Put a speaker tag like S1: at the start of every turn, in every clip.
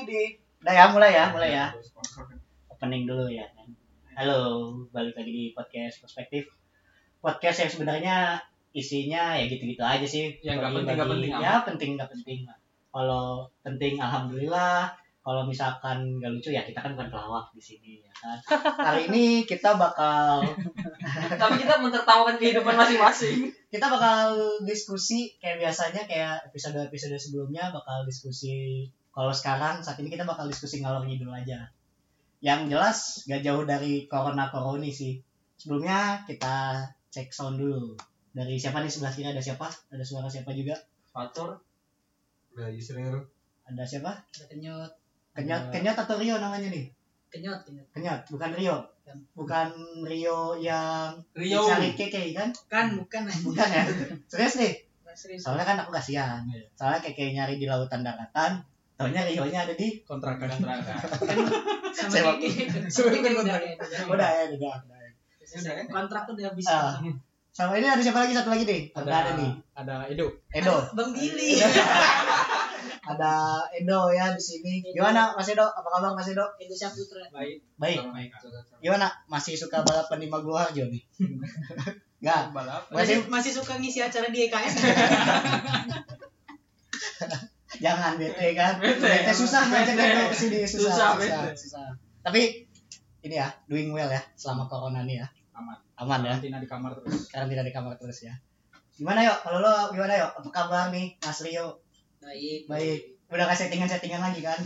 S1: Udah ya, mulai ya, mulai
S2: Iya.
S1: ya. Opening dulu ya. kan. Halo, balik lagi di podcast Perspektif. Podcast yang sebenarnya isinya ya gitu-gitu aja sih.
S2: Ya,
S1: Bagi-bagi-
S2: nggak penting, nggak penting
S1: Ya penting nggak penting. Kalau penting alhamdulillah. Kalau misalkan nggak lucu ya kita kan bukan pelawak di sini ya kan. Kali ini kita bakal
S3: tapi kita mentertawakan kehidupan masing-masing
S1: kita bakal diskusi kayak biasanya kayak episode-episode sebelumnya bakal diskusi kalau sekarang saat ini kita bakal diskusi ngalor ngidul aja yang jelas gak jauh dari corona coroni sih sebelumnya kita cek sound dulu dari siapa nih sebelah kiri ada siapa ada suara siapa juga
S3: faktor
S2: Udah sering
S1: ada siapa
S4: kenyut
S1: kenyot
S2: Ada-
S1: kenyot atau rio namanya nih
S4: kenyut kenyut
S1: kenyot bukan rio bukan rio yang
S3: Rio
S1: cari keke kan
S4: bukan bukan
S1: bukan ya serius nih
S4: Nggak serius
S1: soalnya kan aku kasihan soalnya keke nyari di lautan daratan taunya rio nya ada di
S2: kontrakan.
S1: Sewa.
S4: sama Kiki sama Kiki udah ya, udah.
S1: udah ya udah udah.
S3: Udah ya?
S4: kontrak udah habis
S1: Ah. sama ini ada siapa lagi satu lagi nih ada, ada nih
S2: Ada Edo.
S1: Edo
S4: bang Billy
S1: ada Edo ya di sini gimana Mas Edo apa kabar Mas Edo
S4: itu Saputra
S3: baik
S1: baik gimana masih suka balapan di Maguwa Jo nih Enggak,
S3: balap
S1: masih
S4: masih masih suka ngisi acara di E EKS
S1: jangan bete kan
S3: Bete.
S1: bete susah ngajak
S3: Bete.
S1: Edo kesini
S3: Susah,
S1: susah susah
S3: bete.
S1: susah tapi ini ya doing well ya selama corona nih ya
S2: Aman.
S1: aman ya
S2: Karantina di kamar terus.
S1: karantina di kamar terus ya gimana yuk kalau lo gimana yuk apa kabar nih Mas Rio
S4: baik
S1: Baik. udah kasih settingan settingan lagi kan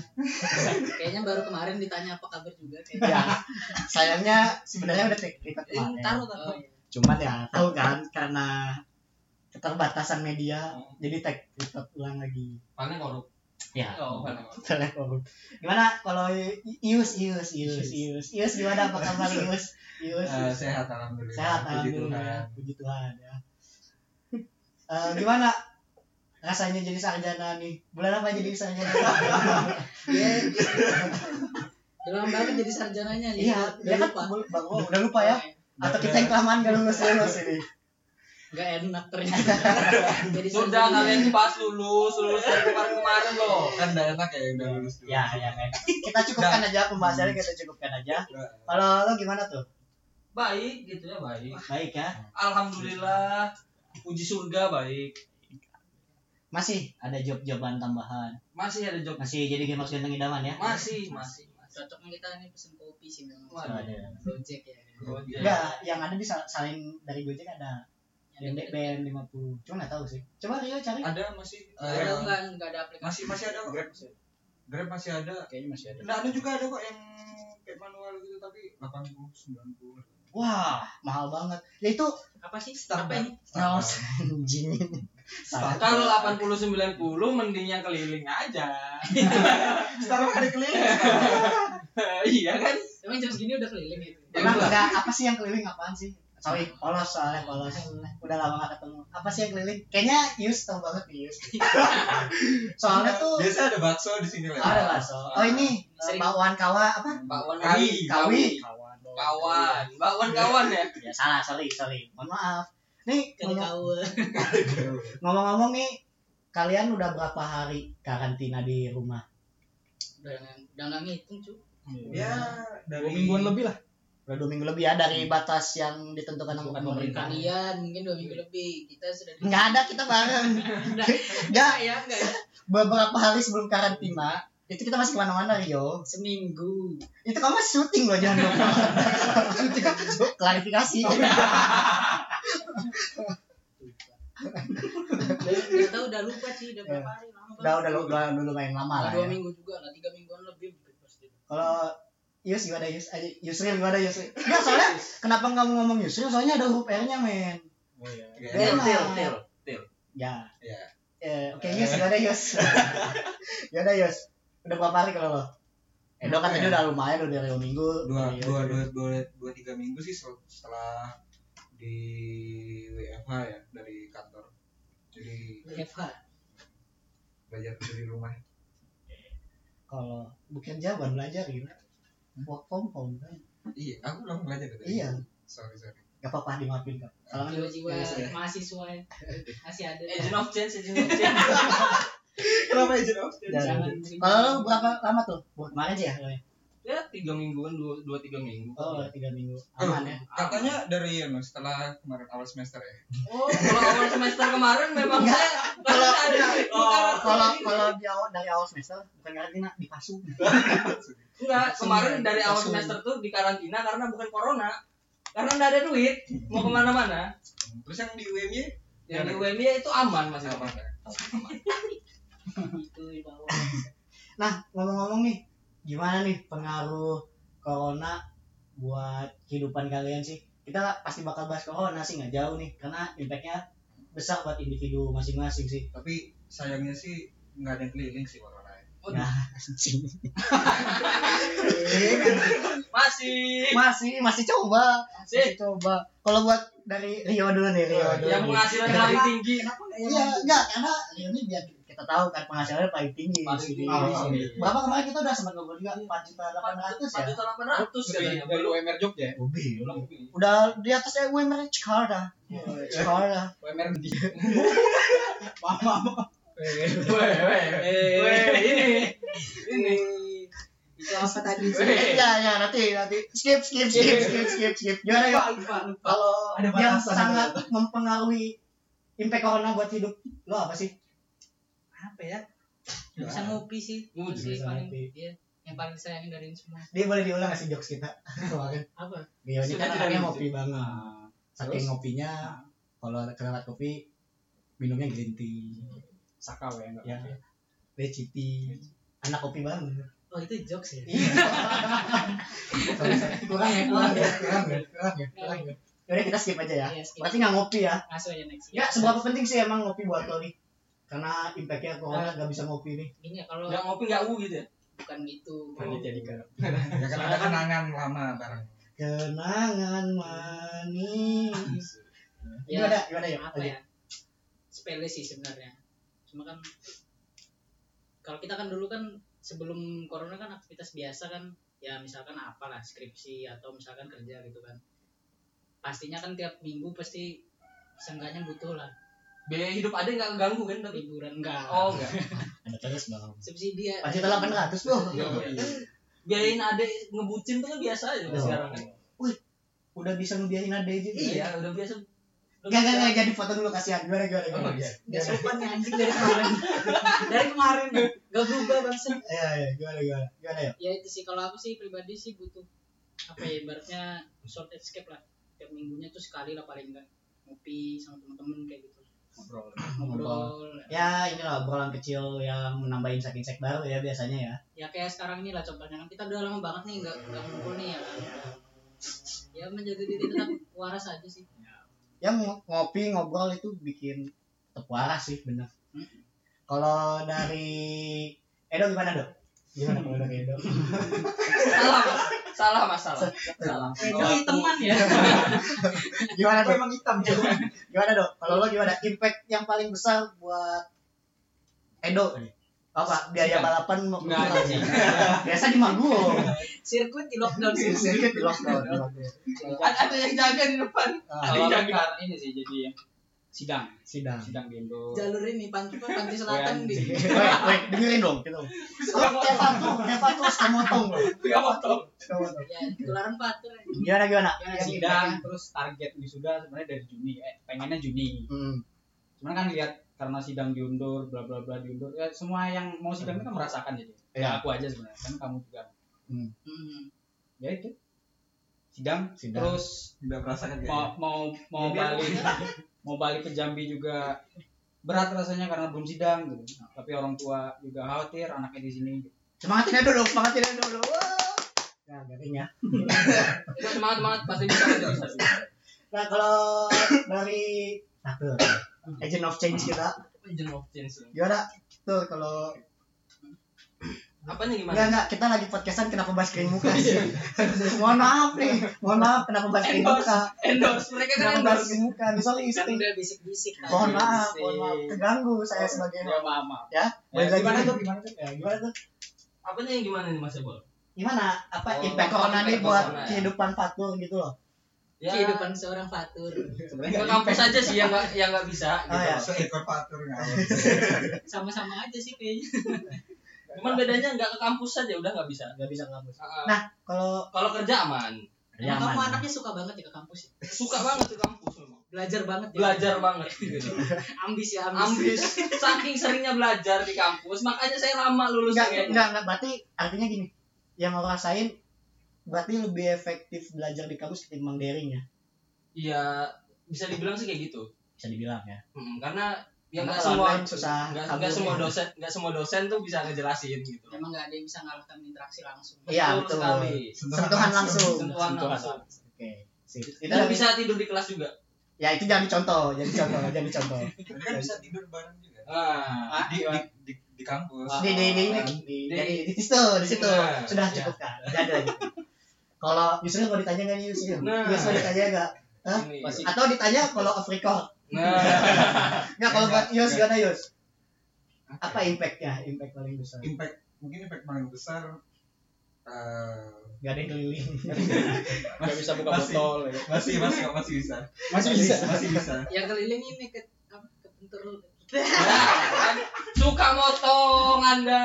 S4: kayaknya baru kemarin ditanya apa kabar juga kayaknya
S1: ya sayangnya sebenarnya udah take record
S4: Eh,
S1: kemarin.
S4: taruh taruh
S3: Oh,
S1: cuman ya tahu kan karena keterbatasan media
S3: Hmm.
S1: jadi take record ulang lagi
S3: paling korup
S1: ya
S3: oh paling korup
S1: gimana kalau i- Ius Ius Ius Ius Ius gimana apa kabar Ius Ius
S3: Eh,
S1: Ius?
S2: sehat alhamdulillah.
S1: Eh, sehat alhamdulillah puji Tuhan ya Eh, gimana rasanya jadi sarjana nih bulan apa jadi sarjana
S4: Iya. udah lama banget jadi sarjananya jadi
S1: iya
S4: udah
S1: ya kan
S4: lupa Nah,
S1: bul- bang, oh, udah lupa ya atau kita yang kelamaan gak lulus lulus ini
S4: nggak enak ternyata jadi
S3: sudah
S4: sarjana.
S3: kalian pas lulus lulus dari kemarin kemarin loh
S2: Kan udah enak ya udah lulus dulu.
S1: ya ya ya. kita cukupkan aja pembahasannya kita cukupkan aja kalau lo gimana tuh
S3: baik gitu ya baik
S1: baik ya
S3: alhamdulillah puji surga baik
S1: masih ada job-joban tambahan
S3: masih ada job
S1: masih jadi gamers ganteng idaman ya
S3: masih masih masih
S4: cocoknya kita nih pesen kopi sih memang
S3: Waduh.
S4: project ya
S3: Iya.
S1: Enggak, yang ada di sal- salin dari Gojek ada
S4: Yang
S1: BM BM 50. Cuma nggak tahu sih. Coba Rio cari.
S3: ada masih eh,
S4: ada nggak nggak ada aplikasi
S3: masih masih ada kok
S2: Grab masih ada. Grab masih ada. Kayaknya masih ada.
S3: nah ada juga ada kok yang kayak manual gitu tapi 80 90
S1: Wah, mahal banget. Ya itu
S4: apa sih
S3: Starbucks.
S4: apa ini
S1: Naos anjing. Salah.
S3: Kalau 80 90 mending yang keliling aja.
S2: Starbucks ada keliling.
S3: iya kan?
S4: emang jam segini udah keliling gitu
S1: Emang enggak apa sih yang keliling apaan sih? Sorry, polos soalnya polos. Udah lama gak ketemu. Apa sih yang keliling? Kayaknya Yus tau banget nih Yus. Soalnya tuh
S2: Biasa ada bakso di sini lah.
S1: ada bakso. Oh ini
S4: Sering.
S1: bakwan kawa apa?
S3: Bakwan
S2: Kawi,
S1: kawi.
S2: Kawan.
S3: Kawan, bakwan kawan ya.
S1: Ya salah, sorry, sorry. Mohon maaf. Nih,
S4: kan
S1: ngomong-
S4: kau
S1: ngomong-ngomong nih, kalian udah berapa hari karantina di rumah?
S4: udah udah nggak ngitung cu
S2: Ya
S3: Iya,
S2: dari
S3: Dua mingguan
S2: lebih lah.
S1: Udah dua minggu lebih ya dari batas yang ditentukan sama
S2: Bukan
S1: pemerintah.
S2: pemerintah.
S4: kalian mungkin dua minggu lebih kita sudah
S1: Nggak ada kita bareng. Nggak,
S4: Nggak ya nggak ya
S1: beberapa hari sebelum karantina itu kita masih kemana-mana Rio.
S4: seminggu
S1: Itu kamu masih syuting loh jangan lupa. syuting, klarifikasi.
S4: udah udah tahu udah lupa sih udah berapa hari lama
S1: udah
S4: banget.
S1: udah lu- udah dulu main lama lah.
S4: dua
S1: Ya.
S4: minggu juga lah tiga mingguan lebih mungkin pasti
S1: Kalau Yus gimana Yus? Eh, Yusril gimana Yusril? Nggak soalnya kenapa kamu ngomong Yusril? Soalnya ada huruf R-nya men.
S2: Oh iya.
S1: Til, til, til.
S3: Ya, til.
S1: Ya.
S2: Ya.
S1: Eh, Oke, Yus, yaudah Yus. yaudah Yus. Udah berapa hari kalau lo? Edo kan tadi
S2: Ya.
S1: udah lumayan udah dua minggu.
S2: dua
S1: Iya,
S2: dua
S1: iya.
S2: dua dua dua tiga minggu sih sel- setelah di WFH ya dari kantor jadi
S4: FH
S2: belajar dari rumah
S1: Kalau bukan jawaban belajar gitu. Work from home kan.
S2: iya aku belum belajar dari
S1: Iya.
S2: sorry sorry
S1: Gak apa-apa dimaafin kan. Kalau
S4: jiwa-jiwa
S2: Iya, iya.
S4: mahasiswa ya. masih ada
S3: Agent of change, agent of change. Kenapa Agent of Change?
S1: Dan-
S4: Jangan
S1: Kalau lu berapa lama tuh? Buat kemarin sih ya? lo ya?
S5: ya tiga mingguan dua dua tiga minggu
S1: Oh, tiga minggu. Aman ya?
S3: Katanya dari ya, setelah kemarin awal semester ya.
S5: oh kalau awal semester kemarin memang
S1: Enggak.
S5: saya karena ada
S1: Oh, kalau
S5: bukan-
S1: kalau di awal dari awal semester bukan karantina dipasung.
S5: enggak kemarin dari awal
S1: Langsung.
S5: semester tuh di karantina karena bukan corona karena nggak ada duit mau kemana-mana
S3: Terus yang di UMY
S5: yang di UMI itu aman masih
S3: Aman.
S5: aman
S4: gitu di bawah.
S1: Nah, ngomong-ngomong nih, gimana nih pengaruh corona buat kehidupan kalian sih? Kita pasti bakal bahas corona sih nggak jauh nih, karena impactnya besar buat individu masing-masing sih.
S3: tapi sayangnya sih nggak ada yang keliling sih kalau lain.
S1: Nah, Anjing.
S5: Iya, kan? masih
S1: masih masih coba,
S5: masih
S1: masih coba. Kalau buat dari Rio dulu nih, Rio dulu.
S5: yang penghasilan paling tinggi
S1: Iya, enggak karena Rio ini biar kita tahu kan penghasilannya paling tinggi.
S5: Paling
S1: Di-
S5: tinggi.
S1: di- di- Berapa kemarin kita udah sempat ngobrol juga 4 juta 800
S5: empat
S1: ya?
S5: juta delapan ratus
S2: dari dari UMR Jogja ya?
S1: Lebih.
S5: lebih
S1: Udah di atas UMR Jakarta.
S5: Iya.
S1: Jakarta.
S2: UMR nanti
S5: eh ini ini
S4: Itu apa tadi sih?
S5: Weh.
S1: Ya ya nanti nanti skip skip skip skip skip skip. Gimana ya?
S4: Lupa, lupa, lupa.
S1: Kalau
S4: Ada
S1: yang
S4: batasan.
S1: sangat mempengaruhi impact corona buat hidup lo apa sih?
S4: Apa ya? Nggak bisa ngopi sih.
S5: Ngopi.
S4: Sih,
S1: Bisa
S4: paling-
S1: ngopi.
S4: Iya. Yang paling disayangin dari ini semua.
S1: Dia boleh diulang nggak sih jokes kita kemarin.
S4: Apa?
S1: Rio ini
S5: Sudah
S1: kan
S5: tidak
S1: anaknya
S5: lucu.
S1: ngopi banget. Saking ngopinya kalau kelewat kopi minumnya green tea,
S2: Saka ya enggak
S1: ya leci tea. Anak kopi banget. Iya.
S4: Oh, itu jokes ya?
S1: Sorry, sorry. kurang ya kurang ya kurang ya kurang ya kurang ya. Yaudah kita skip aja ya.
S4: Iya, skip.
S1: Berarti nggak ngopi ya?
S4: Langsung aja next.
S1: Ya,
S5: Iya.
S1: seberapa penting sih emang ngopi buat lo nih? Karena impactnya corona
S5: Nah.
S1: nggak bisa ngopi nih.
S4: Gini ya, kalau
S5: nggak ngopi nggak u gitu ya
S4: bukan gitu.
S2: Kan dijadikan
S3: Ya kan ada kenangan lama bareng.
S1: Kenangan manis.
S5: Iya.
S4: Ya.
S1: Gimana? Gimana ya?
S4: apa ya sepele sih sebenarnya cuma kan kalau kita kan dulu kan sebelum corona kan aktivitas biasa kan ya misalkan apalah skripsi atau misalkan kerja gitu kan pastinya kan tiap minggu pasti seenggaknya butuh lah
S5: biaya hidup ada nggak ganggu kan tapi
S4: liburan enggak
S5: oh enggak
S1: Ada terus dong.
S4: subsidi ya
S1: Pasti telah 800 loh.
S3: Iya.
S5: biayain adek ngebucin tuh kan biasa aja
S1: Oh.
S5: sekarang kan
S1: Udah bisa ngebiayain ada aja.
S5: iya udah biasa
S1: Gak, gak, gak, jadi foto dulu kasihan. Gimana, gimana, gimana?
S5: Oh, iya.
S4: nggak sopan ya anjing dari kemarin dari kemarin nggak berubah bangsa
S1: Iya, iya, gimana, gimana? Gimana ya?
S4: ya itu sih kalau aku sih pribadi sih butuh apa ya ibaratnya short escape lah tiap minggunya tuh sekali lah paling enggak ngopi sama temen-temen kayak gitu
S2: ngobrol.
S4: ngobrol
S1: Ya, inilah obrolan kecil yang menambahin saking-sek baru ya biasanya ya.
S4: ya kayak sekarang ini lah contohnya kan kita udah lama banget nih nggak nggak ngumpul nih ya kan? ya menjaga diri tetap waras aja sih
S1: yang Ya, ngopi ngobrol itu bikin tetap waras sih bener
S4: Hmm.
S1: kalau dari Edo gimana dok gimana kalau dari Edo
S5: salah mas salah mas salah salah
S1: Iya.
S4: itu teman ya
S1: gimana dok
S3: memang hitam
S1: gimana dok kalau lo gimana impact yang paling besar buat Edo nih apa biaya balapan mau
S2: Nggak, anjing.
S1: biasa di Mago
S4: sirkuit di lockdown sih
S1: sedikit di lockdown di lockdown.
S5: ada ada yang jaga di depan
S1: Ah,
S2: Kalau enggak karena ini sih jadi sidang,
S1: sidang
S2: sidang gendong.
S4: jalur ini pantai pantai selatan di
S1: wait wait dengerin dong gitu Kevin tuh Kevin tuh suka motong loh
S5: nggak potong
S1: suka motong
S4: ya ketularan patur ya.
S1: gimana gimana
S4: Gimana,
S1: Yang
S2: sidang
S1: impactnya?
S2: terus target wisuda sebenarnya dari Juni eh pengennya Juni
S1: Hmm.
S2: cuman kan lihat karena sidang diundur bla bla bla diundur ya semua yang mau sidang itu kan merasakan jadi
S1: Iya.
S2: ya aku aja sebenarnya kan kamu juga
S4: Hmm.
S2: ya itu sidang,
S1: Sidang.
S2: terus
S3: Udah merasakan
S2: mau
S3: kayaknya.
S2: mau mau balik mau balik ke Jambi juga berat rasanya karena belum sidang gitu. tapi orang tua juga khawatir anaknya di sini gitu.
S1: Semangatin aja dulu, semangatin aja dulu. Wah. Nah, garing ya.
S5: Itu semangat semangat pasti bisa pasti bisa
S1: Nah, kalau dari nah, tuh, Agent of Change kita,
S5: Legend of Change
S1: gimana? Tuh, kalau
S5: apanya
S1: enggak
S5: gimana
S1: enggak kita lagi podcastan kenapa bahas kering muka sih? mohon maaf nih, mohon maaf kenapa bahas kering muka?
S5: endorse mereka
S1: Kenapa
S5: kan
S1: bahas
S5: endorse
S1: kering muka? Di soal
S4: kan
S1: istri.
S4: udah bisik-bisik kan
S1: Mohon maaf, mohon maaf. Keganggu saya sebagai
S2: ya maaf maaf
S1: ya.
S2: ya,
S1: Balik lagi.
S2: gimana tuh gimana tuh
S1: Ya, gimana tuh?
S5: apanya yang gimana nih mas Ebol
S1: Gimana? Apa
S2: Oh,
S1: impact corona
S5: impact
S1: nih buat
S5: corona ya.
S1: kehidupan Fatul gitu loh?
S4: kehidupan seorang fatur
S2: sebenarnya
S5: ke
S2: nggak
S5: kampus
S2: impact.
S5: aja sih yang nggak yang nggak bisa
S1: Ah,
S5: gitu.
S1: ya.
S3: seekor patur nggak
S4: sama-sama aja sih kayaknya
S5: cuman bedanya nggak ke kampus aja udah nggak bisa
S1: nggak bisa ngapus
S5: Heeh.
S1: Nah, kalau
S5: kalau kerja aman
S4: Emang kamu
S1: Nyaman.
S4: anaknya suka banget ya ke kampus ya?
S5: suka banget ke kampus memang
S4: belajar banget ya?
S5: belajar banget gitu
S4: ambis ya ambis,
S5: ambis saking seringnya belajar di kampus makanya saya lama gitu. lulus
S1: enggak,
S5: kayaknya.
S1: enggak, enggak, berarti artinya gini. Yang lo rasain berarti lebih efektif belajar di kampus ketimbang daring ya.
S5: iya bisa dibilang sih kayak gitu
S1: Bisa dibilang ya.
S5: Mm, karena ya
S1: Karena
S5: nggak
S1: kalau
S5: semua
S1: online susah
S5: nggak
S1: kabur.
S5: nggak semua dosen nggak semua dosen tuh bisa ngejelasin gitu
S4: emang nggak ada yang bisa ngalahkan interaksi langsung
S1: Iya, betul.
S5: sekali
S1: Sentuhan langsung.
S5: sentuhan
S2: Sentuhan
S5: langsung
S1: Oke. Sip. Itu
S5: dan bisa tidur di kelas juga
S1: ya itu jangan dicontoh, jangan dicontoh, jangan dicontoh.
S3: Tapi kan bisa tidur bareng juga
S5: ah
S3: di di di, di kampus
S5: Ah.
S1: Di di di di di di, di, di situ, di situ.
S5: Nah,
S1: Sudah
S5: ya.
S1: cukup kan? Enggak ada lagi. Kalau Yusril mau ditanya nggak nih Yusril?
S5: Nah.
S1: Yusril mau ditanya nggak? Hah?
S5: ini.
S2: Pasti.
S1: Atau ditanya kalau off record?
S5: nah
S1: Nggak kalau buat Yus
S3: Nggak.
S1: gimana Yus?
S3: Apa
S1: Apa
S3: ya?
S1: impactnya? Impact paling besar?
S3: impact mungkin impact paling besar eh,
S1: Gak ada yang keliling.
S2: nggak bisa buka
S3: Masih.
S2: botol ya.
S3: masih masih masih bisa
S2: masih bisa
S3: masih bisa
S4: yang keliling ini ke apa ke pentur
S5: kan? suka motong anda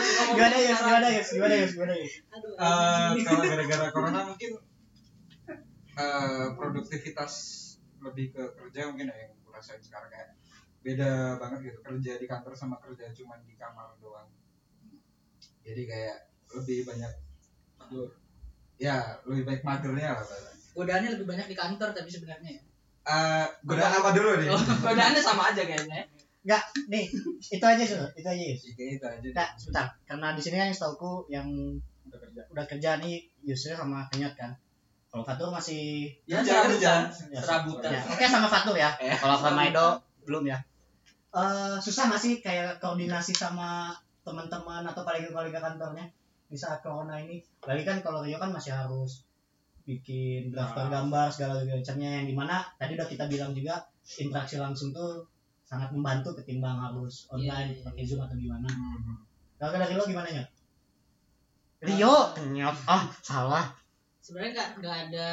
S5: suka motong
S1: Gimana Yus? Gimana
S5: sekarang.
S1: Yus? Gimana Yus? Gimana Yus?
S4: aduh
S3: Eh, kalau gara-gara corona mungkin eh, produktivitas lebih ke kerja mungkin ya yang gue rasain sekarang kayak beda banget gitu kerja di kantor sama kerja cuman di kamar doang jadi kayak lebih banyak aduh, ya lebih baik magernya lah Eh, bahasanya.
S4: godaannya lebih banyak di kantor tapi sebenarnya ya.
S3: Eh, godaan apa dulu nih
S5: Oh, godaannya sama aja kayaknya
S1: Nih, itu aja Yus. Itu aja Yus.
S3: Oke, itu aja deh.
S1: Nah, sebentar. Karena di sini kan setauku yang
S2: Udah kerja.
S1: udah kerja nih Yusril sama Kenyot kan. Kalau Fatur masih
S5: ya
S3: Kerja, kerja.
S5: serabutan
S1: Ya,
S5: serabutan
S1: Ya, Oke sama Fatur ya.
S4: Iya.
S5: Eh,
S1: Kalau sama Edo belum ya. Eh susah nggak sih kayak koordinasi sama teman-teman atau kolega-kolega kantornya di saat corona ini? Lagi kan kalau Rio kan masih harus bikin daftar
S4: Nah.
S1: gambar segala macamnya yang dimana tadi udah kita bilang juga interaksi langsung tuh sangat membantu ketimbang harus online
S4: Iya, iya,
S1: pakai zoom atau gimana.
S3: Hmm.
S1: Kalau dari lo gimana ya? Rio, nyot, ah salah.
S4: sebenarnya nggak nggak ada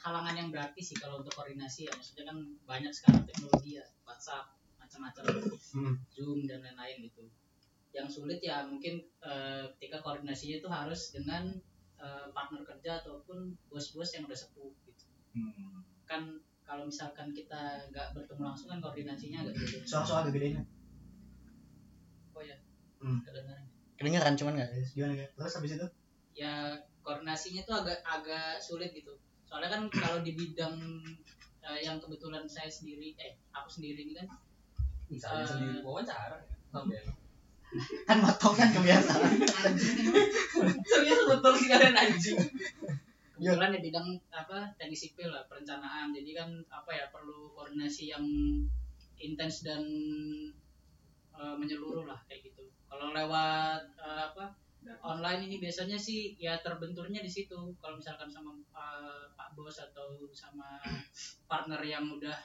S4: halangan yang berarti sih kalau untuk koordinasi ya maksudnya kan banyak sekarang teknologi ya WhatsApp macam-macam
S1: Hmm.
S4: Zoom dan lain-lain gitu yang sulit ya mungkin eh, ketika koordinasinya itu harus dengan eh, partner kerja ataupun bos-bos yang udah sepuh gitu kan kalau misalkan kita nggak bertemu langsung kan koordinasinya agak sulit
S1: Soal-soal gedenya.
S4: oh ya
S1: Hmm.
S4: kedengaran
S1: Kedengeran cuman nggak? Gimana ya? Terus habis itu?
S4: ya koordinasinya tuh agak agak sulit gitu soalnya kan kalau di bidang eh, yang kebetulan saya sendiri eh aku sendiri ini kan
S5: misalnya
S4: Eh.
S5: sendiri wawancara Oke.
S1: Kan motong kan kebiasaan.
S5: Serius Iya, betul sih kalian anjing.
S4: kebetulan di bidang apa teknik sipil lah perencanaan jadi kan apa ya perlu koordinasi yang intens dan eh, menyeluruh lah kayak gitu kalau lewat eh, apa online ini biasanya sih ya terbenturnya di situ kalau misalkan sama eh, pak bos atau sama partner yang udah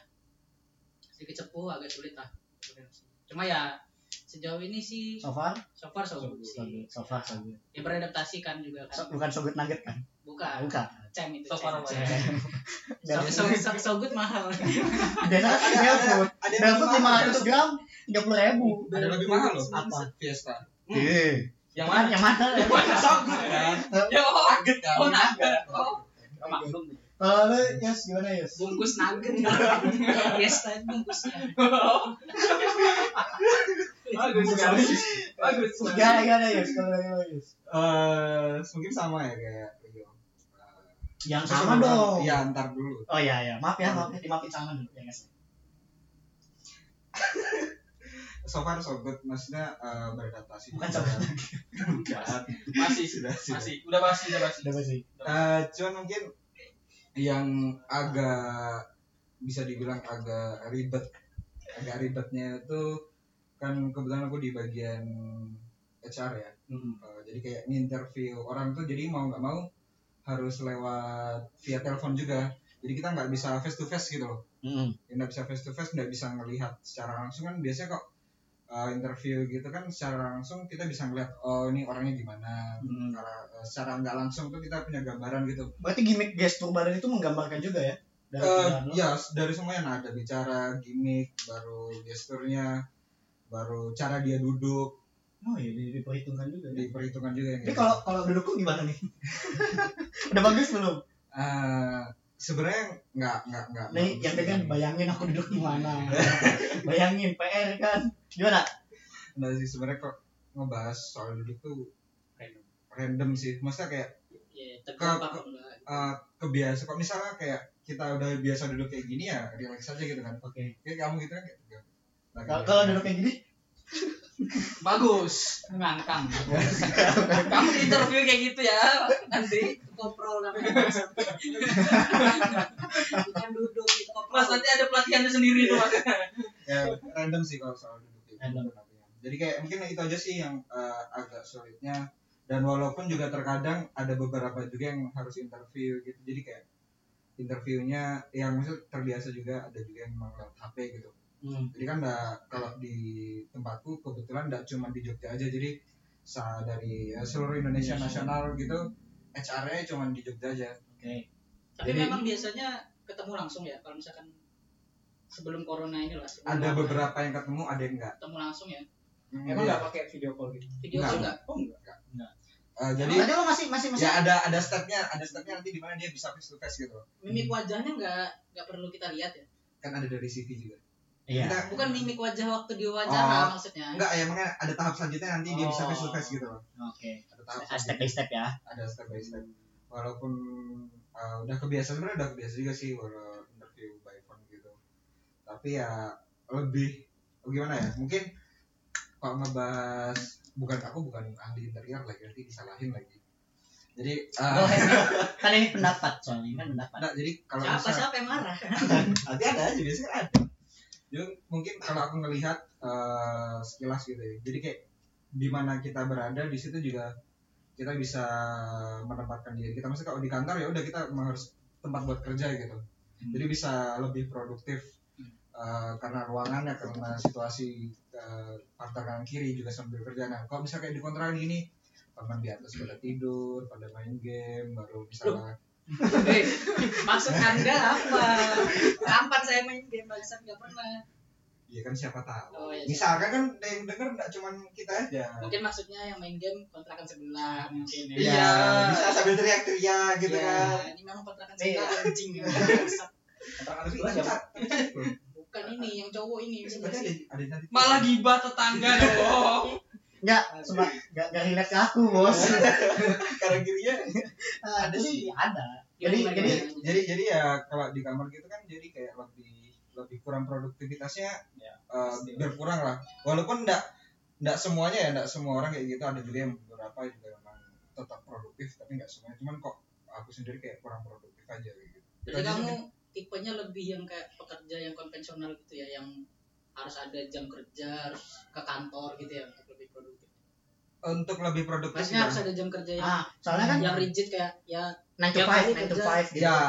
S4: sedikit sepuh agak sulit lah koordinasi. cuma ya sejauh ini sih
S1: So far,
S4: so far so good
S1: so good.
S4: sih
S1: So far, so good.
S4: ya beradaptasi kan juga
S1: So-
S4: kan
S1: bukan so good nugget kan?
S4: bukan
S1: Bukan.
S4: cem itu
S5: So
S4: cem,
S5: far apa
S4: cem.
S5: ya?
S4: So,
S1: Biasa
S4: so, so, so good mahal.
S1: biasa kan
S3: Ada-
S1: Del
S3: ada-
S1: Food.
S3: ada yang
S1: Del Food
S3: lebih mahal.
S1: 500 gram 30 ribu.
S3: Ada lebih mahal loh.
S1: Apa?
S3: Fiesta.
S5: Hmm. Yang
S1: Yang mana? Yang mana?
S3: Sama kan?
S5: Yo,
S3: Nugget kan?
S5: Oh, nugget. Oh.
S4: Maklum.
S1: Kalau lu Yus gimana Yus?
S4: Bungkus nugget. yes, tadi bungkusnya.
S5: bagus sekali. Bagus sekali.
S1: Gimana gimana Yus? Kalau dari lu Yus?
S3: Eh, mungkin sama ya kayak Rio. Eh,
S1: Yang sama dong.
S3: Iya, antar dulu.
S1: Oh iya iya, maaf ya, maaf ya, dimaafin sama dulu ya guys.
S3: So far so good, maksudnya eh, beradaptasi.
S1: Bukan so good.
S3: Bukan.
S5: Masih
S3: Sudah, sudah.
S5: masih udah pasti udah pasti.
S1: Udah pasti.
S3: Eh, cuman mungkin yang agak bisa dibilang agak ribet, agak ribetnya itu kan kebetulan aku di bagian HR ya. Eh, jadi kayak nginterview orang tuh jadi mau nggak mau harus lewat via telepon juga. Jadi kita nggak bisa face to face gitu loh. yang nggak bisa face to face nggak bisa ngelihat secara langsung kan biasanya kok eh, uh, interview gitu kan secara langsung kita bisa ngelihat oh ini orangnya gimana
S1: Hmm.
S3: cara secara nggak langsung tuh kita punya gambaran gitu
S1: Berarti gimmick gestur badan itu menggambarkan juga ya? Dari
S3: Eh,
S1: pilihan lo.
S3: ya dari semuanya nah, ada bicara gimmick baru gesturnya baru cara dia duduk
S1: Oh iya, di- diperhitungkan juga. Ya.
S3: Iya. diperhitungkan juga yang
S1: Tapi
S3: kayak gitu.
S1: kalau kalau duduk lu gimana nih? Udah bagus belum?
S3: Eh, sebenarnya nggak nggak nggak
S1: Nih
S3: bagus
S1: yang dengar
S3: sih.
S1: bayangin aku duduk di mana. bayangin PR kan. Gimana?
S3: Nggak sih sebenarnya kok ngebahas soal duduk tuh
S4: Random.
S3: random sih maksudnya kayak Iya,
S4: ya tegak apa enggak
S3: eh, kebiasa kok misalnya kayak kita udah biasa duduk kayak gini ya relax aja gitu kan
S1: Oke.
S3: kayak kamu gitu kan kayak tegak. Nah,
S1: Kalau
S3: kayak-
S1: kalau duduk kayak gini,
S5: Bagus.
S2: ngangkang
S5: Kamu di interview kayak gitu ya nanti.
S4: koprol namanya bukan duduk itu koprol
S5: Mas nanti ada pelatihannya sendiri tuh mas.
S3: ya random sih kalau soal duduk itu
S1: Random.
S3: jadi kayak mungkin itu aja sih yang eh, agak sulitnya dan walaupun juga terkadang ada beberapa juga yang harus interview gitu jadi kayak interviewnya yang maksud terbiasa juga ada juga yang memang lewat HP gitu
S1: hmm.
S3: jadi kan nggak- kalau di tempatku kebetulan nggak cuma di Jogja aja jadi sa dari ya, seluruh Indonesia nasional gitu HR-nya cuma di Jogja aja
S1: Oke.
S4: tapi
S3: Jadi-
S4: memang biasanya ketemu langsung ya kalau misalkan sebelum corona ini lah sebelum
S3: ada
S4: corona,
S3: beberapa yang ketemu ada yang enggak
S4: ketemu langsung ya
S2: emang nggak pakai video call gitu
S4: video
S3: Enggak,
S4: call
S3: enggak.
S4: enggak
S3: Eh, jadi
S1: Jadi lo masih masih masih.
S3: ya ada ada stepnya ada stepnya nanti di mana dia bisa face to face gitu
S4: mimik wajahnya enggak enggak perlu kita lihat ya
S3: kan ada dari CV juga
S1: Iya.
S3: Kita-
S4: bukan mimik wajah waktu diwawancara
S3: Oh.
S4: maksudnya
S3: enggak ya makanya ada tahap selanjutnya nanti dia bisa
S1: Oh.
S3: face to face gitu loh
S1: Oke.
S3: ada tahap
S1: Step by
S3: selanjutnya
S1: step ya.
S3: ada step by step walaupun uh, udah kebiasaan sebenarnya udah kebiasa juga sih walau interview by phone gitu tapi ya lebih gimana ya mungkin kalau ngebahas bukan aku bukan ahli interior lagi nanti disalahin lagi jadi
S1: Go
S3: uh,
S1: ahead. kan ini pendapat soalnya ini kan pendapat.
S3: enggak, jadi kalau
S4: siapa
S3: misal-
S4: siapa yang marah
S3: Nanti ada aja biasanya kan ada. Jadi mungkin kalau aku ngelihat eh, sekilas gitu ya. Jadi kayak di mana kita berada di situ juga kita bisa menempatkan diri kita. Maksudnya kalau di kantor ya udah kita emang harus tempat buat kerja gitu. Jadi bisa lebih produktif eh, karena ruangannya, karena situasi eh, partner kanan kiri juga sambil kerja. Nah, kalau misalnya kayak di kontrakan gini, teman di atas pada tidur, pada main game, baru misalnya
S4: Hei, maksud anda apa kapan saya main game barusan nggak pernah
S3: ya kan siapa tahu.
S4: oh ya
S3: Misalkan kan yang denger nggak cuman kita aja.
S4: mungkin maksudnya yang main game kontrakan sebelah mungkin ya
S5: Iya.
S3: bisa sambil teriak-teriak gitu
S4: Iya,
S3: kan.
S4: ini memang kontrakan
S1: Iya.
S4: sebelah anjing ya.
S2: Kontrakan
S3: Tapi
S2: sebelah siapa?
S3: tapi- tapi-
S4: bukan ini yang cowok ini
S3: tapi ada ada nanti.
S5: Malah
S4: gitu.
S5: gibah tetangga dong.
S1: Enggak, cuma enggak enggak relate ke aku, Bos.
S3: karena kirinya.
S1: ada sih, ada. Jadi
S4: Gimana,
S1: jadi
S4: gimana?
S3: Jadi jadi ya kalau di kamar gitu kan jadi kayak lebih lebih kurang produktivitasnya eh,
S2: Ya, pasti.
S3: berkurang lah. Walaupun enggak enggak semuanya ya enggak semua orang kayak gitu ada juga yang beberapa juga memang tetap produktif tapi enggak semuanya. Cuman kok aku sendiri kayak kurang produktif aja gitu.
S4: Jadi
S3: Jadi
S4: kamu tipenya lebih yang kayak pekerja yang konvensional gitu ya, yang harus ada jam kerja, harus ke kantor gitu ya untuk lebih produktif.
S3: Untuk lebih produktif
S4: Maksudnya
S3: ya.
S4: harus ada jam kerja yang,
S1: ah, soalnya kan
S4: yang rigid kayak ya
S1: 9 to
S4: Tiap
S1: 5, 9
S4: hari
S1: to
S4: kerja.
S1: 5 gitu.
S3: Ya, ya.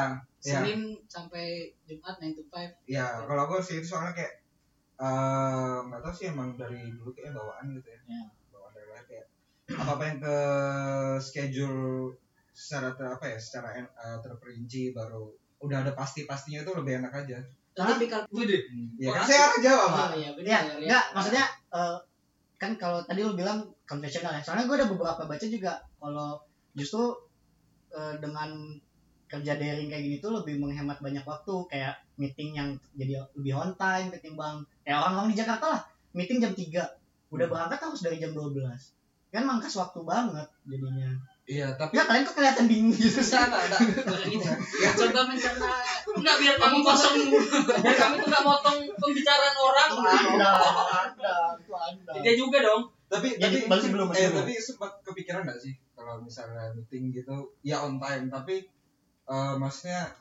S4: Senin sampai Jumat 9 to 5.
S3: ya kalau gue sih itu soalnya kayak eh, nggak tahu sih emang dari dulu kayak bawaan gitu ya
S1: Ya.
S3: bawaan dari lahir kayak apa apa yang ke schedule secara ter, apa ya secara en- eh, terperinci baru udah ada pasti pastinya itu lebih enak aja
S1: Hah?
S4: Tipikal
S5: Wih,
S3: ya kan
S5: Orang-
S3: saya orang Jawa pak
S4: Oh, iya, benar,
S1: Iya,
S4: lihat.
S1: enggak, maksudnya eh, kan kalau tadi lu bilang konvensional ya. Soalnya gue ada beberapa baca juga kalau justru eh, dengan kerja daring kayak gini tuh lebih menghemat banyak waktu kayak meeting yang jadi lebih on time ketimbang kayak orang-orang di Jakarta lah meeting jam 3 udah berangkat harus dari jam 12 kan mangkas waktu banget jadinya
S3: iya tapi
S1: ya kalian kok kelihatan bingung gitu sih
S5: Enggak, enggak, enggak.
S4: Boleh gitu. Coba mencerna
S5: Enggak biar kamu kosong. Biar kamu tuh enggak motong pembicaraan orang.
S1: anda anda itu anda
S5: Dia juga dong.
S3: tapi
S1: Jadi
S3: tapi
S1: masih belum, masih
S3: eh,
S1: belum.
S3: tapi sempat kepikiran nggak sih kalau misalnya meeting gitu ya on time tapi eh, maksudnya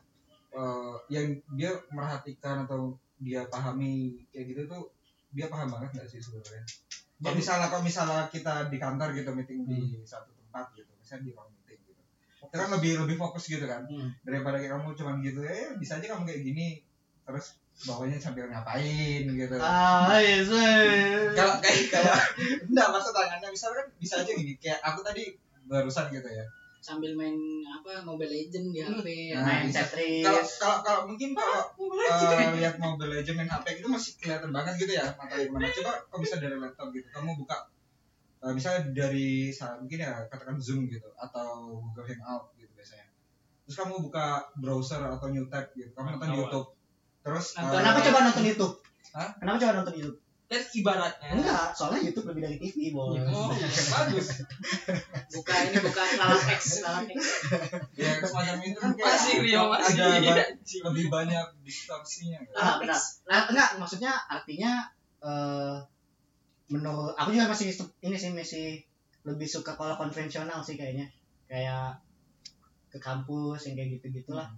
S3: eh, yang dia merhatikan atau dia pahami kayak gitu tuh dia paham banget nggak sih sebenarnya
S1: Jadi-
S3: kalau
S1: Hmm.
S3: misalnya kalau misalnya kita di kantor gitu meeting di satu tempat gitu misalnya di ruang meeting gitu kita kan lebih lebih fokus gitu kan
S1: Hmm.
S3: daripada kayak kamu cuman gitu eh bisa aja kamu kayak gini terus bawahnya sambil ngapain gitu
S1: ah iya sih.
S3: kalau kayak kayak enggak masa tangannya misalnya kan bisa aja gini kayak aku tadi barusan gitu ya
S4: sambil main apa Mobile Legend di HP.
S3: Nah,
S1: main
S3: bisa.
S1: Tetris
S3: Kalau kalau kalau mungkin kalau
S4: Iya,
S5: Mobile Legends.
S3: eh, lihat Mobile Legends main HP itu masih kelihatan banget gitu ya matanya gimana. Coba kamu bisa dari laptop gitu. Kamu buka eh, misalnya dari sa- mungkin ya katakan Zoom gitu atau Google Hangout gitu biasanya. Terus kamu buka browser atau new tab gitu. Kamu nonton
S2: Tahu.
S3: YouTube. Terus eh,
S4: Nonton
S1: kenapa coba nonton YouTube
S3: Hah?
S1: kenapa coba nonton YouTube
S5: Dan ibaratnya.
S1: enggak soalnya YouTube lebih dari TV bos
S5: Oh,
S2: Iya.
S5: bagus.
S4: Buka ini buka lalatex, lalatex.
S3: ya semacam itu kan kayak
S5: Masih Rio masih.
S3: ada ba-
S5: anjing.
S3: lebih banyak distorsinya gitu.
S1: ah benar nah, enggak maksudnya artinya eh menurut aku juga masih su- ini sih masih lebih suka kalau konvensional sih kayaknya kayak ke kampus yang kayak gitu gitulah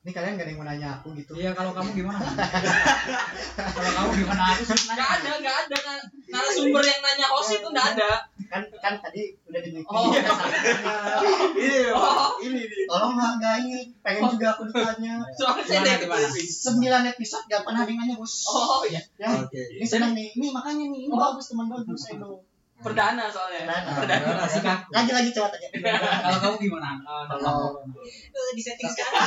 S1: ini kalian gak ada yang mau nanya aku gitu
S2: Iya, kalau kamu gimana? kalau kamu gimana aku sih nanya.
S5: Enggak ada, enggak ada kan. Narasumber yang nanya host Oh, itu enggak ada.
S1: kan kan tadi udah dibeli
S5: Oh.
S1: tiket, salah.
S3: Iya,
S5: Oh.
S3: ini nih.
S1: tolong hargai pengen juga aku ditanya
S5: Soalnya saya
S2: Gimana,
S5: dari
S2: gimana?
S1: sembilan episode gak pernah ada yang nanya bos
S5: Oh iya,
S1: ya
S3: Oke.
S1: ini seneng nih ini makanya nih ini
S5: Oh.
S1: bagus teman bagus ayo
S5: perdana soalnya.
S1: Nah,
S3: Perdana. kan?
S2: Gimana sih, Kak?
S1: lagi lagi coba tanya
S2: Kalau kamu gimana? Eh,
S1: Kalau-
S5: Eh, Di setting sekarang.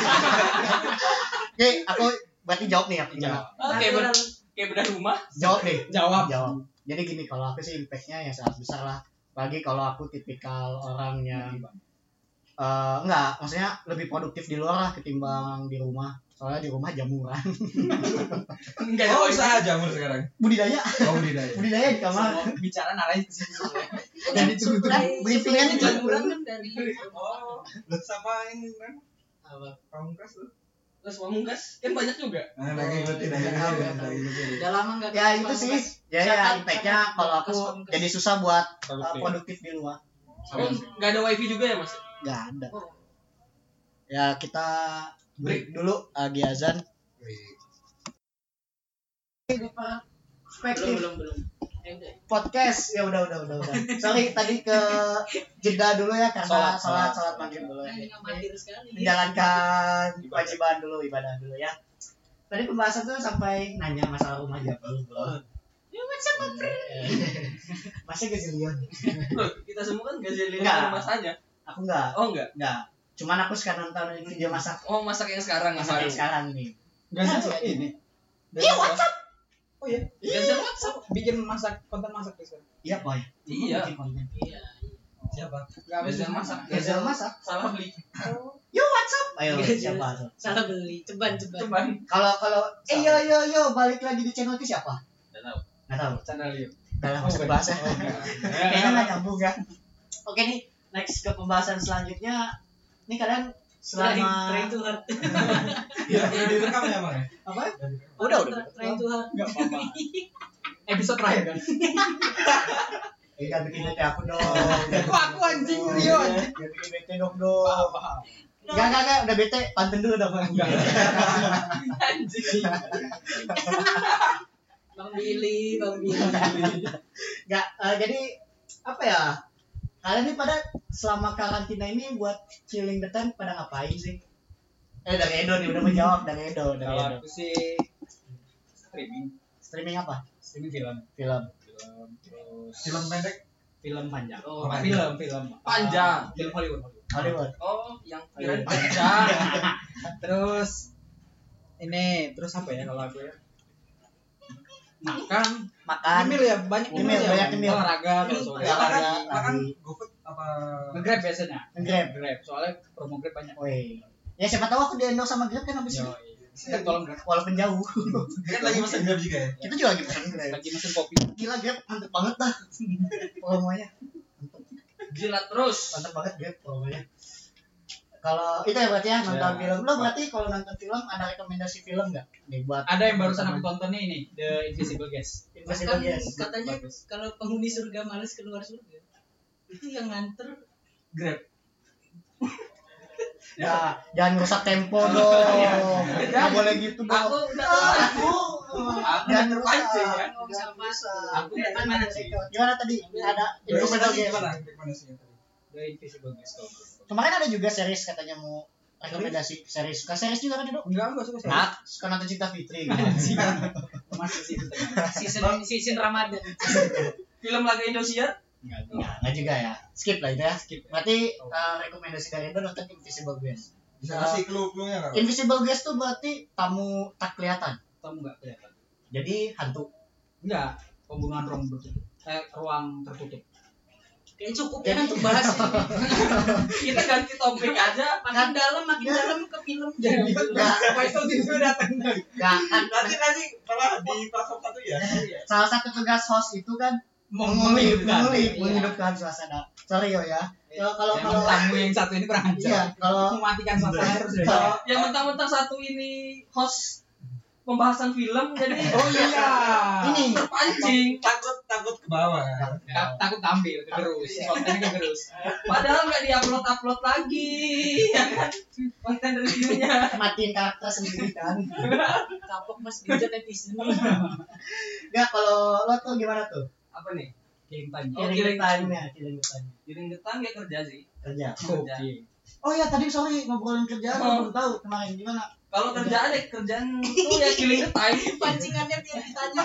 S1: Oke, aku berarti jawab nih aku jawab.
S2: Jawab.
S5: Oke, benar. Kayak bedah rumah.
S1: Jawab nih.
S2: Jawab.
S1: Jawab. Jadi gini kalau aku sih impactnya ya sangat besar lah. Bagi kalau aku tipikal orang yang eh, enggak, maksudnya lebih produktif di luar lah ketimbang di rumah. Soalnya di rumah jamuran.
S5: Enggak
S3: Oh,
S5: ada.
S3: usaha jamur sekarang.
S1: Budidaya,
S3: Oh, budidaya.
S1: budidaya di kamar.
S2: Semua bicara narasi ke sini.
S1: Dan ditunggu-tunggu. Briefingannya
S4: Briefingannya
S1: juga.
S4: jamuran kan dari
S5: Oh,
S3: Lu sama ini kan
S4: apa?
S3: pamungkas lu.
S5: terus pamungkas kan banyak juga.
S3: Nah, lagi ikutin lagi ikutin Iya, lagi ikutin.
S4: Udah lama enggak
S1: Ya itu sih. Ya ya impactnya kalau aku jadi susah buat eh,
S2: Produktif.
S1: produktif di luar.
S5: Oh, enggak ada wifi juga ya, Mas?
S1: Enggak ada.
S4: Oh,
S1: Ya kita break dulu lagi azan.
S3: Iya,
S4: Belum
S1: Perspektif
S4: belum belum. Eh, udah.
S1: podcast ya udah udah udah udah sorry tadi ke jeda dulu ya karena
S2: Sholat,
S1: sholat
S2: sholat.
S1: sholat maghrib dulu ya
S4: Nah, Ini nggak mandiri sekali.
S1: menjalankan
S2: Ibadah.
S1: kewajiban dulu ibadah dulu ya tadi pembahasan tuh sampai nanya masalah rumah aja belum belum
S5: Ya macam
S1: masih gazillion
S5: Bro, kita semua kan gak jadi
S1: Enggak.
S5: rumah saja.
S1: aku enggak
S5: Oh enggak.
S1: enggak cuman aku sekarang nonton video masak
S5: Oh masak yang sekarang yang
S1: masak
S5: baru.
S1: yang sekarang nih
S2: Gak sih ini.
S5: Iya WhatsApp.
S2: Oh iya.
S5: Iya WhatsApp.
S2: Bikin masak konten masak guys.
S1: iya boy
S5: Iya.
S1: Bikin konten.
S4: Iya.
S3: Siapa?
S2: Gak bisa
S5: Gazel masak.
S2: masak.
S1: Gazel masak
S5: Salah beli.
S1: yo WhatsApp ayo
S4: Gazel.
S1: siapa tuh
S4: Iya. Salah beli, ceban ceban.
S5: Cuman
S1: kalau kalau eh yo yo yo balik lagi di channel itu siapa
S5: Nggak tahu.
S1: nggak tahu
S2: Canda liu.
S1: dalam masuk bahasa
S2: Oh, enggak.
S1: kayaknya nggak nyambung ya oke nih next ke pembahasan selanjutnya ini kalian
S4: Try, try
S1: selama
S4: to hard.
S3: Iya, udah direkam ya, Bang. ya?
S1: apa
S3: Udah direkam.
S1: udah udah
S4: Try to hard.
S2: Gak apa-apa. Episode terakhir kan.
S1: Iya bikin bete aku dong Kok
S2: aku anjing,
S1: Iya,
S2: Rio, anjing?
S1: Jangan bikin bete dong dong Enggak, enggak, enggak, udah bete, pantun dulu dong
S2: Enggak.
S5: Anjing.
S4: Bang Billy, Bang Billy.
S1: Enggak, eh, jadi apa ya Kalian nih pada selama karantina ini buat chilling the time pada ngapain sih? Eh dari Edo nih, udah menjawab dari Edo, dari
S2: Kalau
S1: Edo
S2: aku sih streaming,
S1: Streaming apa?
S2: streaming film,
S1: Film
S2: film terus
S3: Film pendek.
S2: film panjang.
S5: Oh,
S2: film, film
S5: Panjang.
S2: Ah, film Hollywood. Hollywood.
S1: Hollywood
S5: Oh yang kira
S2: Panjang. terus ini terus apa ya kalau aku ya? Makan, Iya,
S1: Makan
S2: email ya banyak
S1: Email,
S2: email, ya.
S1: banyak email.
S2: Olahraga kalau sore.
S1: Olahraga.
S3: Makan,
S1: Olahraga,
S3: makan
S1: lagi.
S3: GoFood apa?
S2: Nge-grab biasanya.
S1: Nge-grab.
S2: Nge-grab. Soalnya promo grab banyak.
S1: Woi. Ya siapa tahu aku di endorse sama Grab kan habis
S2: Yo,
S1: ini.
S2: iya. tolong grab.
S1: Walaupun jauh.
S3: Kan lagi mesen Grab juga ya.
S1: Kita juga lagi pesan Grab.
S2: Lagi mesin kopi.
S1: Gila Grab mantep banget dah. Promonya.
S5: jilat terus.
S1: Mantep banget Grab promonya. Kalau itu ya berarti ya nonton
S2: Ya.
S1: film. Lo berarti kalau nonton film ada rekomendasi film nggak? Nih buat
S2: Ada yang barusan aku tonton nih ini, The Invisible Guest.
S1: Invisible
S4: Kan
S1: Guest.
S4: katanya
S2: Bagus.
S4: kalau penghuni surga males keluar surga. Itu yang nganter
S2: Grab.
S1: Ya, jangan rusak tempo dong. Gak boleh gitu
S5: Aku
S1: dong.
S5: udah
S1: Ah,
S5: tahu.
S1: Aku
S2: Aku
S1: jangan rusak.
S5: terpancing ya.
S1: Jangan rusak.
S2: Aku rekomendasi.
S1: Gimana tadi? Ada Invisible
S3: Rekomendasi
S1: Guest.
S3: gimana? Rekomendasinya tadi.
S2: The Invisible Guest. kalau nggak salah.
S1: Kemarin ada juga series katanya mau rekomendasi series. Suka series juga kan Edo?
S2: Enggak, enggak suka
S1: Nah, suka nonton Cinta Fitri.
S2: Anjing. Masuk sih itu tadi.
S4: season season Ramadan.
S5: Film laga Indonesia
S2: Enggak
S1: Enggak, enggak juga ya. Skip lah itu ya.
S2: Skip.
S1: Berarti eh, rekomendasi dari Endo nonton Invisible Guest.
S3: Bisa kasih clue-clue-nya nggak?
S1: Invisible Guest tuh berarti tamu tak kelihatan.
S2: Tamu enggak kelihatan.
S1: Jadi hantu.
S2: Enggak, pembunuhan ruang tertutup. Eh, ruang tertutup.
S4: Kayaknya cukup ya untuk bahas ini.
S5: Kita ganti topik
S1: Nah,
S5: aja.
S4: Makin dalam, makin
S1: ya.
S4: dalam ke film. Nah,
S2: Jadi
S1: Enggak,
S3: Faisal tiba datang
S1: enggak kan.
S3: Nanti nanti malah di platform satu ya.
S1: Salah satu tugas host itu kan mengulik,
S2: Menghidupkan.
S1: mengulik,
S2: Iya.
S1: menghidupkan suasana. Sorry yo ya. Kalau kalau
S2: Yang
S1: kalau
S2: tamu yang satu ini kurang ajar.
S1: iya, kalau
S2: Mematikan suasana terus dari
S1: kalau
S5: Yang mentang-mentang satu ini host pembahasan film jadi
S2: Oh iya.
S1: ini
S5: anjing.
S3: Takut takut ke bawah.
S2: Ta- takut tampil kegerus. Iya. Kontennya Iya. kegerus.
S5: Padahal nggak diupload upload lagi. Ya kan? Konten reviewnya.
S1: matiin karakter sendiri kan.
S4: Kapok mas bijak netizen.
S1: Enggak kalau lo tuh gimana tuh?
S5: Apa nih?
S2: Game time.
S5: Oh,
S1: Kirim ya.
S5: kirim
S1: tanya, kirim tanya.
S5: Giring getang ya kerja sih.
S1: Kerja.
S2: Oke.
S1: Oh ya tadi sorry ngobrolin kerjaan
S5: Oh.
S1: belum tahu kemarin gimana?
S5: Kalau kerjaan ya kerjaan tuh ya giling getang.
S4: Pancingannya biar ditanya.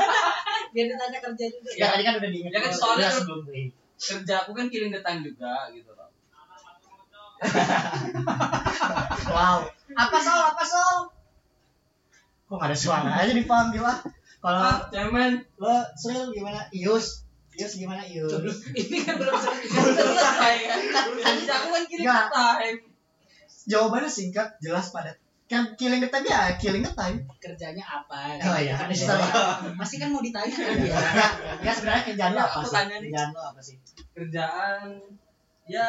S4: Biar ditanya kerja juga.
S1: Ya tadi kan udah diingat.
S5: Ya kan soalnya
S1: udah
S5: tuh-
S1: sebelum break.
S5: Kerja aku kan giling getang juga gitu loh.
S1: Wow. Apa soal? Apa soal? Kok gak ada suara aja dipanggil ah? Kalau
S5: Ah, cemen.
S1: lo Sril gimana? Ius? Ius gimana Ius?
S5: Ini kan belum selesai. Belum selesai kan. Kerja aku kan giling
S1: Nggak.
S5: getang.
S1: Jawabannya singkat, jelas, padat. Kan killing the time ya, killing the time.
S4: Kerjanya apa?
S1: Oh iya, kan
S4: Masih
S1: sorry.
S4: Pasti kan mau ditanya kan
S1: Iya,
S4: ya.
S1: Nggak, nggak, sebenarnya kerjaan lo
S5: Iya,
S1: apa
S5: aku
S1: sih?
S5: tanya nih.
S1: Kerjaan lo apa sih?
S5: Kerjaan ya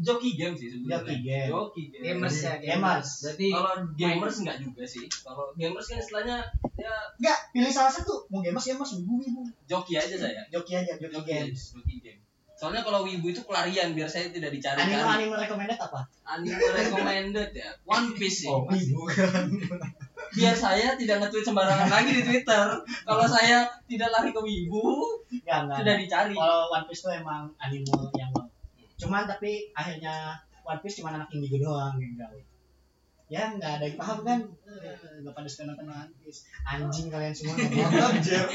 S5: joki game sih
S1: Joki
S5: sebenarnya.
S1: game.
S5: Joki game.
S4: Gamers ya.
S1: Gamers.
S5: Berarti
S2: Oh,
S5: kalau gamers enggak juga sih. Kalau gamers kan istilahnya ya
S1: Nggak, pilih salah satu. Mau gamers, gamers, wibu, wibu.
S5: joki aja saya.
S1: Joki aja, joki game.
S5: games, joki game. Soalnya kalau wibu itu pelarian biar saya tidak
S1: Anime,
S5: dicari-cari.
S1: anime recommended apa?
S5: Anime recommended ya. One Piece sih.
S1: wibu kan.
S5: Biar saya tidak nge-tweet sembarangan lagi di Twitter. Kalau saya tidak lari ke wibu,
S1: Nggak, nggak.
S5: tidak dicari.
S1: Nah. kalau One Piece tuh emang anime yang wow. Cuman tapi akhirnya One Piece cuma anak indigo doang yang gawe. Ya nggak ada yang paham kan? Eh, Nggak pada suka nonton One Piece. Anjing kalian semua nggak paham.
S3: Jer.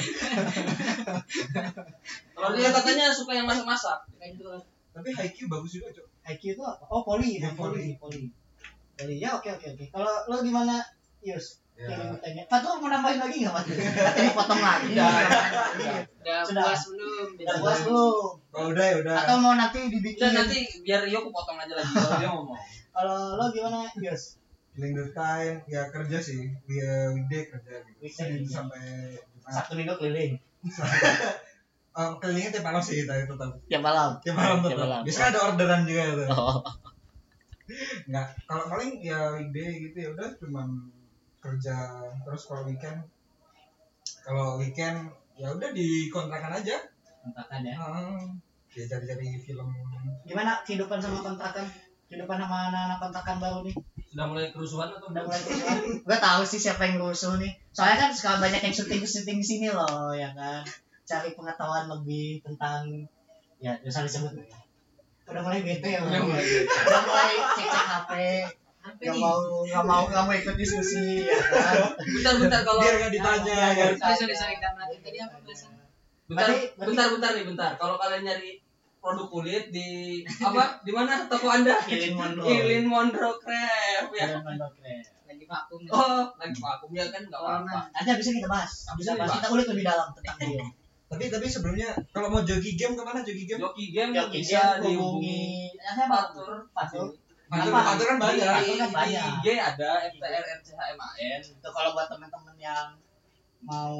S5: Kalau dia katanya suka yang masak-masak.
S4: Kayak gitu.
S3: Tapi Haikyuu bagus juga, Cok.
S1: IQ itu apa? Oh poli,
S3: Ya,
S6: Iya,
S1: ya, poli, poli. Poli. Ya oke oke oke. Kalau lo gimana? Yus, yang
S3: Ya.
S1: tanya. Pak tuh mau nambahin lagi nggak Pak? Nanti dipotong lagi.
S2: iya.
S1: Iya.
S4: Udah
S1: Sudah.
S4: puas belum?
S1: Udah puas belum?
S3: Kalau udah ya udah.
S1: Atau mau nanti
S5: Udah
S1: dibikin?
S5: nanti biar Rio aku potong aja lagi kalau dia ngomong.
S1: Kalau lo gimana Yus?
S3: Killing the time, ya kerja sih. Dia weekday kerja gitu.
S1: Weekday.
S3: sampai Jumat.
S1: Sabtu minggu keliling.
S3: Eh, kelilingnya tiap malam sih kita tetap.
S6: Tiap malam.
S1: Iya,
S3: Tiap Iya, malam
S6: Tiap
S3: tetap.
S6: malam.
S3: Biasanya ada orderan juga tuh.
S6: Oh.
S3: Enggak, kalau paling ya weekday gitu ya udah cuman kerja terus kalau weekend kalau weekend ya udah dikontrakan aja.
S1: Kontrakan ya.
S3: Heeh. Dia cari-cari film.
S1: Gimana kehidupan sama kontrakan? Kehidupan sama anak-anak kontrakan baru nih?
S5: Sudah mulai kerusuhan atau
S1: udah
S5: belum?
S1: mulai kerusuhan. gue tahu sih siapa yang rusuh nih soalnya kan suka banyak yang syuting syuting sini loh ya kan cari pengetahuan lebih tentang ya nggak usah disebut lah ya udah mulai bete ya udah mulai udah mulai cek cek hp
S4: Apa
S1: nggak
S4: nih?
S1: mau nggak mau nggak mau ikut diskusi ya kan
S5: Bentar-bentar kalau
S3: Biar nggak ditanya, biar-
S4: Sorry, sorry, sorry. Karena tadi apa bahasan?
S5: bentar,
S1: Berarti- berarti-
S5: bentar, bentar nih, bentar. Kalau kalian nyari produk kulit di apa? Di mana toko Anda?
S1: Ilin Monroe
S5: Ilin Monroe Crab ya.
S1: Ilin Monroe keren.
S4: Lagi vakum.
S1: Iya.
S4: nih.
S5: Oh, lagi vakum ya kan enggak apa-apa.
S1: nanti habisnya kita bahas
S5: Habisnya
S1: kita bahas
S5: dibahas.
S1: kita ulik lebih dalam tentang dia
S3: Tapi tapi sebelumnya kalau mau jogi game kemana jogi game?
S5: Joki Game
S1: yang
S5: bisa
S1: Iya, bisa
S5: Iya,
S1: Iya.
S5: dihubungi Iya,
S1: hubungi ya saya
S5: Fatur.
S1: Fatur.
S3: Patur
S1: Apa?
S3: patur kan banyak.
S1: Patur kan
S5: Di
S1: banyak.
S5: IG ada FTR RCHMAN.
S1: Itu Gitu. kalau buat teman-teman yang mau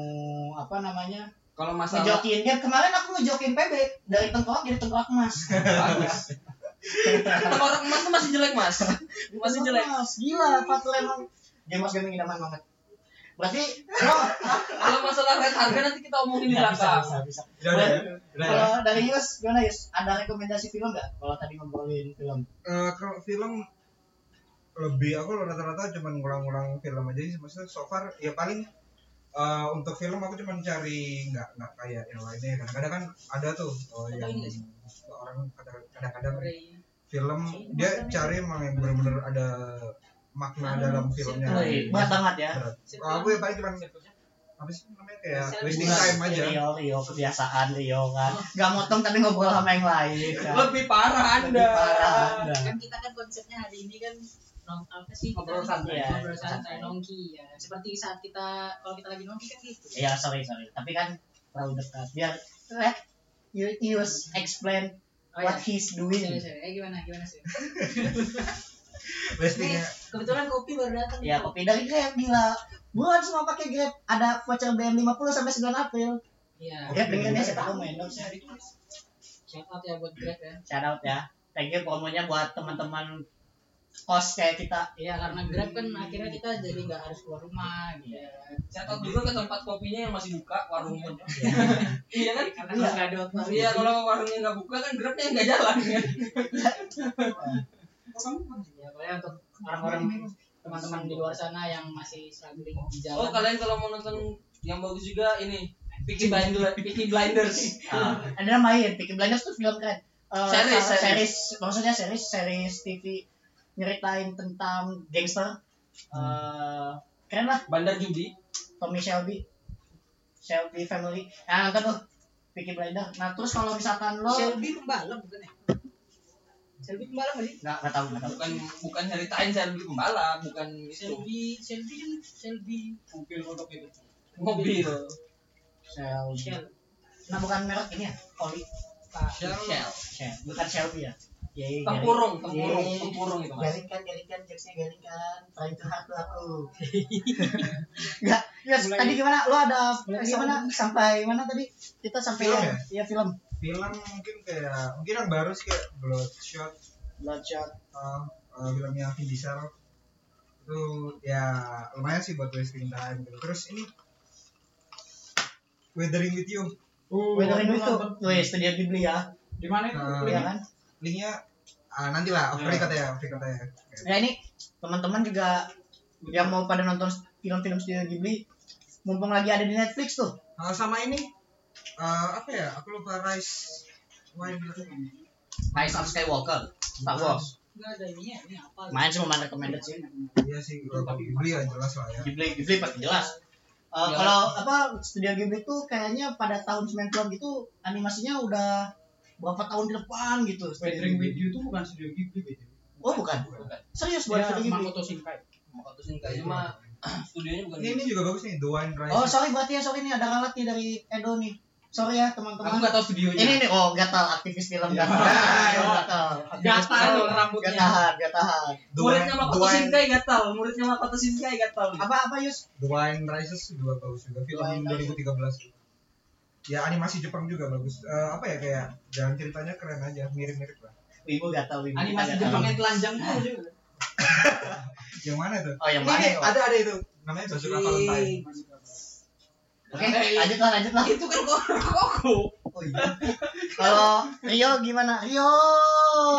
S1: apa namanya
S5: Kalau masalah
S1: ngejokin game kemarin aku ngejokin PB dari tengkorak jadi tengkorak emas
S5: bagus. Tengkorak emas tuh masih jelek, Mas. Masih
S1: Tengkorak
S5: jelek.
S1: emas. gila Fatul emang game mas gaming idaman banget berarti lo
S5: Kalau masalah red harga nanti kita omongin di
S1: Nggak bisa bisa
S5: belakang.
S1: bisa
S3: Udah, udah, ya? Udah, ya?
S1: kalau dari Yus gimana Yus ada rekomendasi film nggak kalau tadi ngobrolin film
S3: Eh, kalau film lebih aku rata-rata cuman ngulang-ngulang film aja sih maksudnya so far ya paling eh, untuk film aku cuman cari nggak nggak kayak yang lainnya kadang-kadang kan ada tuh oh, yang
S5: ini
S3: orang kadang- kadang-kadang
S4: Sorry.
S3: film dia cari emang yang benar-benar ada makna dalam filmnya
S5: Oh, iya.
S1: berat banget ya
S3: Berat. Kalau aku ya paling cuman apa sih namanya kayak
S4: Self-
S3: wasting time aja Iya.
S1: Rio, Rio, kebiasaan Rio kan.
S5: Oh.
S1: Gak motong tapi ngobrol sama yang lain. Kan?
S5: Lebih parah
S1: Lebih
S5: Anda.
S1: parah Anda.
S4: kan kita kan konsepnya hari ini kan nong apa sih kita
S5: Ngobrol
S4: nih?
S5: santai.
S4: Iya, ngobrol
S1: Iya.
S4: santai nongki ya seperti saat kita kalau kita lagi nongki kan gitu
S1: Iya, sorry, sorry. Tapi kan terlalu dekat. Biar let you use explain
S4: oh,
S1: what
S4: iya.
S1: he's
S4: Sorry,
S1: doing.
S4: sorry. Eh, gimana gimana sih
S3: wasting
S4: Nih, kebetulan kopi baru datang
S1: Ya, kopi dari Grab gila. Buat semua pakai Grab. Ada voucher BM 50 sampai 9 April.
S4: iya
S1: Grab dengarnya siapa kamu endorse ya.
S4: shout out ya buat Grab ya
S1: Shout out ya. Thank you promonya buat teman-teman kos kayak kita.
S4: iya karena Grab kan akhirnya kita jadi nggak harus keluar rumah gitu ya
S5: Catat dulu ke tempat kopinya yang masih buka warungnya. Iya kan?
S4: karena nggak ada outlet.
S5: Iya kalau warungnya nggak buka kan grabnya nggak jalan kan.
S4: ya pokoknya untuk orang-orang teman-teman di luar sana yang masih struggling di
S5: Oh
S4: jalan
S5: kalian kalau mau nonton yang bagus juga ini Peaky Blinders, Peaky Blinders.
S1: Ah, Ada main, Peaky Blinders tuh film keren. Eh,
S5: Series,
S1: series,
S5: series.
S1: maksudnya series, series TV nyeritain tentang gangster.
S5: Hmm.
S1: Eh, keren lah,
S5: Bandar judi.
S1: Tommy Shelby, Shelby Family. Nah, nonton tuh Peaky Blinders. Nah, terus kalau misalkan lo
S4: Oh, Shelby pembalap bukan ya Shelby pembalap nggak sih
S1: nggak nggak tahu nggak tahu.
S5: Bukan bukan nyeritain saya beli pembalap, bukan itu.
S4: Shelby Shelby kan Shelby mobil kodok itu
S5: Mobil.
S1: Shelby.
S4: Shell
S1: Nah, bukan merek ini ya, Oli.
S5: Shell.
S1: Shell. Bukan Shelby ya. Yeay,
S5: Tempurung, tempurung,
S1: Yeay.
S5: tempurung itu mas.
S1: garingkan garingkan jokesnya garingkan trying to hard lah aku nggak yes,
S4: Mulai-
S1: tadi gimana lo ada
S4: Mulai
S1: gimana sampai mana tadi kita sampai
S3: Film
S1: yang- iya film
S3: film mungkin kayak mungkin yang baru sih kayak Bloodshot
S1: Bloodshot
S3: uh, uh, filmnya Vin Diesel itu ya lumayan sih buat wasting time gitu. terus ini Weathering with you
S2: Uh,
S1: Weathering with
S2: nonton.
S1: you wih studio Ghibli ya
S2: Di mana itu?
S3: Hmm.
S1: iya kan
S3: linknya ah, nanti lah off record ya off record ya
S1: nah ini teman-teman juga yang mau pada nonton film-film studio Ghibli mumpung lagi ada di Netflix tuh
S3: Eh, sama ini eh, apa ya aku lupa Rise gitu. Why Blood-
S1: Rise of Skywalker Star Wars
S4: nggak ada ininya ini apa gitu.
S1: main cuma main recommended sih
S3: Iya sih, kalau beli ya jelas lah ya.
S1: Ghibli Ghibli pasti jelas Eh,
S5: Jelas.
S1: kalau apa studio Ghibli itu kayaknya pada tahun 90 gitu animasinya udah berapa tahun ke depan gitu.
S2: Weathering with you itu bukan studio Ghibli gitu.
S1: Oh bukan. Iya,
S5: Bukan.
S1: Serius buat
S2: Dia
S1: studio Ghibli.
S2: Makoto Shinkai.
S5: Makoto Shinkai cuma studionya bukan.
S3: Iya. Ini,
S5: gitu.
S3: ini juga bagus nih, The Wine Rise.
S1: Oh sorry berarti ya sorry nih ada ralat nih dari Edo nih. Sorry ya
S5: Aku
S1: teman-teman.
S5: nggak tahu
S1: Ini
S5: studionya.
S1: nih oh gatal aktivis film gatal.
S2: Iya.
S1: Gatal.
S5: Gatal loh
S1: Gak
S5: rambutnya.
S1: tahan, gak tahan.
S3: The
S5: Muridnya
S3: Wine-
S5: Makoto
S3: The Wine-
S5: Shinkai gatal, muridnya Makoto Shinkai gatal.
S1: Apa apa Yus?
S3: The Wine Rises juga bagus juga film
S1: Wine
S3: 2013 ya animasi Jepang juga bagus Eh, apa ya kayak jalan ceritanya keren aja mirip-mirip lah
S1: Wibu gatal wibu.
S5: Animasi
S1: gatal.
S5: Jepang yang telanjang tuh.
S3: yang mana tuh
S1: Oh yang
S3: ini
S1: mana?
S3: nih,
S1: Yus?
S3: ada ada itu namanya Basuka Valentine
S1: Oke, lanjutlah lanjutlah.
S5: Itu kan koko.
S1: Oh iya. Kalau Rio gimana? Rio.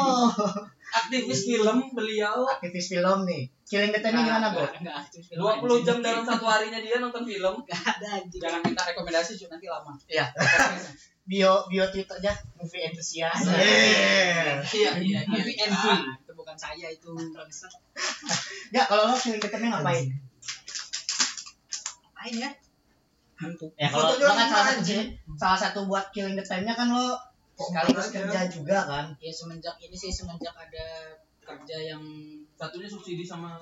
S5: Aktivis film beliau
S1: Aktivis film nih. Killing the
S4: Ah,
S1: Timing gimana, Bro?
S4: Nggak, nggak aktif film
S5: 20
S4: anjing.
S5: jam dalam satu harinya dia nonton film.
S4: nggak ada anjing
S2: Jangan minta rekomendasi cuy nanti lama.
S1: Iya. Bio bio Twitter aja, movie enthusiast.
S3: yeah.
S5: Iya, iya, iya.
S4: Tapi Enzo, itu bukan saya itu bangsat.
S1: Ya, kalau lo Killing the Timing ngapain?
S4: Main ya.
S1: Ya kalau
S3: Fotonya
S1: lo kan salah satu
S3: anjing.
S1: salah satu buat Killing the Time-nya kan lo
S3: Kok
S1: sekaligus
S3: enggak aja?
S1: kerja juga kan.
S4: Ya semenjak ini sih semenjak ada kerja yang
S5: Satunya subsidi sama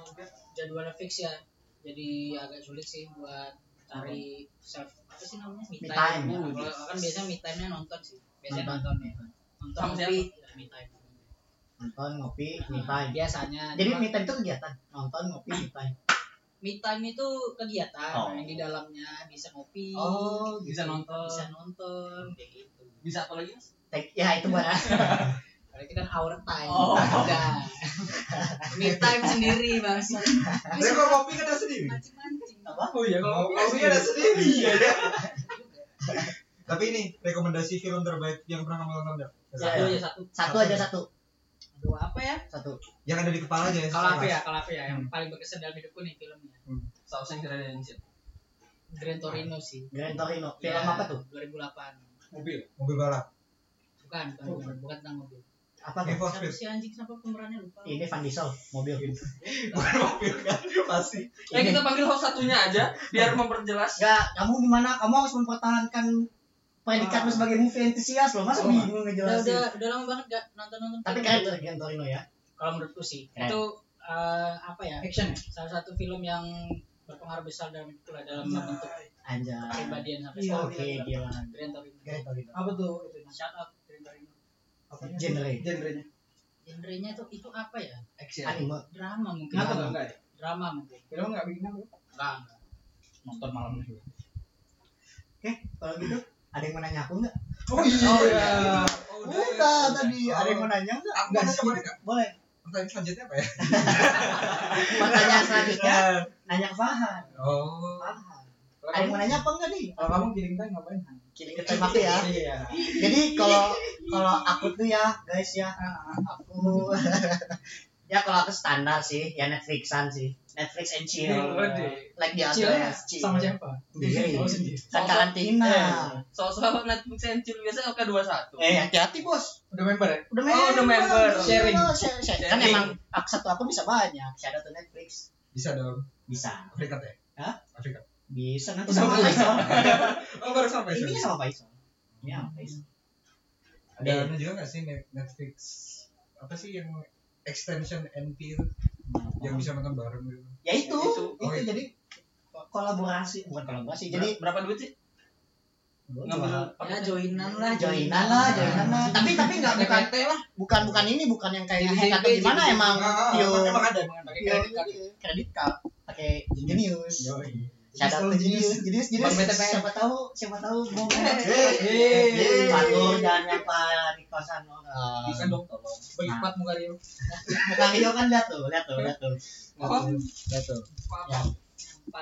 S4: jadwalnya fix ya. Jadi agak sulit sih buat cari self apa sih namanya? Me
S1: Me
S4: time.
S1: time.
S4: Nah, kalau kan biasanya me time-nya nonton sih. Biasanya
S1: Nonton.
S4: nonton ya. Nonton
S5: Sama
S4: tapi me time.
S1: Nonton, ngopi, me
S4: Nah,
S1: time.
S4: Biasanya.
S1: Jadi
S4: Cuma
S1: me time itu kegiatan, nonton, ngopi, me time.
S4: me time itu kegiatan
S1: Oh.
S4: yang di dalamnya bisa ngopi,
S1: Oh,
S5: bisa
S1: gitu.
S5: nonton.
S4: bisa nonton kayak gitu.
S5: Bisa apa lagi? Mas?
S1: Take- Ya itu buat
S4: Kalau itu kan our time.
S5: Oh.
S4: Udah. Me time sendiri bangsa.
S3: Tapi kalau kopi kan ada sendiri
S4: Mancing-mancing.
S5: Oh iya,
S3: Kalau kopi kan ada sendiri ya tapi ini rekomendasi film terbaik yang pernah kamu nonton nggak?
S1: Iya,
S5: Satu
S1: iya.
S5: ya satu.
S1: satu aja satu,
S4: Aduh, apa ya?
S1: satu.
S3: yang ada di kepala aja ya
S4: Kalau aku ya, kalau aku ya, yang paling berkesan dalam hidupku nih filmnya.
S5: Saus yang Redemption.
S4: Gran Torino sih.
S1: Grand Torino. Film
S4: Ya,
S1: apa tuh?
S4: 2008.
S2: Mobil.
S3: mobil balap
S1: Oh.
S4: Bukan, bukan, bukan, bukan tentang mobil.
S1: apa tuh?
S3: Need for
S4: Siapa
S3: Speed
S4: sih anjing kenapa pemerannya lupa?
S1: Ini Van Diesel, mobil.
S3: bukan mobil kan pasti
S5: Ya kita panggil host satunya aja biar memperjelas.
S1: Enggak, kamu gimana? Kamu harus mempertahankan predikatmu sebagai movie enthusiast loh. Masa
S3: Oh.
S1: bingung
S4: Udah, udah,
S1: ngejelasin?
S4: udah lama banget gak nonton-nonton.
S1: Tapi
S4: film
S1: keren
S4: itu.
S1: tuh Gran Torino ya.
S4: Kalau menurutku sih
S1: Keren.
S4: itu eh, apa ya?
S2: Action ya?
S4: Salah satu film yang berpengaruh besar dalam itu lah,
S1: Iya.
S4: dalam membentuk
S1: Anjay.
S4: kepribadian sampai
S2: Iya,
S4: sekarang.
S1: Oke, gila.
S4: Grand Torino.
S1: Gran Torino.
S2: Apa tuh gitu. itu?
S4: Shout out Grand Torino.
S2: Apanya?
S1: Genre.
S2: Genrenya.
S4: Genrenya tuh itu apa ya?
S2: Action.
S1: Anime.
S4: Drama mungkin.
S2: Kenapa tuh enggak ya?
S4: Drama mungkin.
S2: Film enggak bikin apa?
S4: Enggak, enggak.
S2: Nonton malam juga.
S1: Oke, kalau gitu ada yang mau nanya aku nggak?
S3: oh iya,
S2: Oh, iya.
S3: Oh,
S1: Udah tadi ada yang mau nanya nggak?
S3: aku mau nanya boleh nggak?
S1: Boleh.
S3: pertanyaan selanjutnya apa ya
S1: Pertanyaan selanjutnya nanya ke Farhan.
S3: oh
S1: Farhan.
S2: Kalau
S1: Ada yang
S2: kamu,
S1: mau nanya apa enggak nih?
S2: kalau kamu giling tank ngapain?
S1: Kirim ke tim aku ya.
S2: Iya.
S1: Jadi kalau kalau aku tuh ya guys ya aku ya kalau aku standar sih ya Netflixan sih. Netflix and chill. Like di
S2: Kecilnya
S1: atas chill.
S2: ya? sama siapa?
S1: Sendiri.
S2: Oh, sendiri.
S1: Kan karantina.
S5: Sosok Netflix and Chill biasa LK21.
S1: Eh hati-hati bos.
S2: Udah member ya?
S1: Udah
S5: Oh, udah member.
S2: Sharing.
S1: share- share. Kan
S5: Sharing.
S1: emang aku satu aku bisa banyak. Shadow tuh Netflix
S3: bisa dong
S1: bisa.
S3: Afrika ya
S1: Hah?
S3: Afrika
S1: Bisa nanti
S2: Udah
S1: sama
S2: mulai.
S1: Faisal.
S3: oh baru sampai
S1: Ini
S3: sorry.
S1: sama Faisal. Ini sama Faisal.
S3: ada anu juga nggak sih Net- Netflix apa sih yang extension NP itu yang bisa nonton bareng gitu
S1: Ya itu.
S5: Itu.
S1: Itu,
S5: Nah,
S3: Oh, iya.
S1: jadi kolaborasi bukan kolaborasi. Jadi
S5: berapa duit sih? Ngambil
S4: Ya joinan lah,
S1: joinan lah, joinan lah. Tapi tapi nggak bukan
S5: PT lah.
S1: bukan bukan ini bukan yang kayak
S2: Jadi
S1: hack atau
S2: DP,
S1: gimana
S2: jadi-
S1: emang
S3: Ah,
S1: pure
S3: emang emang ada emang ada
S2: gitu. Pakai
S1: pure
S2: kredit card.
S1: kredit card pakai Genius.
S3: Yoi.
S1: Shout out
S2: Selalu
S1: to Genius,
S2: Genius.
S1: Genius, Genius.
S2: Bang BTPN.
S1: Siapa tahu, siapa tahu mau Iya.
S2: Yeay.
S1: Patur jangan nyapa di kosan orang.
S2: Bisa dong tolong. Bagi empat muka Rio.
S1: Muka Rio kan lihat tuh, lihat tuh, lihat tuh. Lihat
S5: Oh.
S1: tuh, lihat tuh. Ya.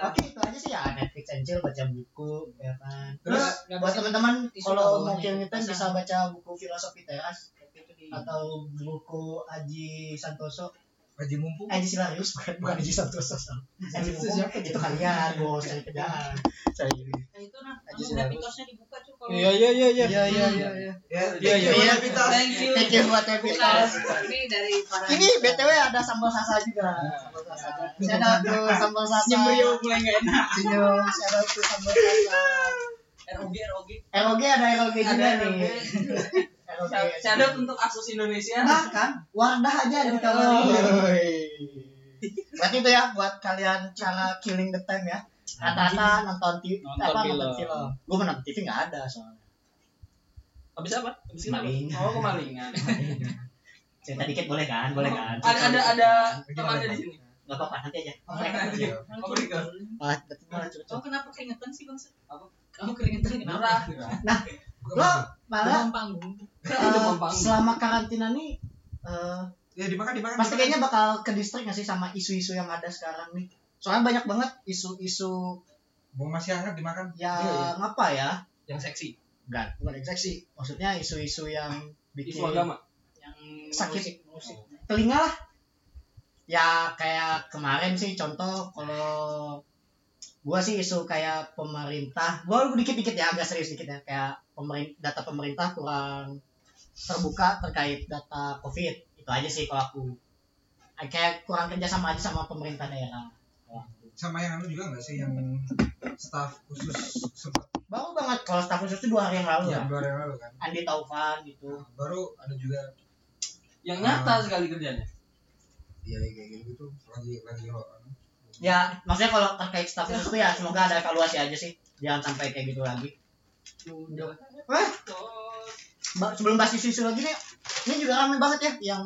S1: Oke, itu aja sih ya Netflix and chill, baca buku, ya kan.
S3: Terus,
S1: Terus buat teman-teman
S4: tisu
S1: kalau mau
S4: bawahnya,
S1: keringetan
S4: pasang.
S1: bisa baca buku filosofi teras
S4: Itu di
S1: atau buku Aji Santoso, Eh,
S3: Haji mumpung
S1: Aji Silarius bukan, bukan Aji Santoso. Sam. Aji
S2: Itu
S1: Mumpung
S2: siapa?
S1: itu kalian bos cari kerjaan. Cari ini.
S4: Nah, itu nah,
S1: Aji
S4: kamu udah
S1: Silvanus.
S4: pitosnya dibuka cuy kalau
S2: Iya iya iya
S1: Iya,
S2: iya.
S1: iya, iya,
S3: ya thank
S2: Iya,
S3: you
S1: iya.
S3: buat Evita.
S5: Thank you.
S1: Thank you buat Evita.
S4: Ini dari para
S1: Ini BTW ada sambal sasa juga. Sambal sasa. Shout out to sambal sasa.
S2: Senyum Rio mulai nggak enak.
S1: Senyum, shout out to sambal sasa.
S5: ROG ROG.
S1: ROG ada ROG juga
S5: Ada
S1: nih. ROG.
S5: Shout out untuk Asus Indonesia.
S1: Nah kan, Wardah aja ada di kamar ini. Berarti itu ya buat kalian cara killing the time ya. Rata-rata nonton TV,
S2: Nonton
S1: apa nonton
S2: film.
S1: film. Gue menonton TV nggak ada soalnya.
S5: Habis apa? Habis ini apa?
S1: Maling.
S5: Oh, kemalingan.
S1: Cerita dikit boleh kan? Boleh kan?
S5: Ada ada ada temannya di sini.
S1: Nggak apa-apa nanti aja. Boleh kan?
S3: Thank you.
S5: Oh, Rika.
S1: Ah, berarti malah
S4: Kamu
S1: cocok.
S4: kenapa keringetan sih bang? Apa? Kamu keringetan kenapa?
S5: Murah.
S1: Nah, Lo malah
S4: Demam panggung.
S5: Ah.
S1: eh, selama karantina nih eh,
S3: ya dimakan dimakan
S1: pasti
S3: dimakan.
S1: kayaknya bakal ke distrik nggak sih sama isu-isu yang ada sekarang nih soalnya banyak banget isu-isu
S3: mau masih hangat dimakan
S1: yang
S2: Iya,
S1: apa ya
S5: Yang seksi.
S1: bukan bukan exact sih maksudnya isu-isu yang bikin
S5: Isu agama.
S4: Yang
S1: Sakit.
S4: musik.
S1: telinga lah ya kayak kemarin sih contoh kalau gua sih isu kayak pemerintah gua dikit-dikit ya agak serius dikit ya kayak pemerin- data pemerintah kurang terbuka terkait data covid itu aja sih kalau aku Ah, kayak kurang kerja sama aja sama pemerintah daerah
S3: sama yang anu juga nggak sih yang staff khusus sempat
S1: baru banget kalau staff khusus itu dua hari yang lalu
S3: ya
S1: ya
S3: dua hari yang lalu kan
S1: Andi Taufan gitu
S3: baru ada juga
S5: Yang nyata sekali kerjanya.
S3: ya kayak gitu lagi lagi ho- anu.
S1: ya maksudnya kalau terkait staff khusus itu ya semoga ada evaluasi aja sih jangan sampai kayak gitu lagi Wah. Ba- sebelum bahas isu-isu lagi nih ini juga rame banget ya yang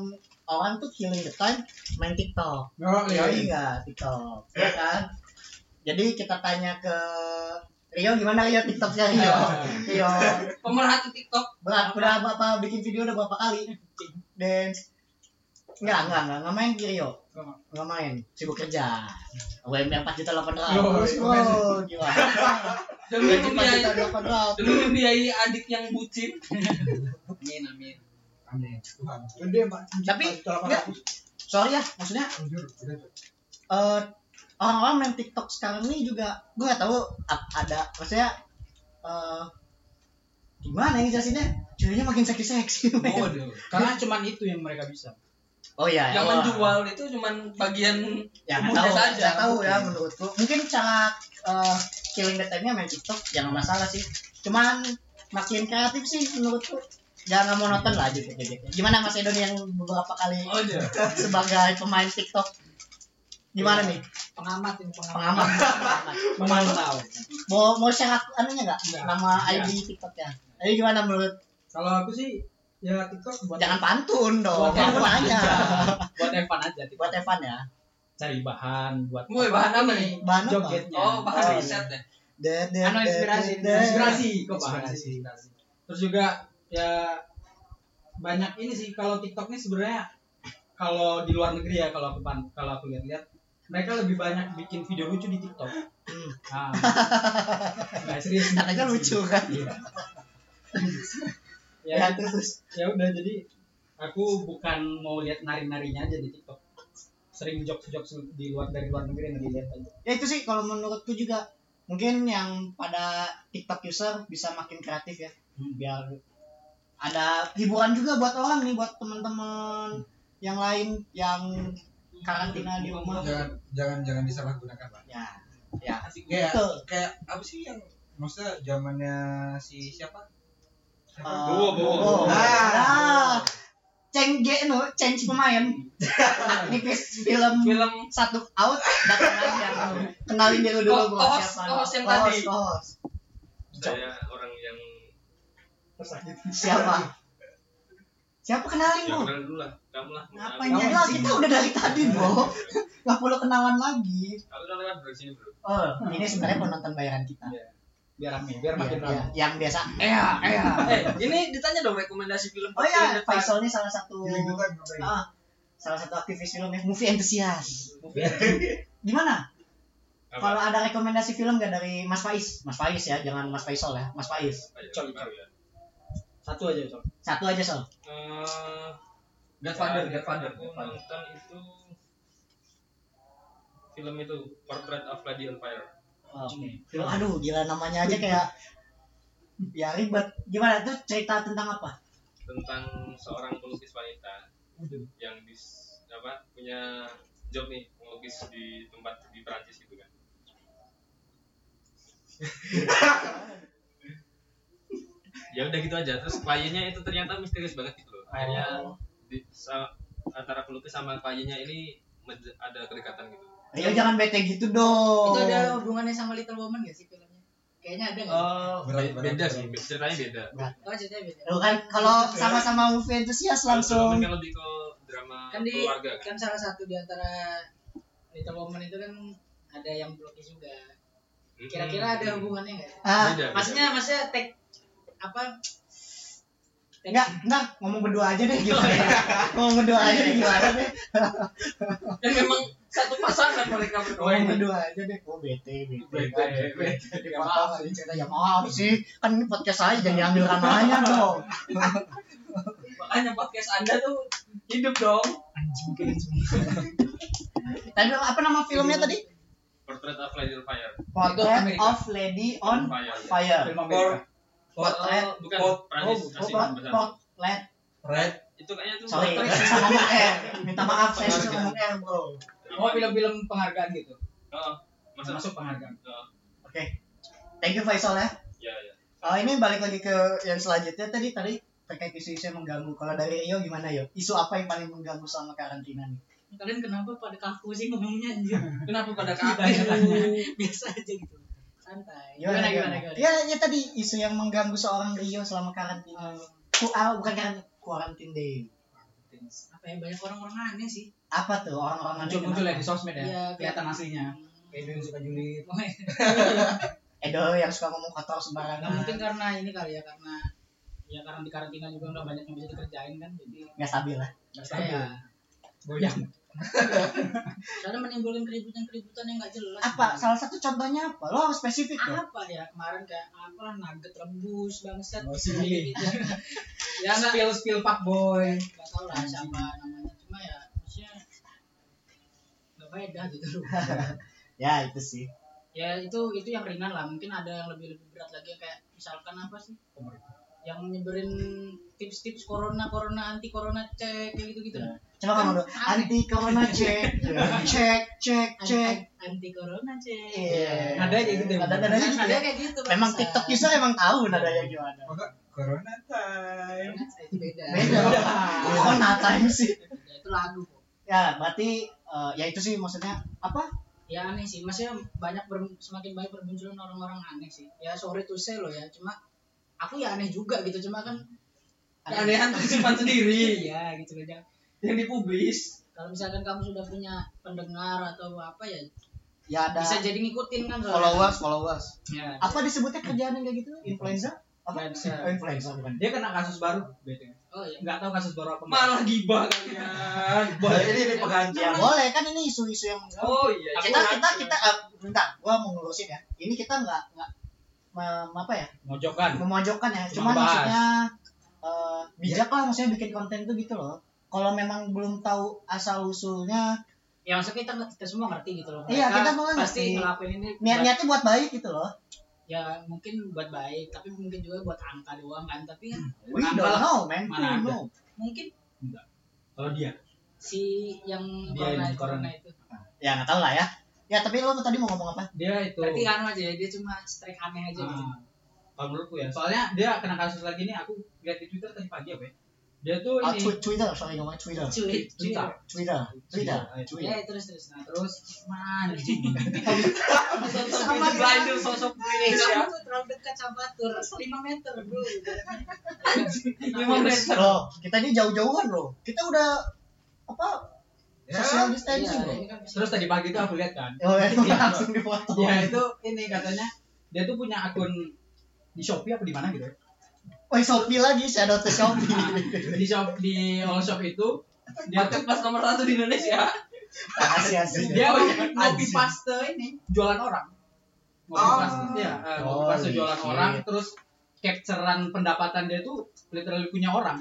S1: orang tuh killing the time main TikTok
S3: oh
S1: Rio enggak TikTok ya kan jadi kita tanya ke Rio gimana Rio TikToknya Rio Rio
S5: Pemerhati TikTok.
S1: berat udah berapa bikin video udah berapa kali dan enggak enggak enggak enggak main di Rio enggak main sibuk kerja UMR 4 juta 8 ratus
S3: Yo,
S1: wow gila
S5: Demi
S1: gaji 4
S5: membiayai
S1: juta 8 ratus
S5: demi membiayai adik yang bucin.
S4: Amin amin.
S3: amin Tuhan
S2: Gede pak.
S1: tapi enggak sorry ya maksudnya
S3: jujur ada tuh.
S1: eh, orang-orang main TikTok sekarang ini juga gue gak tahu ap- ada maksudnya eh, gimana yang jelasinnya ceweknya makin seksi-seksi men.
S5: Waduh.
S2: Oh, Karena cuman itu yang mereka bisa.
S1: oh iya
S5: Yang
S1: oh.
S5: menjual itu cuman bagian
S1: ya nggak
S5: Tubuhnya
S1: tahu
S5: saja.
S1: nggak tahu ya menurutku mungkin cara eh, killing the time-nya main TikTok jangan masalah sih cuman makin kreatif sih menurutku jangan monoton lah gitu jadi gimana Mas Edon yang beberapa kali
S5: Waduh.
S1: sebagai pemain TikTok gimana nih
S4: pengamat ini pengamat
S1: pengamat
S2: Memantau.
S1: mau mau share ak- anunya nggak
S2: Nggak.
S1: nama
S2: Iya.
S1: ID TikToknya jadi gimana menurut
S2: Kalau aku sih ya TikTok buat
S1: jangan pantun dong
S2: Buat
S1: aku
S2: Evan
S1: nanya
S2: buat Evan aja TikTok.
S1: buat Evan ya
S2: Cari bahan buat
S5: Mau bahan apa nih?
S1: bahan apa
S2: jogetnya.
S1: Oh, iya.
S5: Oh, bahan riset ya.
S1: De- de-
S2: Anu,
S1: de-
S2: inspirasi,
S1: de- de-
S2: inspirasi. Kok bahan?
S5: Inspirasi.
S2: Terus juga ya banyak ini sih kalau TikTok ini sebenarnya kalau di luar negeri ya kalau aku pan- kalau aku lihat-lihat mereka lebih banyak bikin video lucu di TikTok.
S1: Hmm,
S2: Nah, Nggak, serius.
S1: katanya lucu kan
S2: Iya.
S1: ya
S2: ya,
S1: terus
S2: ya udah jadi aku bukan mau lihat nari-narinya aja di TikTok. Sering jokes-jokes di luar dari luar negeri yang dilihat aja.
S1: ya itu sih kalau menurutku juga mungkin yang pada TikTok user bisa makin kreatif ya biar ada hiburan juga buat orang nih buat teman-teman yang lain yang karantina di rumah
S3: jangan jangan jangan disalahgunakan lah
S1: ya ya
S3: kayak
S1: Betul.
S3: Iya. kayak apa sih yang maksudnya zamannya si siapa
S1: Eh,
S3: Siapa?
S2: Bowo, Bowo.
S6: Ah.
S1: Nah, nah. Ceng G no, change pemain. Nipis film
S5: Film
S1: satu out datang aja. Kenalin dulu dulu
S5: Oh,
S1: gua
S5: host,
S1: siapa.
S5: host yang tadi.
S1: Host, host.
S6: saya orang yang
S2: Tersakiti.
S1: Siapa? Siapa kenalin
S6: ya
S1: lu?
S6: kenal dulu lah kamu lah
S1: Ngapain jadi lah kita udah dari tadi, Bro. Gak perlu kenalan lagi.
S6: aku udah lewat dari sini bro
S1: Oh, ini sebenarnya penonton bayaran kita.
S2: Biar rame, biar
S1: Iya,
S2: makin rame.
S1: iya. yang biasa.
S2: Iya, iya.
S5: Eh, ini ditanya dong rekomendasi film.
S1: Oh
S5: Film
S1: iya,
S5: depan.
S1: Faisal ini salah satu
S3: Giling Duta ngapain?
S1: ah, salah satu aktivis film ya, movie enthusiast. Gimana?
S6: Apa?
S1: Kalau ada rekomendasi film gak dari Mas Faiz? Mas Faiz ya, jangan Mas Faisal ya, Mas Faiz.
S6: Ayo,
S2: Col,
S6: baru ya
S2: Satu aja, Cok.
S1: Satu aja Sol.
S6: Eh,
S5: Godfather,
S6: terakhir
S5: Godfather,
S6: aku
S5: Godfather.
S6: nonton itu film itu Portrait of Lady on Fire
S1: Oh, Oke. Film- Aduh, gila namanya aja kayak ya ribet. Gimana tuh cerita tentang apa?
S6: tentang seorang pelukis wanita yang di apa punya job nih melukis di tempat di Perancis gitu kan ya udah gitu aja terus kliennya itu ternyata misterius banget gitu loh akhirnya di, sa- antara pelukis sama kliennya ini men- ada kedekatan gitu
S1: Ayo jangan bete gitu dong.
S4: itu
S1: Oh.
S4: ada hubungannya sama Little Woman gak sih filmnya kayaknya ada nggak
S6: oh
S1: Iya.
S3: Berat,
S6: be-
S3: berat,
S6: beda
S3: berat.
S6: sih ceritanya beda
S4: oh ceritanya beda
S1: Lu kan kalau sama-sama movie enthusiast
S6: Kalau
S1: langsung
S6: filmnya lebih ke drama
S4: kan di
S6: keluarga
S4: kan
S6: kan
S4: salah satu di antara Little Woman itu kan ada yang pelukis juga
S6: Hmm.
S4: kira-kira ada hubungannya nggak
S1: ah
S6: Beda, beda.
S4: maksudnya maksudnya tag apa tag
S1: enggak enggak ngomong berdua aja deh gimana ngomong berdua aja deh gimana deh
S5: Dan memang satu pasangan mereka berdua
S1: ngomong
S5: ini.
S1: berdua aja deh oh bete
S6: Beda,
S1: bete
S6: beda.
S1: dipotong aja cerita ya maaf sih kan ini podcast saya jangan ambil ranahnya dong
S5: Makanya podcast Anda tuh hidup dong.
S1: tadi apa nama filmnya tadi
S6: Portrait of Lady on Fire
S1: Portrait of Lady on Fire
S2: Film Amerika.
S6: Portrait
S3: Portrait
S6: bukan
S3: Port-
S6: Perancis
S1: oh
S6: asli
S1: Port-
S6: beneran.
S1: Portrait
S3: Red
S6: itu kayaknya tuh
S1: sorry saya
S6: Portrait.
S1: susah ngomong R minta maaf saya susah ngomong R bro
S2: Oh, film-film penghargaan gitu.
S6: Heeh. Masuk
S2: Masuk penghargaan.
S6: Heeh.
S1: oke thank you Faisal ya
S6: Iya, iya.
S1: Oh, ini balik lagi ke yang selanjutnya tadi tadi terkait isu-isu yang mengganggu. Kalau dari Rio gimana yo? Isu apa yang paling mengganggu sama karantina nih?
S4: kalian kenapa pada kaku sih ngomongnya anjir
S5: Kenapa pada
S4: Tanya-tanya.
S5: kakak?
S4: biasa aja gitu santai
S1: Gimana, gimana?
S4: gimana? Iya.
S1: Ya, ya tadi isu yang mengganggu seorang Rio selama karantina. Ku, ah, bukan karantina, quarantine day.
S4: apa ya banyak orang-orang aneh sih
S1: Apa tuh orang-orang gitu? aneh
S2: Muncul-muncul ya
S1: kenapa?
S2: di sosmed ya.
S4: Iya,
S2: kelihatan
S4: kayak-
S2: aslinya. Kayak dia suka julid.
S1: Edo Eh, yang suka ngomong kotor
S4: Nah,
S1: sembarangan.
S4: mungkin karena ini kali ya karena ya karena di karantina juga udah banyak yang bisa dikerjain kan jadi Iya.
S1: Nggak stabil lah.
S2: Nggak ya. stabil.
S4: saya
S1: Iya.
S2: Goyang.
S4: karena menimbulkan keributan-keributan yang nggak jelas
S1: Apa? Salah satu contohnya apa? Lo harus spesifik dong.
S4: apa ya kemarin kayak apa nugget rebus bangsat
S2: Oh,
S4: gitu
S2: sih.
S4: ya nggak
S2: Spill spill pak boy.
S4: nggak tahu lah siapa namanya cuma ya maksudnya nggak beda gitu loh
S1: Ya itu sih.
S4: ya itu itu yang ringan lah mungkin ada yang lebih lebih berat lagi kayak misalkan apa sih yang nyebarin tips-tips corona corona anti corona cek kayak gitu gitu
S1: Ya. Coba kamu dong, anti corona cek, cek, cek, cek.
S4: anti corona cek
S1: Iya.
S2: Ada kayak gitu ya?
S1: Ada ada
S4: Nah,
S1: gitu
S4: ada
S1: ya.
S4: kayak gitu
S1: Memang
S4: bangsa.
S1: TikTok bisa emang tahu nadanya gimana.
S3: Maka corona time.
S4: Nah, itu beda
S1: Beda. Kok natain sih?
S4: Beda, itu lagu kok
S1: Ya, berarti eh, ya itu sih maksudnya apa?
S4: ya aneh sih maksudnya banyak ber- semakin banyak bermunculan orang-orang aneh sih ya sorry to say loh ya cuma aku ya aneh juga gitu cuma kan
S5: Keanehan tuh disimpan sendiri
S4: iya gitu aja
S5: yang dipublis.
S4: kalau misalkan kamu sudah punya pendengar atau apa ya
S1: Ya ada
S4: bisa jadi ngikutin kan soalnya.
S1: followers, followers.
S4: ya,
S1: Apa disebutnya kerjaan yang kayak gitu? Influencer? Apa?
S4: Influencer.
S1: Oh, influencer bukan.
S2: Dia kena kasus baru, BTW.
S4: oh iya
S2: Nggak tahu kasus baru apa.
S5: Malah gibah kalian.
S3: Boleh ini ini
S1: Ya
S3: pengancam.
S1: boleh kan ini isu-isu yang menggaung.
S5: Oh iya.
S1: kita kita kita eh, bentar, gua mau ngelurusin ya. Ini kita nggak nggak mem- apa ya?
S2: Mojokan.
S1: memojokkan ya cuman
S2: Cuma bahas.
S1: maksudnya eh, bijak lah maksudnya bikin konten tuh gitu loh kalau memang belum tahu asal usulnya
S4: ya maksudnya kita kita semua ngerti gitu loh
S1: Iya,
S4: Mereka
S1: kita semua
S4: pasti
S1: ngerti.
S4: ngelakuin ini buat-
S1: niat-niatnya buat baik gitu loh
S4: ya mungkin buat baik tapi mungkin juga buat angka doang kan tapi kan
S1: we
S4: angka
S1: don't
S4: lah.
S1: know man we
S2: Mana
S1: don't
S2: ada.
S1: know
S4: mungkin
S2: Kalau dia.
S4: si yang
S2: Dia
S4: corona,
S2: yang corona.
S4: corona itu
S1: ya nggak tahu lah ya ya tapi lo tadi mau ngomong apa
S2: Dia itu.
S4: berarti anu aja ya dia cuma strike aneh aja gitu
S2: Ah, kalau menurutku ya. Soalnya dia kena kasus lagi nih. Aku lihat di Twitter tadi pagi apa ya. Dia tuh
S1: Ah,
S2: ini.
S1: tw- Twitter sorry ngomong Twitter
S4: cuy cuy
S2: Twitter.
S1: Twitter Twitter
S4: ya
S1: Twitter
S4: terus terus nah, terus
S2: Terus mana?
S4: Iya. sama
S5: Blinder sosok
S1: Iya.
S4: Eh,
S5: Indonesia.
S4: kamu tuh terlalu dekat sama batur 5 meter bro
S5: Lima meter.
S1: loh kita ini jauh-jauhan loh kita udah apa
S3: Ya.
S1: social
S4: Iya,
S1: distancing loh
S4: ini kan bisa-
S2: Terus tadi pagi tuh aku lihat kan.
S1: oh itu langsung dipotong
S2: Dia itu ini katanya dia tuh punya akun di Shopee apa di mana gitu ya.
S1: Woi Shopee lagi, shadow to Shopee.
S2: Di shop di all shop itu dia tuh
S5: Marketplace nomor satu di Indonesia.
S1: Makasih asli.
S2: dia
S5: Oh, iya.
S2: copy
S5: Anjing.
S2: paste ini jualan orang copy
S3: Oh.
S2: paste ya copy
S1: Holy
S2: paste jualan
S1: shit.
S2: orang terus capturean pendapatan dia tuh literally punya orang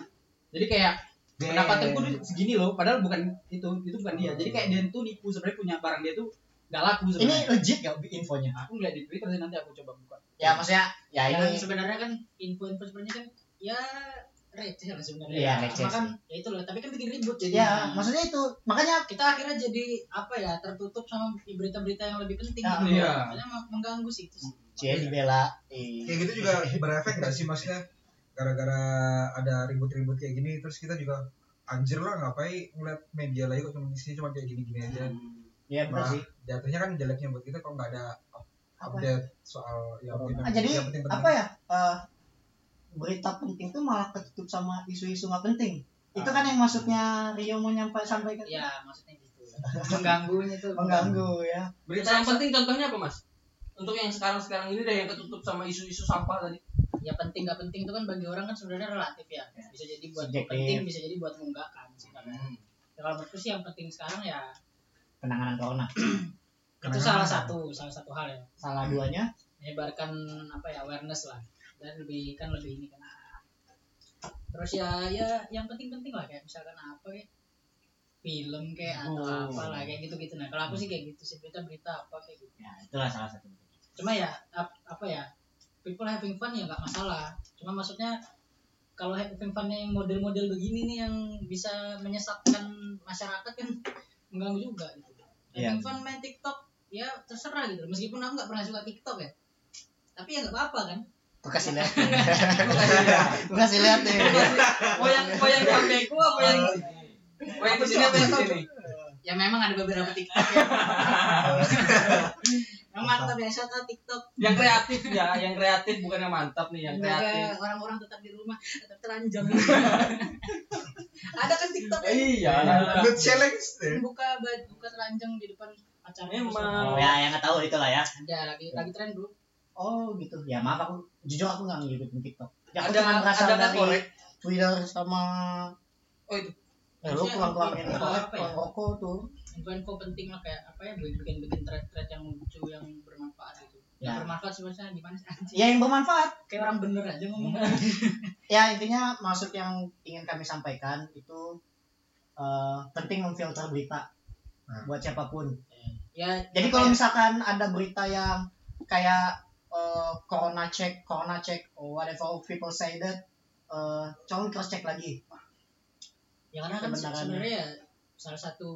S2: jadi kayak
S3: Damn.
S2: pendapatanku tuh segini loh padahal bukan itu itu bukan dia jadi kayak dia tuh nipu sebenarnya punya barang dia tuh gak laku
S1: Ini
S2: sebenarnya
S1: legit gak infonya?
S2: aku ngeliat di twitter sih nanti aku coba buka
S1: Ya maksudnya, ya
S4: yang
S1: ini
S4: sebenarnya kan info-info sebenarnya kan ya receh lah sebenarnya
S1: Iya, receh
S4: Cuma kan ya itu loh tapi kan bikin ribut jadi
S1: Ya, maksudnya itu. Makanya
S4: kita akhirnya jadi apa ya tertutup sama berita-berita yang lebih penting
S1: Ya,
S4: gitu.
S2: iya.
S4: Makanya meng- mengganggu sih itu sih.
S1: Cie dibela. eh.
S3: Kayak gitu juga berefek gak sih maksudnya? Gara-gara ada ribut-ribut kayak gini terus kita juga anjir lah ngapain ngeliat media lagi kok cuma isinya cuma kayak gini-gini aja.
S1: Iya benar
S3: Nah,
S1: sih.
S3: jatuhnya kan jeleknya buat kita kalau nggak ada up- update soal ya mungkin
S1: Ah, jadi
S3: yang penting-penting.
S1: apa ya? eh, berita penting tuh malah ketutup sama isu-isu nggak penting. Itu kan yang maksudnya Rio mau nyampe sampaikan.
S5: Iya.
S4: ya maksudnya gitu mengganggunya tuh
S1: Mengganggu ya.
S5: Berita yang penting contohnya apa mas? Untuk yang sekarang-sekarang ini deh yang ketutup sama isu-isu sampah tadi.
S4: ya penting nggak penting itu kan bagi orang kan sebenarnya relatif ya bisa jadi buat
S1: Subjektif.
S4: penting bisa jadi buat mengungkapkan sih karena ya, kalau menurutku sih yang penting sekarang ya
S1: Penanganan corona.
S4: itu salah satu salah satu hal ya
S1: Salah duanya.
S4: menyebarkan apa ya awareness lah dan lebih kan lebih ini kan terus ya ya yang penting-penting lah kayak misalkan apa kayak film kayak
S1: Oh.
S4: atau apa lah kayak gitu-gitu nah kalau aku sih kayak gitu sih berita-berita apa kayak gitu
S1: Ya itulah salah satu.
S4: cuma ya ap- apa ya people having fun ya nggak masalah cuma maksudnya kalau having funnya yang model-model begini nih yang bisa menyesatkan masyarakat kan mengganggu juga gitu
S1: Iya.
S4: having fun main TikTok ya terserah gitu meskipun aku nggak pernah suka TikTok ya tapi ya nggak apa-apa kan
S1: Gue kasih lihat. Gue kasih lihat deh.
S5: Mau yang mau yang di HP ku apa yang mau yang di sini apa
S2: Iya.
S5: yang di sini?
S4: ya memang ada beberapa TikTok ya
S1: Oh.
S4: yang mantap ya saya tahu TikTok
S5: Yang kreatif ya, yang kreatif bukan yang mantap nih, yang Iya, kreatif.
S4: Semoga orang-orang tetap di rumah tetap telanjang ada kan TikTok ya?
S5: Iya.
S3: Good challenge deh.
S4: buka ba- buka telanjang di depan acara
S5: Emang.
S1: Oh, ya yang nggak tahu itulah ya.
S4: ada lagi lagi tren bro
S1: Oh gitu. Ya maaf aku jujur aku nggak ngikutin TikTok. Ya, aku
S5: Ada
S1: cuma berasal
S5: ada nggak
S1: dari
S5: korek?
S1: Twitter sama
S5: Oh itu.
S1: eh,
S5: Iya,
S1: lu
S4: Maksudnya
S1: kurang-kurang
S4: apa
S1: ini
S4: ya?
S1: korek, kurang rokok tuh.
S4: info-info penting lah kayak apa ya bikin bikin thread-thread yang lucu yang bermanfaat gitu
S1: Ya.
S4: yang bermanfaat sebenarnya di mana sih anjing
S1: Ya yang bermanfaat.
S4: kayak orang bener aja ngomong
S1: Ya intinya maksud yang ingin kami sampaikan itu eh, penting memfilter berita
S3: Nah.
S1: buat siapapun.
S4: ya
S1: Jadi
S4: apa
S1: kalau
S4: ya?
S1: misalkan ada berita yang kayak eh, corona check, corona check, or whatever people say that, eh, coba cross check lagi
S4: ya karena kan
S1: Kebenarannya.
S4: sebenarnya ya salah satu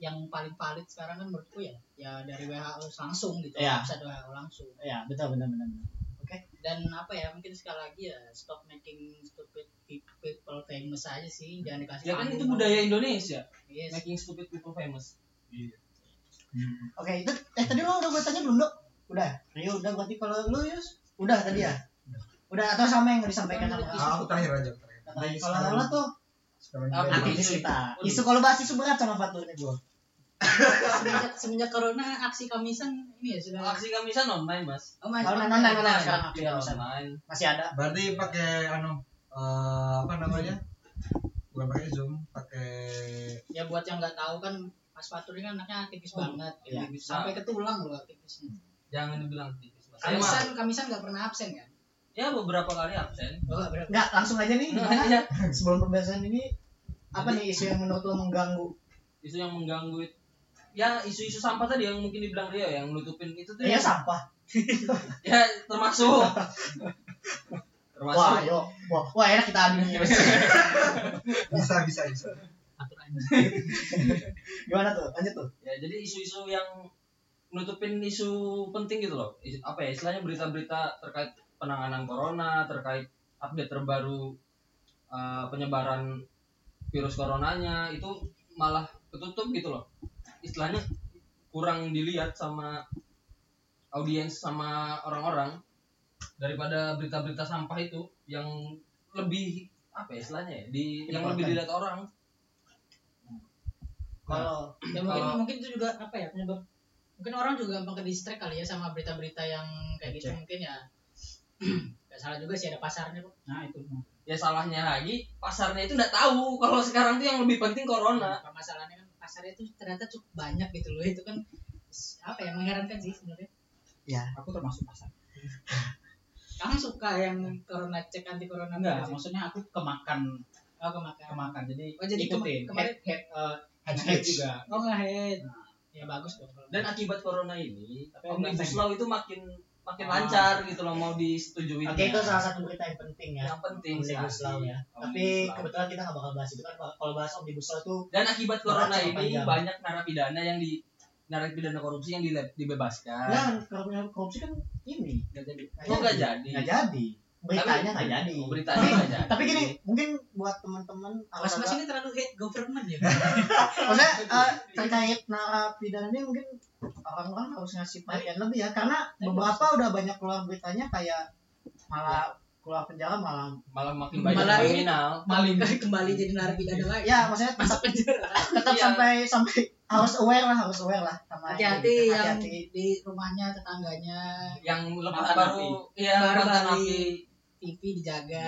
S4: yang paling valid sekarang kan menurutku ya ya dari WHO langsung gitu
S1: Iya.
S4: bisa WHO langsung
S1: ya betul benar benar benar.
S4: dan apa ya mungkin sekali lagi ya stop making stupid people famous aja sih jangan dikasih
S5: Ya kan
S4: panggung.
S5: itu budaya Indonesia,
S4: Yes.
S5: making stupid people famous.
S1: oke itu eh tadi lo udah gue tanya belum dok udah Rio udah berarti kalau lu Yus udah tadi ya udah atau sama yang nggak disampaikan sama
S4: Isu
S3: Ah, aku terakhir aja terakhir.
S1: Nah, kalau lo tuh
S3: Sekarang
S5: Apa?
S3: kita-
S1: aktivis kita isu kalau bahas isu berat sama Fatur ini gue
S4: semenjak semenjak corona aksi kamisan ini ya sudah
S5: Aksi kamisan online, Mas.
S4: oh,
S1: Oh,
S4: masih
S1: nah,
S4: online.
S1: nah, nah, nah.
S5: Online,
S1: sekarang aksi
S5: iya,
S1: kamisan.
S5: online.
S1: masih ada
S3: Berarti pakai anu eh, apa namanya? Bukan pakai Zoom, pakai
S4: ya buat yang nggak tahu kan Mas Fatur ini kan anaknya aktivis
S5: Oh,
S4: banget
S1: iya.
S4: aktivis. sampai ke tulang loh aktivisnya
S5: Jangan dibilang tipis, Mas. Saya mah
S4: kamisan kamisan nggak pernah absen kan
S5: ya beberapa kali absen.
S4: oh, nggak pernah.
S1: nggak langsung aja nih gimana?
S5: Iya.
S1: sebelum pembahasan ini apa nih isu yang menurut lo mengganggu
S5: isu yang mengganggu itu ya isu-isu sampah tadi yang mungkin dibilang Rio ya, yang nutupin itu tuh
S1: Iya
S5: ya,
S1: sampah.
S5: ya termasuk
S1: Wah,
S5: termasuk
S1: yo. Wah, wah enak kita adu
S5: Iya,
S1: nih.
S3: bisa bisa bisa.
S4: Atur aja.
S1: Gimana tuh? Lanjut tuh.
S5: ya jadi isu-isu yang nutupin isu penting gitu loh Isu- apa ya istilahnya berita-berita terkait penanganan corona terkait update terbaru eh, penyebaran virus coronanya itu malah ketutup gitu loh istilahnya kurang dilihat sama audiens sama orang-orang daripada berita-berita sampah itu yang lebih apa ya istilahnya ya di yang lebih dilihat orang
S1: Kalau
S4: ya mungkin
S5: Kalau-
S4: mungkin itu juga apa ya penyebab mungkin orang juga gampang ke distract kali ya sama berita-berita yang kayak gitu mungkin ya nggak salah juga sih ada pasarnya kok nah itu
S5: ya salahnya lagi pasarnya itu nggak tahu kalau sekarang tuh yang lebih penting corona
S4: permasalahannya kan pasarnya itu ternyata cukup banyak gitu loh itu kan s- apa ya mengherankan sih sebenarnya
S1: Ya.
S4: aku termasuk pasar kamu suka yang corona cek anti corona gitu
S2: enggak
S4: sih?
S2: maksudnya aku kemakan
S4: oh kemakan
S2: kemakan jadi
S4: Oh, jadi kema-
S2: ikutin
S4: kemarin-
S2: head, head, eh, head,
S1: Head.
S2: head juga
S4: oh nggak head ya bagus dong kalau
S5: dan akibat corona ini
S2: Tapi
S5: omnibus
S2: penting.
S5: law itu makin makin
S2: Ah.
S5: lancar gitu loh mau disetujui
S1: oke itu salah satu berita yang penting ya.
S5: yang penting
S1: Omnibus Law
S5: sekali.
S1: ya.
S5: Omnibus
S1: Tapi
S5: Law.
S1: kebetulan kita nggak bakal bahas itu kan. Kalau bahas Omnibus Law tuh
S5: dan akibat corona
S1: Neraca
S5: ini
S1: panjang.
S5: banyak narapidana yang di narapidana korupsi yang dile- dibebaskan
S1: Nah, kalau punya korupsi kan ini
S5: nggak jadi
S1: Nggak
S5: oh nggak
S1: jadi.
S5: jadi
S1: nggak jadi. Beritanya
S5: Tapi-
S1: nggak jadi.
S5: Oh, beritanya
S1: Tapi-
S5: nggak jadi.
S1: Tapi gini, mungkin buat teman-teman
S4: mas mas
S1: agak-
S4: ini terlalu head government ya
S1: maksudnya eh, terkait narapidana ini mungkin orang-orang harus ngasih perhatian lebih ya karena beberapa udah banyak keluar beritanya kayak malah keluar penjara malah
S5: malah makin banyak
S4: Malah ini-
S5: kriminal
S4: maling kembali Iya. jadi narapidana lagi
S1: ya maksudnya tetap,
S4: masuk penjara
S1: tetap
S5: Iya.
S1: sampai sampai harus aware lah harus aware lah sama ini.
S4: hati-hati yang
S1: Hati-hati.
S4: di rumahnya tetangganya
S5: yang lepas
S2: Mantan
S5: baru
S7: Ya,
S5: iya
S4: Baru kan
S5: mantan
S4: lagi. Iya.
S5: api
S4: TV dijaga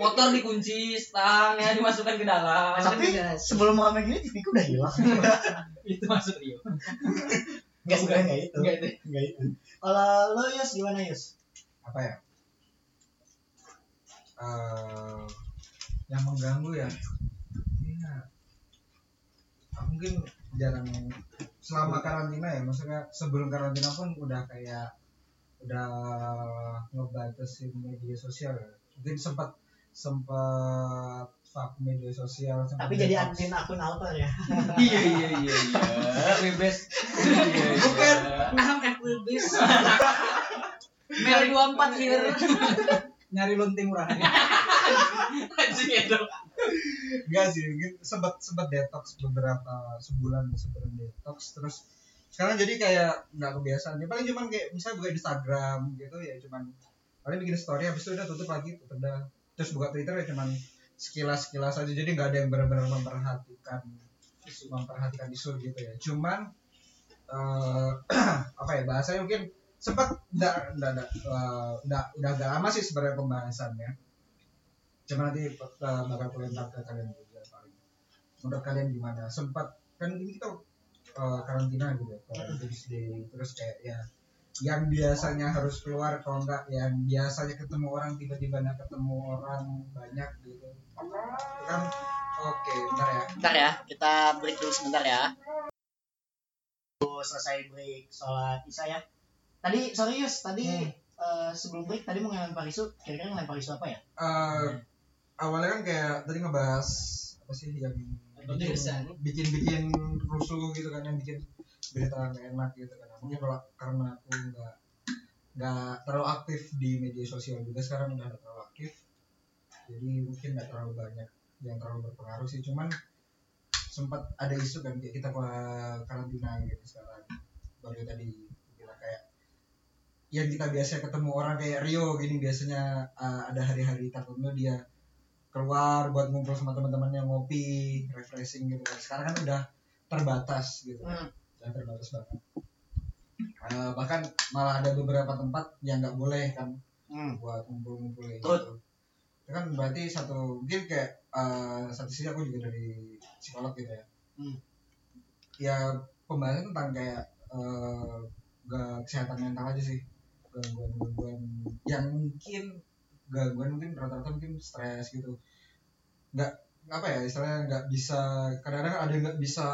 S5: motor dikunci stang ya dimasukkan ke dalam
S1: tapi
S4: Jelas.
S1: sebelum rame gini TV ku udah hilang
S2: itu maksud Rio
S1: nggak sebenarnya nggak itu
S2: enggak itu
S1: nggak itu kalau lo Yus gimana Yus
S3: apa ya Eh, yang mengganggu ya Iya. Ah, mungkin jarang selama karantina ya maksudnya sebelum karantina pun udah kayak udah ngebatasin media sosial ya. mungkin sempat sempat fuck media sosial sempat
S1: tapi jadi
S3: detox.
S1: admin akun alter ya
S5: iya iya iya iya bebas iya bukan
S4: I'm April Beast Mel 24 here
S5: gitu. iya.
S2: nyari lonting murah
S5: anjing itu
S3: Enggak sih, mungkin sempat sempat detox beberapa sebulan sebulan detox terus sekarang jadi kayak nggak kebiasaan ya paling cuman kayak misalnya buka Instagram gitu ya cuman paling bikin story habis itu udah tutup lagi tutup dah terus buka Twitter ya cuman sekilas sekilas aja jadi nggak ada yang benar-benar memperhatikan isu memperhatikan isu gitu ya cuman eh apa ya bahasanya mungkin sempat nggak nggak nggak eh, nggak udah agak lama sih sebenarnya pembahasannya cuma nanti eh, bakal kuliah ke kalian juga paling menurut kalian gimana sempat kan ini kita eh, karantina gitu ya karantina di terus kayak ya yang biasanya harus keluar kalau enggak yang biasanya ketemu orang tiba-tiba nggak ketemu orang banyak gitu Itu kan oke bentar ya
S1: Bentar ya, kita break dulu sebentar ya. Selesai break sholat isya ya. Tadi sorry Yus, tadi eh eh, sebelum break tadi mau ngelempar isu, kira-kira ngelempar isu apa ya?
S3: Eh, awalnya kan kayak tadi ngebahas apa sih yang bikin-
S4: Kesan.
S3: bikin-bikin rusuh gitu kan yang bikin berita nggak enak gitu kan mungkin kalau karena aku nggak nggak terlalu aktif di media sosial juga sekarang udah nggak terlalu aktif jadi mungkin nggak terlalu banyak yang terlalu berpengaruh sih cuman sempat ada isu kan kayak kita kar- karantina gitu sekarang baru tadi bilang kayak yang kita biasa ketemu orang kayak Rio gini biasanya uh, ada hari-hari tertentu dia keluar buat ngumpul sama teman-temannya ngopi refreshing gitu kan sekarang kan udah terbatas gitu kan udah terbatas banget Eh, bahkan malah ada beberapa tempat yang nggak boleh kan
S1: Hmm.
S3: buat ngumpul-ngumpul kayak
S1: Betul.
S3: gitu itu kan berarti satu mungkin kayak eh, satu sisi aku juga dari psikolog gitu ya
S1: Hmm.
S3: ya pembahasan tentang kayak eh, gak kesehatan mental aja sih gangguan-gangguan yang mungkin gangguan mungkin rata-rata mungkin stres gitu nggak apa ya istilahnya nggak bisa kadang-kadang ada yang nggak bisa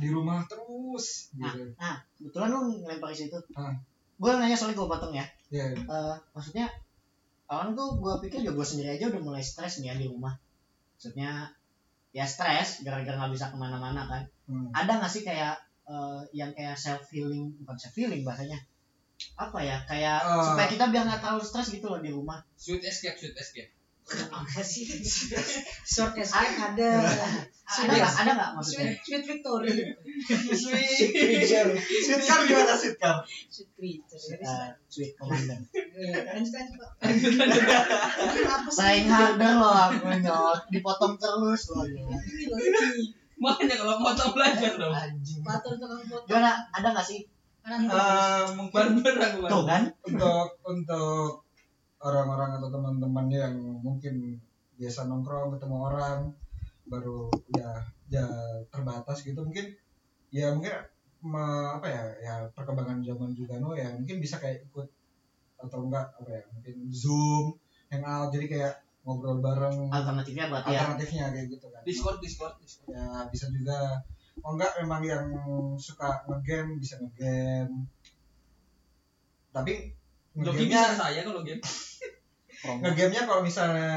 S3: di rumah terus gitu
S1: Kebetulan lu ngelempar isu itu.
S3: Ah.
S1: Gue nanya soalnya gue potong ya.
S3: ya
S1: Eh, maksudnya orang tuh gue pikir ya gue sendiri aja udah mulai stres nih ya di rumah maksudnya ya stres gara-gara nggak bisa kemana-mana kan
S3: hmm.
S1: ada nggak sih kayak eh, yang kayak self healing bukan self healing bahasanya apa ya kayak
S3: Eh.
S1: supaya kita biar nggak terlalu stres gitu loh di rumah
S6: Sweet escape, sweet escape.
S4: apa sih
S7: short escape ada
S1: ada nggak ada nggak maksudnya
S7: sweet sweet victory
S3: sweet creature
S1: Iya.
S3: sweet car gimana sweet car
S7: sweet creature
S1: Eh, sweet commander
S7: Einstein Pak. apa sih
S1: saing harder loh aku nyol dipotong terus loh ya.
S7: ini loh ini
S5: makanya kalau mau tau belajar dong
S1: anjing
S7: patur tukang foto
S1: gimana ada nggak sih
S7: anak
S3: Eh, mungkin
S5: barber aku
S1: tuh kan
S3: untuk untuk orang-orang atau teman-teman yang mungkin biasa nongkrong ketemu orang baru ya ya terbatas gitu mungkin ya mungkin me- apa ya ya perkembangan zaman juga no ya mungkin bisa kayak ikut atau enggak apa ya mungkin zoom hangout jadi kayak ngobrol bareng
S1: alternatifnya berarti ya
S3: alternatifnya kayak gitu kan
S5: discord discord discord
S3: ya bisa juga oh enggak memang yang suka ngegame bisa ngegame tapi
S5: Joki
S3: ngegamenya
S5: bisa saya kalau game
S3: ngegamenya kalau misalnya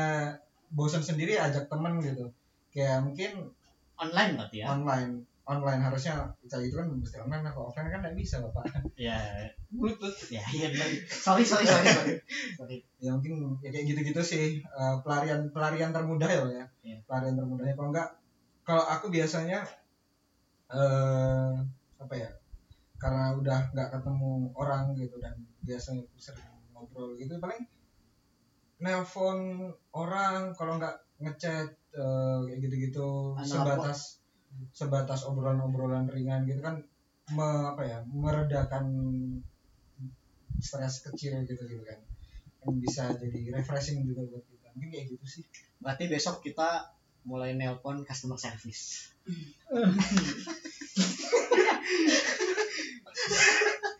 S3: bosan sendiri ajak temen gitu kayak mungkin
S1: online berarti ya
S3: online online harusnya kayak gitu kan mesti online lah. kalau offline kan nggak bisa bapak
S1: ya
S5: bluetooth
S1: ya iya benar. sorry sorry sorry sorry sorry
S3: ya mungkin ya kayak gitu-gitu sih eh, pelarian pelarian termudah ya Pak, ya
S1: Iya.
S3: pelarian termudahnya kalau enggak kalau aku biasanya eh apa ya karena udah nggak ketemu orang gitu dan biasanya aku sering ngobrol gitu paling nelpon orang kalau nggak ngechat eh, kayak gitu-gitu
S1: Anak
S3: sebatas sebatas obrolan-obrolan ringan gitu kan me- apa ya meredakan stres kecil gitu gitu kan yang bisa jadi refreshing juga buat kita mungkin kayak gitu sih
S1: Berarti besok kita mulai nelpon customer service.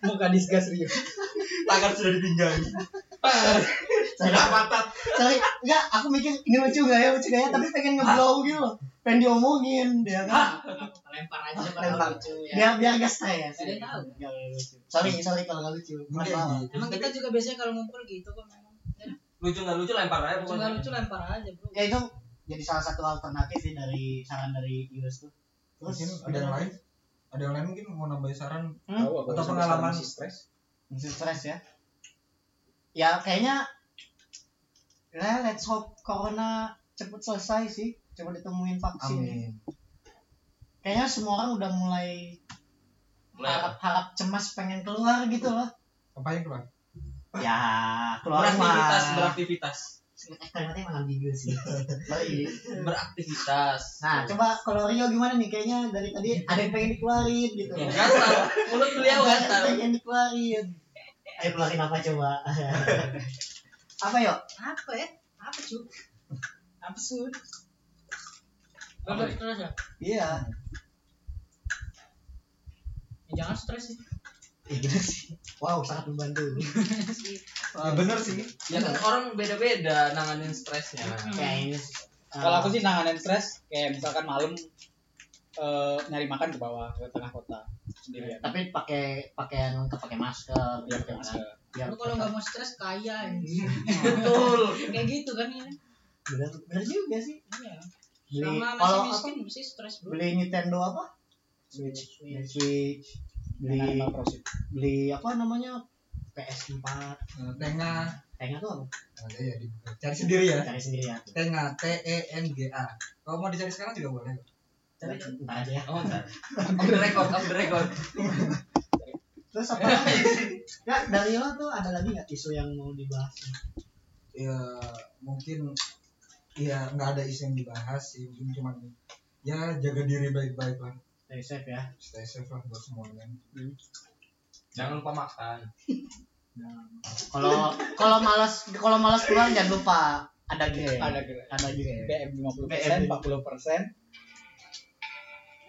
S2: Muka disgas Rio.
S3: tangan sudah ditinggal
S1: Sudah mantap. Sorry, enggak, aku mikir ini lucu gak ya, lucu gak ya, tapi pengen ngeblow gitu loh. Pengen diomongin, dia kan.
S4: lempar aja
S1: Lempar.
S4: padahal lucu ya
S1: Biar biar gak stres.
S4: Ada yang tahu.
S1: Biar lucu. Sorry, sorry kalau gak lucu. Bukan
S3: mungkin
S1: apa-apa.
S3: gitu.
S7: emang kita juga biasanya kalau ngumpul gitu kok memang
S5: lucu nggak lucu lempar aja
S7: lucu nggak
S5: pokoknya
S7: lucu lempar aja bro
S1: Ya itu jadi salah satu alternatif sih dari saran dari Yus tuh. Terus
S3: mungkin ada yang lain ada yang lain mungkin mau nambahin saran
S1: Hmm?
S8: Tahu apa
S3: Atau pengalaman.
S8: sampai sekarang masih stres?
S1: Masih stres ya. Ya kayaknya ya, let's hope corona cepet selesai sih. Coba ditemuin vaksin.
S3: amin
S1: Kayaknya semua orang udah mulai
S5: mulai apa?
S1: harap-harap cemas pengen keluar gitu loh
S3: apa yang keluar
S1: ya keluar
S5: beraktivitas
S1: mah
S5: beraktivitas
S1: Eh, kalimatnya malam minggu sih Sorry.
S5: beraktivitas
S1: nah coba kalau Rio gimana nih kayaknya dari tadi ada yang pengen dikeluarin gitu
S5: Ya, gatal mulut beliau
S1: Ada yang
S5: kan gatal
S1: pengen dikeluarin ayo keluarin apa coba apa yuk
S7: apa ya apa cu apa su
S4: Kalau stres ya
S1: iya
S4: Ya, jangan stres sih
S1: Iya bener sih wow sangat membantu
S3: ya bener sih
S5: ya kan orang beda-beda nanganin stresnya
S1: kayaknya
S2: Kalau aku sih nanganin stres kayak misalkan malam eh, nyari makan ke bawah ke tengah kota sendirian.
S1: tapi Eh, pakai pakaian lengkap pakai masker
S2: Iya, pakai masker.
S1: Ya,
S7: Lu kalau nggak mau stres kaya anjing.
S5: betul
S7: Kayak gitu kan ya.
S1: bener, bener juga sih.
S7: Iya.
S1: Beli
S7: Selama masih
S1: kalau apa?
S7: miskin mesti stres, Bro.
S1: Beli Nintendo apa? Switch, beli Switch. Beli beli apa namanya? PS4.
S3: eh, Tengah
S1: Kayaknya tuh apa?
S3: ada ya dibuka. cari sendiri ya
S1: Cari sendiri ya.
S3: Tengah T E N G A kalau mau dicari sekarang juga boleh
S1: Cari entar aja ya.
S5: oh entar off the record off the record
S1: Terus apa? lagi? Nggak, dari lo tuh ada lagi nggak isu yang mau dibahas?
S3: ya mungkin ya nggak ada isu yang dibahas sih mungkin cuma ya jaga diri baik-baik lah
S1: Dari safe ya.
S3: stay safe lah buat semuanya
S5: jangan lupa makan
S1: Kalau kalau malas kalau malas keluar jangan lupa ada game.
S2: Ada gerai.
S1: Ada game.
S2: BM
S1: BM.
S2: 50 40 persen.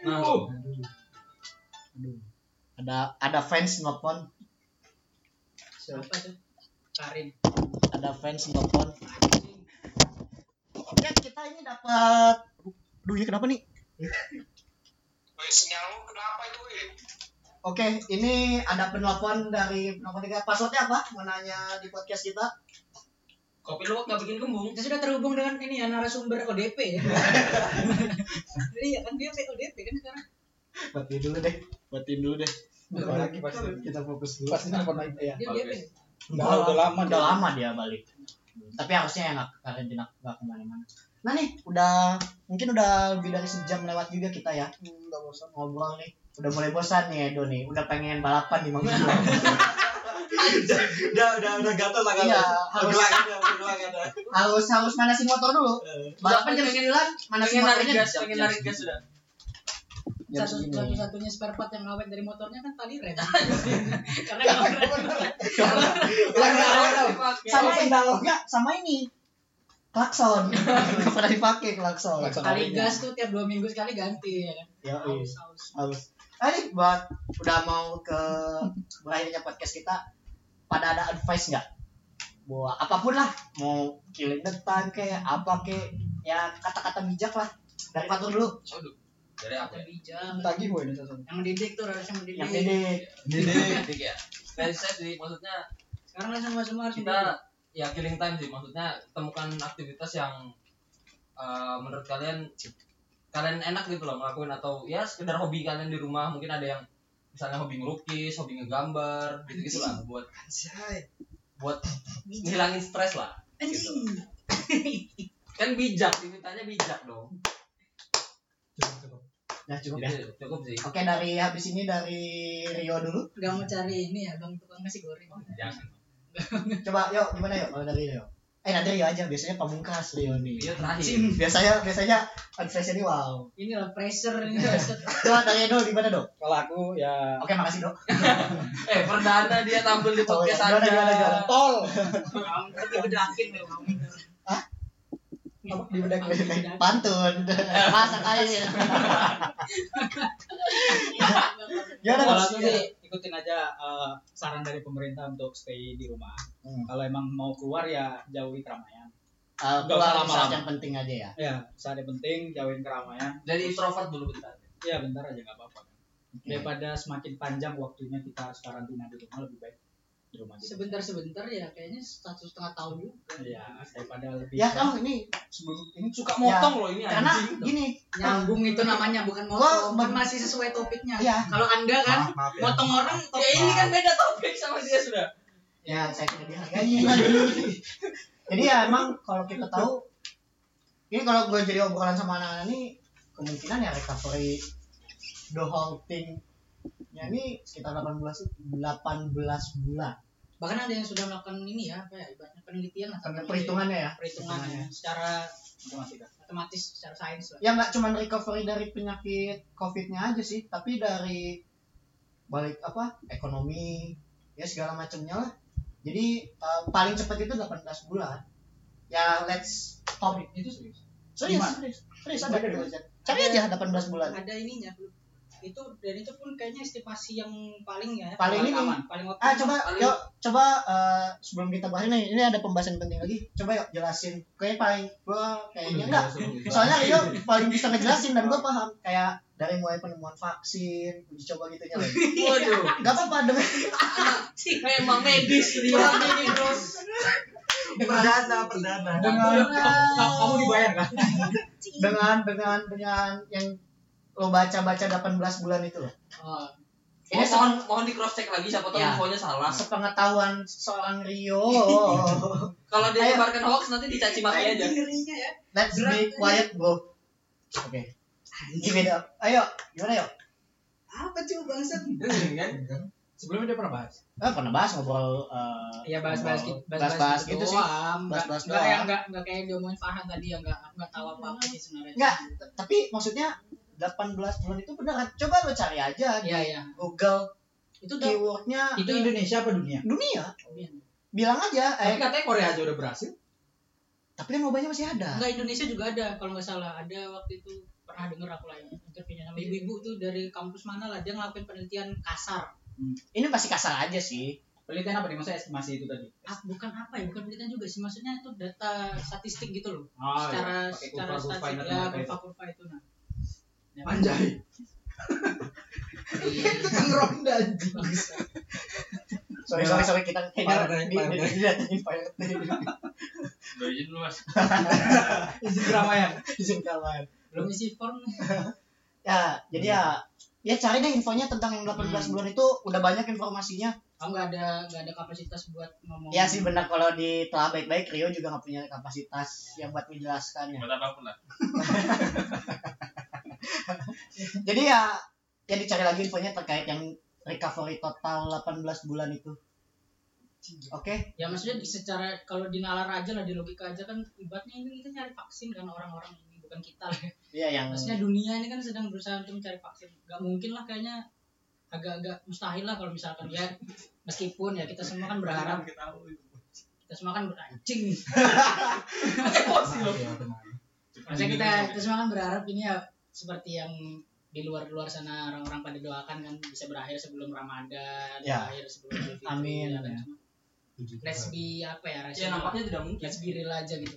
S5: nah
S1: Ada ada fans nelpon,
S4: Siapa tuh? Karin.
S1: ada fans nelpon. Ya kita ini dapat Duh, ya kenapa nih? Oke, ini ada penelpon dari penelpon tiga. Passwordnya apa? Mau nanya di podcast kita.
S5: kopi lu nggak bikin kembung
S7: Kita sudah terhubung dengan ini ya narasumber ODP ya. iya kan dia ODP kan sekarang.
S1: Matiin dulu deh. Matiin dulu deh.
S2: Nelpon lagi pasti.
S1: Kita fokus dulu.
S2: Pasti nelpon lagi ya.
S7: Dia
S5: Oke.
S7: ODP.
S2: Udah,
S3: Nah,
S2: udah lama
S1: udah
S2: dia.
S1: lama dia balik tapi harusnya enak karantina nggak kemana-mana nah nih udah mungkin udah lebih dari sejam lewat juga kita ya
S2: Hmm,
S1: udah bosan ngobrol nih udah mulai bosan nih Edo nih udah pengen balapan di Mangga
S3: udah udah udah gatel lah
S1: iya harus
S3: ada ada
S1: harus harus manasin motor dulu
S2: Eh.
S1: balapan jam
S5: pengen-
S1: sembilan manasin
S5: pengen narik
S1: motornya
S5: gas
S1: jam-
S5: pengen
S1: jam
S5: narik gas sudah
S1: jam
S7: Satu,
S1: segini.
S7: satu-satunya spare part yang awet dari motornya kan tali rem. Karena nggak
S1: sama pendaloknya sama ini klakson nggak pernah dipakai klakson
S2: Klakson.
S7: Kali gas tuh tiap dua minggu sekali ganti ya kan.
S1: ya iya.
S7: Haus, haus.
S1: harus Ayo buat udah mau ke berakhirnya podcast kita pada ada advice nggak buat apapun lah mau killing the time kayak apa kayak ya kata-kata bijak lah dari Fatur dulu
S5: Aduh, dari apa
S7: Kata
S5: ya?
S7: bijak.
S2: Tagih gue ini satu.
S7: Yang mendidik tuh harusnya mendidik.
S1: yang
S4: Iya,
S1: ini
S5: Jadi ya. Dari saya sih maksudnya
S7: Sekarang lah semua semua harus mendidik.
S5: kita ya killing time sih maksudnya temukan aktivitas yang eh, menurut kalian kalian enak gitu loh ngelakuin atau ya sekedar hobi kalian di rumah mungkin ada yang misalnya hobi ngelukis hobi ngegambar gitu gitu lah buat buat ngilangin stres lah gitu.
S7: Anjing.
S5: kan bijak dimintanya bijak dong
S1: ya cukup ya
S5: gitu, cukup sih
S1: oke dari habis ini dari Rio dulu
S7: Gak mau cari ini ya bang tukang nasi goreng.
S5: jangan
S1: coba yuk gimana yuk kalau dari Rio eh nanti Rio aja biasanya pamungkas Rio nih
S5: dia terakhir
S1: biasanya biasanya advice ini wow
S7: Ini loh pressure ini. pressure.
S1: coba dari Edo gimana dok
S2: Kalau aku ya
S1: oke makasih dok
S5: eh perdana dia tampil di
S1: Oh, iya.
S5: podcast
S1: Gimana, gimana, gimana?
S5: aja
S2: tol.
S7: Kamu tadi bedakin loh kamu. Iya.
S1: di bedak pantun masak air gimana
S2: Kalau
S1: dok
S2: aku sih ikutin aja eh, saran dari pemerintah untuk stay di rumah.
S1: Hmm.
S2: Kalau emang mau keluar ya jauhi keramaian.
S1: Eh,
S2: Gak usah
S1: keluar di saat
S2: lama-lama.
S1: yang penting aja ya
S2: Ya, saat yang penting jauhin keramaian.
S5: jadi introvert dulu bentar
S2: Ya bentar aja nggak apa-apa.
S1: Iya.
S2: Daripada semakin panjang waktunya kita harus karantina di rumah lebih baik di rumah aja.
S7: Sebentar-sebentar ya kayaknya satu setengah tahun juga.
S2: Iya, daripada lebih
S1: ya kamu ini sebelum ini
S5: suka motong loh ini
S1: karena
S5: Ya, anjing.
S1: gini
S7: Nyambung itu namanya bukan
S1: Wah,
S7: motong. Kan masih sesuai topiknya.
S1: Iya.
S7: Kalau anda kan
S3: maaf maaf ya
S7: motong orang
S5: ya
S7: topik.
S5: ini kan beda topik sama dia sudah
S1: ya saya tidak dihargai jadi ya emang kalau kita tahu ini kalau gue jadi obrolan sama anak-anak ini kemungkinan ya recovery the whole thing ya ini sekitar 18 18 bulan
S7: bahkan ada yang sudah melakukan ini ya apa ya ibaratnya penelitian lah
S1: karena perhitungannya ya
S7: perhitungannya secara
S2: matematika.
S7: matematis secara sains lah
S1: ya nggak cuman recovery dari penyakit COVID-nya aja sih, tapi dari balik apa ekonomi ya segala macamnya lah. Jadi eh, paling cepat itu 18 bulan. Ya let's stop it.
S2: Itu serius.
S1: Serius,
S2: Gimana?
S1: serius, serius ada di website. Cari aja 18 bulan.
S7: ada ininya
S4: itu dan itu pun kayaknya estimasi yang paling ya
S1: Paling ini.
S4: aman, paling optimal.
S1: Ah coba
S4: Paling-
S1: yuk coba eh, sebelum kita bahas ini ini ada pembahasan penting lagi. Coba yuk jelasin. Kayaknya paling gue kayaknya enggak. Ya Soalnya
S3: Iya,
S1: Rio paling bisa ngejelasin dan gue paham kayak dari mulai penemuan vaksin, uji coba gitunya loh.
S5: Waduh.
S1: Gak apa-apa demi
S7: Memang medis
S4: Iya, bos.
S1: perdana perdana
S2: Kamu- kamu kamu dibayar nggak?
S1: dengan dengan dengan yang lo baca-baca 18 bulan itu loh.
S4: Oh,
S1: Ini
S5: Ini
S1: se-
S5: mohon mohon di cross check lagi siapa tahu
S1: Ya.
S5: infonya salah.
S1: sepengetahuan seorang Rio.
S5: Kalau dia
S1: Ayo.
S5: nyebarkan hoax nanti dicaci maki aja.
S4: dirinya ya.
S1: Let's be
S4: Berat.
S1: quiet, bro. Oke. Give it up. Ayo, gimana yuk?
S4: Apa coba bangsat?
S1: kan?
S2: Sebelumnya dia pernah bahas.
S1: Ah, pernah bahas ngobrol eh,
S4: Ya bahas-bahas
S1: ngobrol-
S4: gitu,
S1: bahas-bahas gitu sih. Bahas-bahas
S4: Bahas-bahas doang. Enggak yang
S1: doang.
S4: enggak enggak kayak yang diomongin Farhan tadi yang enggak enggak tahu apa-apa sih sebenarnya.
S1: Enggak, t- tapi maksudnya 18 bulan itu beneran. Coba lo cari aja di
S4: Iya, iya.
S1: Google
S4: Itu udah
S1: keywordnya
S4: Iya.
S2: Itu Indonesia apa dunia?
S1: dunia. Bilang aja,
S2: Tapi
S1: eh,
S2: katanya Korea aja udah berhasil.
S1: tapi kan wabahnya masih ada.
S4: Enggak Indonesia juga ada kalau nggak salah ada waktu itu pernah denger aku lagi interviewnya sama ibu-ibu tuh dari kampus mana lah dia ngelakuin penelitian kasar
S1: Ini pasti kasar aja sih.
S2: Penelitian apa nih? Maksudnya estimasi itu tadi?
S4: ah, bukan apa ya bukan penelitian juga sih maksudnya itu data statistik gitu loh
S2: Oh,
S4: secara
S2: Pakai
S4: secara statistik
S2: kurva-kurva yang
S4: ya
S2: ada itu.
S4: kurva-kurva itu nah Ya,
S2: Anjay. Itu kan ronda anjing.
S4: bagus.
S1: Sorry, sorry, sorry kita kita di-
S3: Partai,
S1: di-
S3: partai.
S1: didatengin Pirate Bay.
S6: Udah izin dulu mas
S2: Izin keramaian.
S1: Izin kawan.
S4: belum isi form
S1: Ya, jadi ya ya cari deh infonya tentang yang 18 bulan itu udah banyak informasinya.
S4: kamu Oh, nggak ada nggak ada kapasitas buat ngomong
S1: Ya sih benar kalau ditelah baik-baik Rio juga nggak punya kapasitas yang buat menjelaskannya.
S6: buat apapun lah
S1: Jadi ya ya dicari lagi infonya terkait yang recovery total 18 bulan itu. Oke,
S4: ya maksudnya di- secara kalau di nalar aja lah di logika aja kan ibaratnya ini kita nyari vaksin kan orang-orang ini bukan kita lah ya.
S1: ya yang
S4: maksudnya dunia ini kan sedang berusaha untuk mencari vaksin nggak mungkin lah kayaknya agak-agak mustahil lah kalau misalkan ya meskipun ya kita semua kan berharap kita semua kan beranjing maksudnya kita kita semua kan berharap ini ya seperti yang di luar luar sana orang-orang pada doakan kan bisa berakhir sebelum Ramadan
S1: Ya.
S4: berakhir sebelum Idul Fitri,
S1: Amin.
S4: ya kan? let's be apa ya
S5: Ya
S4: rasional
S5: nampaknya tidak mungkin.
S4: let's be real aja gitu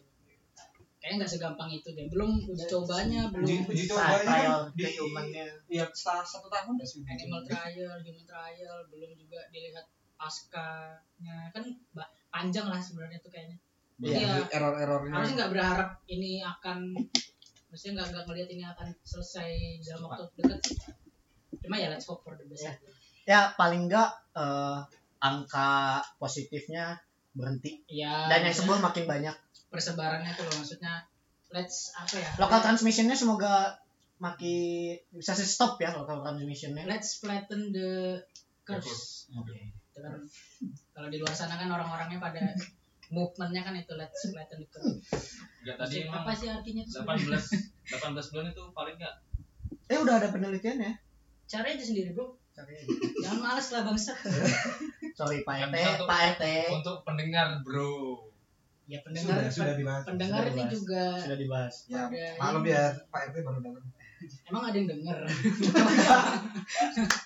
S4: kayaknya nggak segampang itu deh belum uji cobanya belum
S3: uji
S1: trial
S3: cobanya kan
S1: trial
S3: di-
S1: human-nya.
S3: ya
S5: Iya,
S3: setelah satu tahun udah sih uji
S4: animal
S3: coba.
S4: trial human trial belum juga dilihat pascanya kan ba- panjang lah sebenarnya tuh kayaknya
S1: Iya.
S4: Iya. harusnya
S3: error-errornya
S4: nggak berharap ini akan maksudnya nggak nggak ngelihat ini akan selesai dalam waktu dekat sih cuma ya let's hope for the best
S1: Ya.
S4: aja.
S1: Ya paling nggak eh, angka positifnya berhenti
S4: ya
S1: dan yang
S4: maksudnya
S1: sembuh makin banyak.
S4: persebarannya tuh loh maksudnya let's apa ya
S1: Local transmissionnya semoga makin bisa sih stop ya local transmissionnya.
S4: let's flatten the curve
S1: Oke.
S4: Itu kan kalau di luar sana kan orang-orangnya pada movementnya kan itu let's flatten the curve
S6: Enggak tadi
S4: Maksudnya, apa
S6: emang
S4: sih artinya itu
S6: 18
S4: sebenarnya?
S6: 18 bulan itu paling enggak
S1: Eh udah ada penelitiannya.
S4: cara itu sendiri bro jangan males lah bangsa
S1: Sorry
S6: Yang
S1: Pak RT,
S6: bisa tuh.
S1: Pak RT
S6: untuk pendengar bro
S4: ya
S3: sudah
S4: pendengar
S3: sudah dibahas
S4: pendengar
S1: Sudah
S4: ini
S1: bahas.
S4: juga
S1: sudah dibahas.
S3: ya
S4: Ada yang-
S3: maklum ya Pak RT baru datang
S4: emang ada yang denger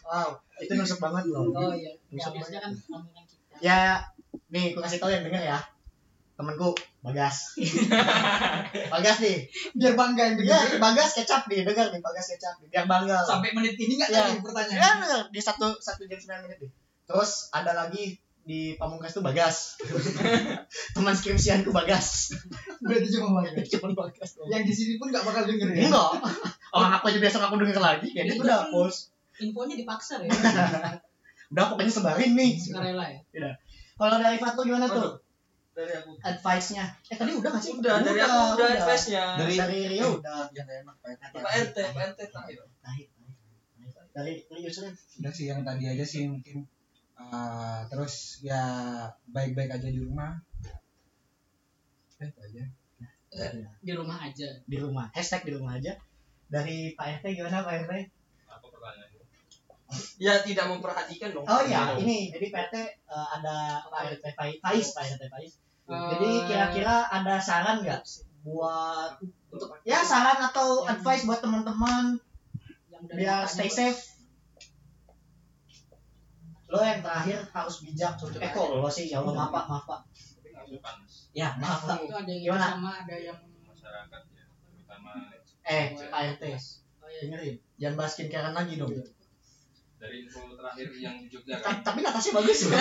S1: Wow, itu nusuk banget loh.
S4: oh iya ya,
S1: Bisa
S4: biasanya kan omongan kita
S1: Ya, nih gue kasih tau yang denger ya. Temenku Bagas. Bagas nih.
S2: Biar bangga yang
S1: Dia Bagas kecap nih, denger nih Bagas kecap nih. Biar bangga. loh.
S2: Sampai menit ini nggak
S1: Iya.
S2: tadi pertanyaan?
S1: Ya, denger. di satu satu jam sembilan menit nih. Terus ada lagi di Pamungkas tuh Bagas. Teman skripsianku Bagas.
S2: Berarti cuma bangga.
S1: Cuman Bagas.
S5: Ya,
S1: doang. Iya.
S2: Yang di sini pun nggak bakal denger
S5: iya.
S2: ya.
S1: Enggak. Orang aku aja besok aku denger lagi, kayaknya
S4: Itu
S1: tuh udah
S4: kan-
S1: post.
S4: infonya dipaksa ya
S1: Udah pokoknya sebarin nih.
S4: sukarela ya
S1: Kalau dari Fatu gimana tuh?
S5: Dari aku.
S1: Advice-nya. Eh tadi udah gak sih?
S5: Udah, dari aku udah advice-nya. Eh.
S1: Dari,
S3: Dari-
S1: Rio udah.
S3: yang nggak enak Pak RT
S5: Pak RT, Pak RT terakhir.
S1: Tahit, tahit, tahit. Dari Rio sudah.
S3: udah sih yang tadi aja sih mungkin Ah, terus ya baik-baik aja di rumah eh itu aja
S5: Eh.
S4: di rumah aja
S1: Di rumah. Hashtag di rumah aja. Dari Pak RT gimana Pak RT?
S6: apa pertanyaannya
S5: Ya tidak memperhatikan dong.
S1: Oh iya, ini jadi PT eh, ada Pak RT Fai- Faiz, Pak RT Faiz. Jadi kira-kira ada saran nggak buat
S4: untuk
S1: ya saran atau advice buat teman-teman
S4: yang
S7: yang udah
S1: biar
S7: dimakan,
S1: stay
S7: ya.
S1: safe lo yang terakhir harus bijak eh kok lo sih ya Allah maaf pak maaf pak
S6: panas
S1: ya maaf pak
S7: itu ada yang
S1: Gimana?
S7: sama ada yang
S4: oh,
S6: masyarakat ya terutama
S1: eh Pak RT
S7: oh, iya.
S1: dengerin jangan bahas skincare lagi dong
S6: dari info terakhir yang di Jogja
S1: Ta-
S6: kan
S1: tapi natasnya bagus loh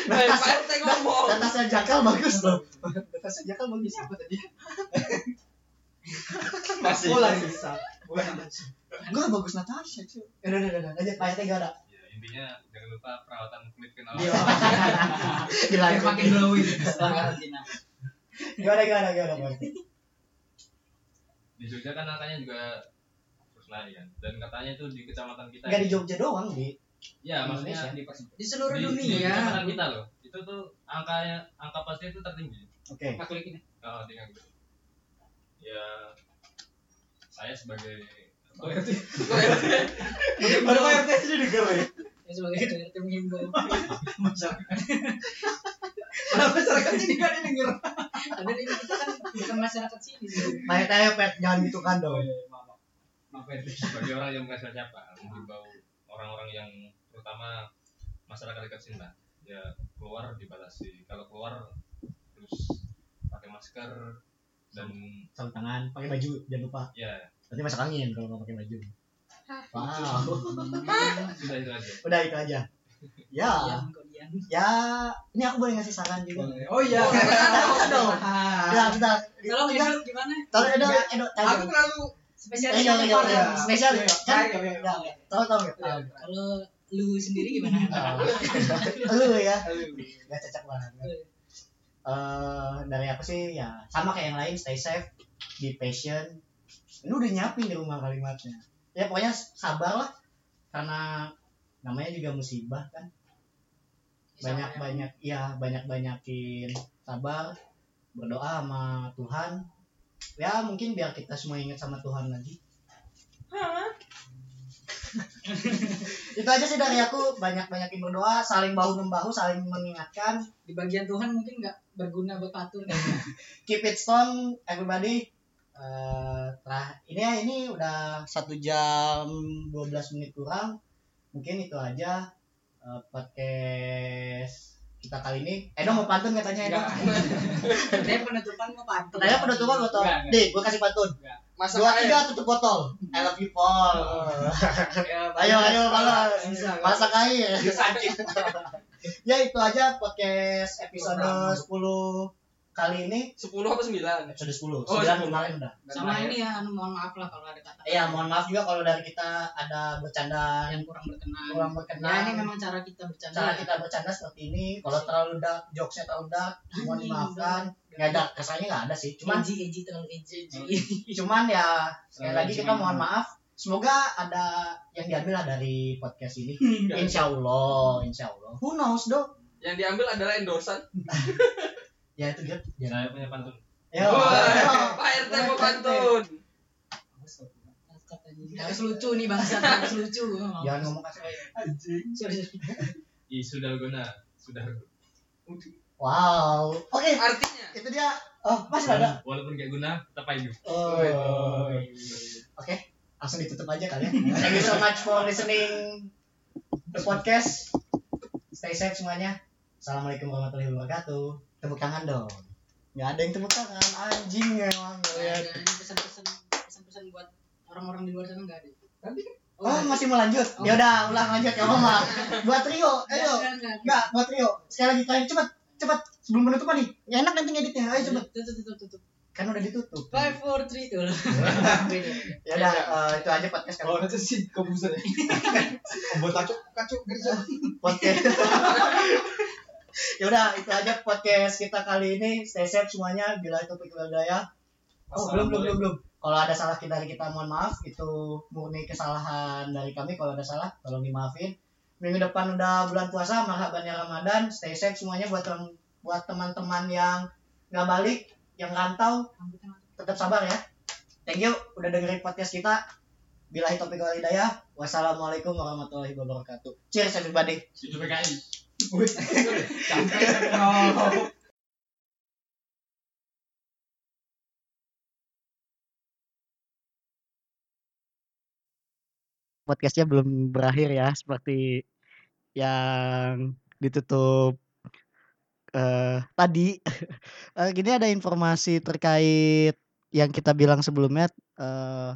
S5: Nah,
S1: natasnya,
S5: RT ngomong.
S1: natasnya jakal bagus loh natasnya
S2: Ya,
S1: jakal bagus apa tadi
S5: Masih.
S1: Bola bisa gue bagus Natasha cuy Eh, udah udah udah aja Pak RT gak ada
S6: ya, intinya jangan lupa perawatan kulit kenal
S1: Iya. gila
S2: Biar makin glowing. Karantina.
S1: gimana gimana gimana Pak RT?
S6: di Jogja kan angkanya juga terus naik kan dan katanya itu di kecamatan kita
S1: nggak di Jogja doang di
S6: ya maksudnya
S1: Indonesia.
S6: di,
S4: di seluruh
S6: di- di
S4: dunia
S6: kecamatan kita loh itu tuh angkanya angka pasti itu tertinggi
S1: oke
S2: Katolik ini.
S6: kalau di Nganggur. ya saya sebagai
S1: baru Pak RT sih denger ya
S4: ya, sebagai RT menghimbau
S2: Masyarakat ini kan ini denger.
S4: ada ini kita kan bukan masyarakat sini sih
S1: Pak RT ayo Pet jangan gitu kan dong
S2: Maaf ya.
S6: sebagai orang yang bukan siapa menghimbau orang-orang yang terutama masyarakat dekat sini lah ya keluar dibatasi kalau keluar terus pakai masker dan
S1: sarung tangan pakai baju jangan lupa
S6: ya
S1: nanti masuk angin kalau nggak pakai baju wow
S6: sudah itu aja
S1: udah itu aja ya
S4: Diam, kok diam.
S1: ya ini aku boleh ngasih saran juga
S2: Oh iya.
S1: Aduh. ya kita
S4: kalau
S1: kita
S4: hidup gimana
S1: tahu edo edo
S3: Aku
S1: tahu
S3: terlalu
S4: spesialis
S1: edo edo
S2: iya.
S1: spesial ya kan
S2: Iya, iya, iya.
S1: Ya, tahu tahu nggak?
S4: Ah, kalau lu sendiri gimana
S1: Ah, Tahu. lu ya
S2: Aduh.
S1: nggak cocok banget Eh, dari aku sih ya sama kayak yang lain stay safe be patient lu udah nyiapin di rumah kalimatnya ya pokoknya sabar lah karena namanya juga musibah kan
S4: Iya,
S1: banyak banyak ya banyak banyakin sabar berdoa sama Tuhan ya mungkin biar kita semua ingat sama Tuhan lagi itu aja sih dari aku banyak banyakin berdoa saling bahu membahu saling mengingatkan
S4: di bagian Tuhan mungkin nggak berguna buat patur kan?
S1: Iya. keep it strong everybody Eh, terah ini ya ini udah satu jam 12 menit kurang mungkin itu aja eh, podcast kita kali ini Eh, Edo mau pantun katanya Edo
S2: Iya.
S4: Katanya penutupan mau patur
S1: Tanya penutupan botol.
S2: Enggak, enggak.
S1: Deh, gue kasih pantun.
S3: masa
S1: Dua tiga tutup botol. I love you Paul. ayo ayo balas.
S2: Oh. Bisa, enggak?
S1: Masak air. ya itu aja podcast episode 10
S2: Kurang.
S1: kali ini.
S5: Sepuluh apa sembilan?
S1: Episode 10.
S5: Oh,
S1: 9
S5: 10.
S1: kemarin udah.
S4: sama ini ya anu mohon maaf lah kalau ada kata
S1: Iya, mohon maaf juga kalau dari kita ada bercanda
S4: yang kurang berkenan
S1: kurang
S4: ya ini
S1: berkenan.
S4: memang cara kita bercanda ya.
S1: Cara kita bercanda seperti ini, kalau terlalu dark, jokesnya terlalu dark, mohon dimaafkan. Nggak ada, kesannya nggak ada sih. Cuman
S4: cuman eji eji terlalu eji eji
S1: cuman ya sekali
S2: Selalu
S1: lagi kita
S2: cuman.
S1: mohon maaf semoga ada yang diambil lah dari podcast ini
S6: Iya.
S1: insya Allah insya Allah who knows do
S5: Yang diambil adalah endorsan.
S1: ya itu Ya. gitu ya
S6: saya punya pantun
S1: Yo, yo.
S5: Wah, Pak RT mau pantun.
S4: harus lucu nih bangsa harus lucu
S1: jangan ngomong kasar
S6: i sudah guna sudah
S1: wow oke
S5: Artinya
S1: itu dia oh masih ada
S6: walaupun gak guna tetap ayu
S1: oh. oke langsung ditutup aja kali ya thank you so much for listening the podcast stay safe semuanya assalamualaikum warahmatullahi wabarakatuh tepuk tangan dong nggak ada yang tepuk tangan anjing emang
S4: Ya, ini pesan-pesan pesan-pesan buat orang-orang di luar sana nggak ada
S1: Oh, masih mau lanjut? Ya udah, ulang lanjut ya Mama. Buat trio, ayo. Enggak, buat trio. Sekali lagi terakhir cepet, cepet. Sebelum penutupan nih. Nggak enak nanti ngeditnya. Ayo cepet.
S4: tutup tutup tutup
S1: Kan udah ditutup.
S4: five four three tuh
S1: Ya udah, eh, itu aja podcast
S2: Oh,
S1: kali.
S2: itu sih kebusan.
S3: buat kacau kacau kerja
S1: Podcast. ya udah, itu aja podcast kita kali ini. Stay safe semuanya. Bila itu pikir daya. Oh, belum, belum, belum, belum. Kalau ada salah kita dari kita, mohon maaf. Itu murni kesalahan dari kami. Kalau ada salah, tolong dimaafin. Minggu depan udah bulan puasa, marhaban ya Ramadan. Stay safe semuanya buat tem- buat teman-teman yang nggak balik, yang rantau, tetap sabar ya. Thank you udah dengerin podcast kita. Bila topik wal hidayah. Wassalamualaikum warahmatullahi wabarakatuh. Cheers everybody.
S6: itu PKI
S2: Oh.
S1: podcastnya belum berakhir ya seperti yang ditutup eh tadi. Eh, Gini ada informasi terkait yang kita bilang sebelumnya eh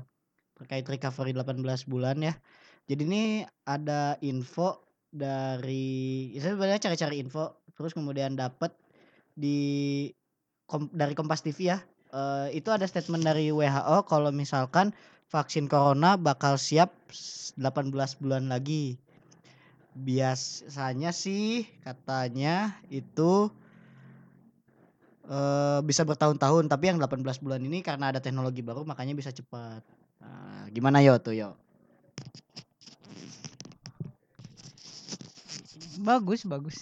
S1: terkait recovery 18 bulan ya. Jadi ini ada info dari ya saya sebenarnya cari-cari info terus kemudian dapat di kom- dari Kompas TV ya. Eh, itu ada statement dari WHO kalau misalkan vaksin corona bakal siap 18 bulan lagi. Biasanya sih katanya itu eh, bisa bertahun-tahun, tapi yang 18 bulan ini karena ada teknologi baru makanya bisa cepat. Nah, gimana yo tuh yo?
S8: Bagus, bagus.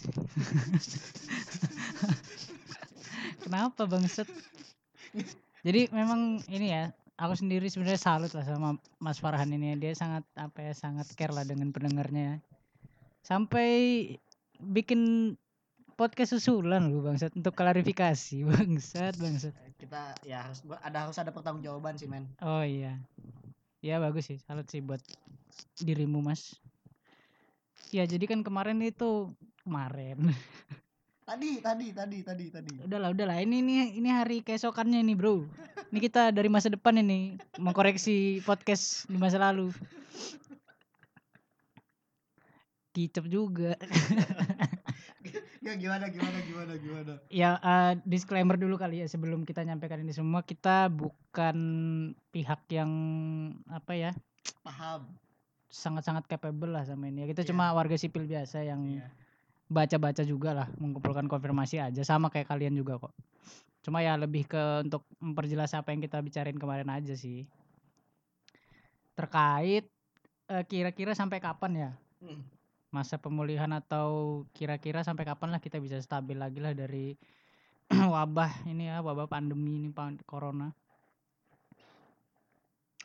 S8: Kenapa bangset? Jadi memang ini ya, aku sendiri sebenarnya salut lah sama Mas Farhan ini. Dia sangat apa ya, sangat care lah dengan pendengarnya. Sampai bikin podcast susulan lu bangsat untuk klarifikasi bangsat bangsat.
S1: Kita ya harus ada harus ada pertanggungjawaban sih men.
S8: Oh iya. Ya bagus sih, salut sih buat dirimu Mas. Ya jadi kan kemarin itu kemarin.
S1: Tadi tadi tadi tadi tadi.
S8: udahlah udahlah ini ini ini hari keesokannya ini bro ini kita dari masa depan ini mengkoreksi podcast di masa lalu kicep juga
S1: Ya gimana gimana gimana gimana.
S8: ya eh, disclaimer dulu kali ya sebelum kita nyampaikan ini semua kita bukan pihak yang apa ya
S1: Paham.
S8: sangat-sangat capable lah sama ini ya kita
S1: Iya.
S8: cuma warga sipil biasa yang
S1: Iya.
S8: baca-baca juga lah mengumpulkan konfirmasi aja sama kayak kalian juga kok cuma ya lebih ke untuk memperjelas apa yang kita bicarain kemarin aja sih terkait eh, kira-kira sampai kapan ya
S1: Hmm.
S8: masa pemulihan atau kira-kira sampai kapan lah kita bisa stabil lagi lah dari wabah ini ya wabah pandemi ini pan- corona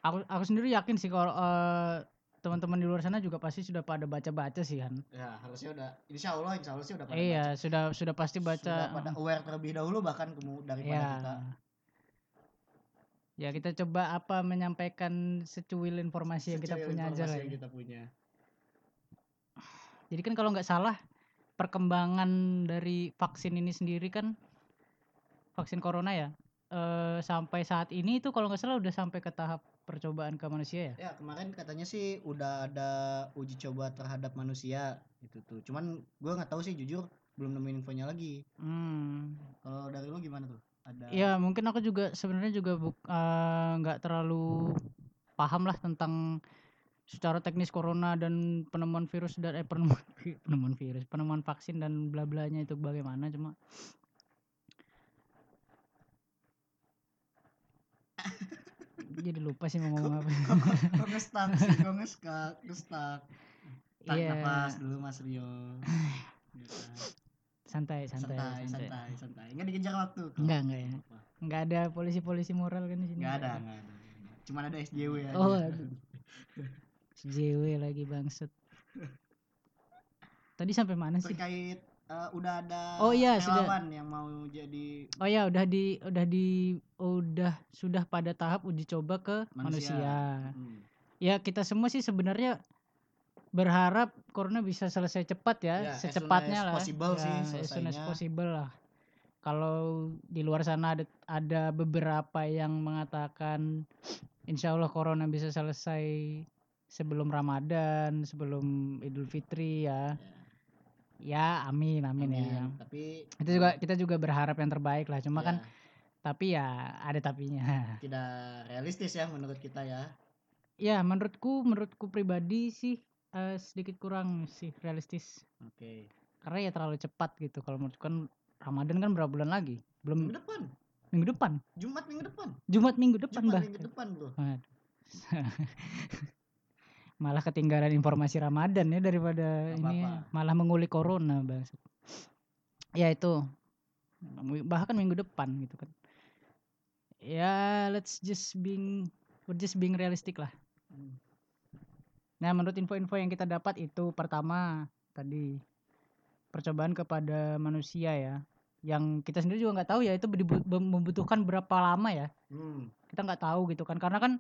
S8: aku aku sendiri yakin sih kalau eh, teman-teman di luar sana juga pasti sudah pada baca-baca sih kan
S1: Ya harusnya udah. Insya Allah insya Allah sih udah pada
S8: iya sudah sudah pasti
S1: baca. Sudah
S8: baca
S1: pada aware terlebih dahulu bahkan kemu daripada
S8: ya.
S1: kita.
S8: Ya kita coba apa menyampaikan secuil informasi yang kita
S1: secuil
S8: punya aja
S1: informasi
S8: lah.
S1: yang
S8: ya.
S1: kita punya.
S8: Jadi kan kalau nggak salah perkembangan dari vaksin ini sendiri kan vaksin corona ya eh, sampai saat ini itu kalau nggak salah udah sampai ke tahap percobaan ke manusia
S1: Ya
S8: ya.
S1: kemarin katanya sih udah ada uji coba terhadap manusia gitu tuh. Cuman gue nggak tahu sih jujur belum nemuin infonya lagi.
S8: Hmm.
S1: Kalau dari lu gimana tuh? Ada
S8: Ya mungkin aku juga sebenarnya juga buk- eh, nggak terlalu paham lah tentang secara teknis corona dan penemuan virus dan eh penemuan vi- penemuan virus penemuan vaksin dan bla blanya itu bagaimana cuma jadi lupa sih mau ngomong apa
S1: Kok ngestak sih? Kok ngestak? Ngestak. Tarik
S8: Iya.
S1: nafas dulu Mas Rio. Gitu.
S8: santai santai
S1: Santai,
S8: santai
S1: santai, santai. Enggak dikejar waktu. kok.
S8: Enggak, enggak ya. nggak ada polisi polisi moral kan di sini
S1: Enggak ada, enggak ada. Cuman ada SJW aja.
S8: Oh, aduh. JW lagi bangset tadi sampai mana sih
S1: Terkait eh, udah ada
S8: Oh, iya, sudah.
S1: relawan yang mau jadi
S8: Oh ya udah di udah di udah sudah pada tahap uji coba ke
S1: Manusia.
S8: manusia.
S1: Hmm.
S8: Ya kita semua sih sebenarnya berharap corona bisa selesai cepat ya,
S1: Ya, as soon
S8: secepatnya
S1: as
S8: lah.
S1: possible
S8: Ya,
S1: sih
S8: as soon as
S1: selesainya.
S8: possible lah. Kalau di luar sana ada ada beberapa yang mengatakan insya Allah corona bisa selesai sebelum Ramadan, sebelum Idul Fitri ya. Ya, amin, amin, ya.
S1: Amin. Tapi
S8: Itu juga kita juga berharap yang terbaik lah. Cuma
S1: ya,
S8: kan tapi ya ada tapinya
S1: tidak realistis ya menurut kita ya.
S8: ya menurutku menurutku pribadi sih eh, sedikit kurang sih realistis
S1: Oke.
S8: karena ya terlalu cepat gitu kalau menurutku kan Ramadan kan berapa bulan lagi belum
S1: Minggu depan,
S8: minggu depan
S1: Jumat minggu depan.
S8: Hmm. Jumat minggu depan
S1: Jumat
S8: bah
S1: minggu depan, Bro.
S8: malah ketinggalan informasi Ramadan ya daripada
S1: Nggak
S8: ini ya.
S1: apa-apa.
S8: malah mengulik corona bahas ya itu bahkan minggu depan gitu kan ya let's just being we're just being realistic lah nah menurut info-info yang kita dapat itu pertama tadi percobaan kepada manusia ya yang kita sendiri juga nggak tahu ya itu dibu- membutuhkan berapa lama ya
S1: Hmm.
S8: kita nggak tahu gitu kan karena kan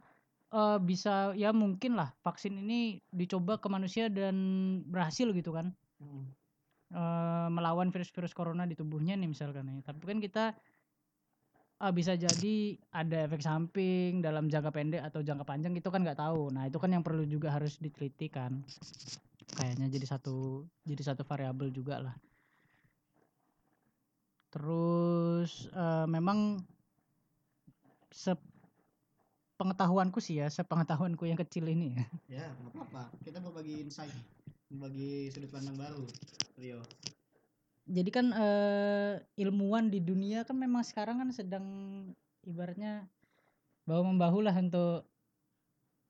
S8: eh, bisa ya mungkin lah vaksin ini dicoba ke manusia dan berhasil gitu kan eh, melawan virus-virus corona di tubuhnya nih misalkan ya. Tapi kan kita ah, bisa jadi ada efek samping dalam jangka pendek atau jangka panjang itu kan nggak tahu. Nah itu kan yang perlu juga harus diteliti kan. Kayaknya jadi satu jadi satu variabel juga lah. Terus eh, memang sepengetahuanku sih ya, sepengetahuanku yang kecil ini ya.
S1: Ya, nggak apa-apa. Kita berbagi insight, berbagi sudut pandang baru. Rio.
S8: jadi kan eh, ilmuwan di dunia kan memang sekarang kan sedang ibaratnya bahu membahu lah untuk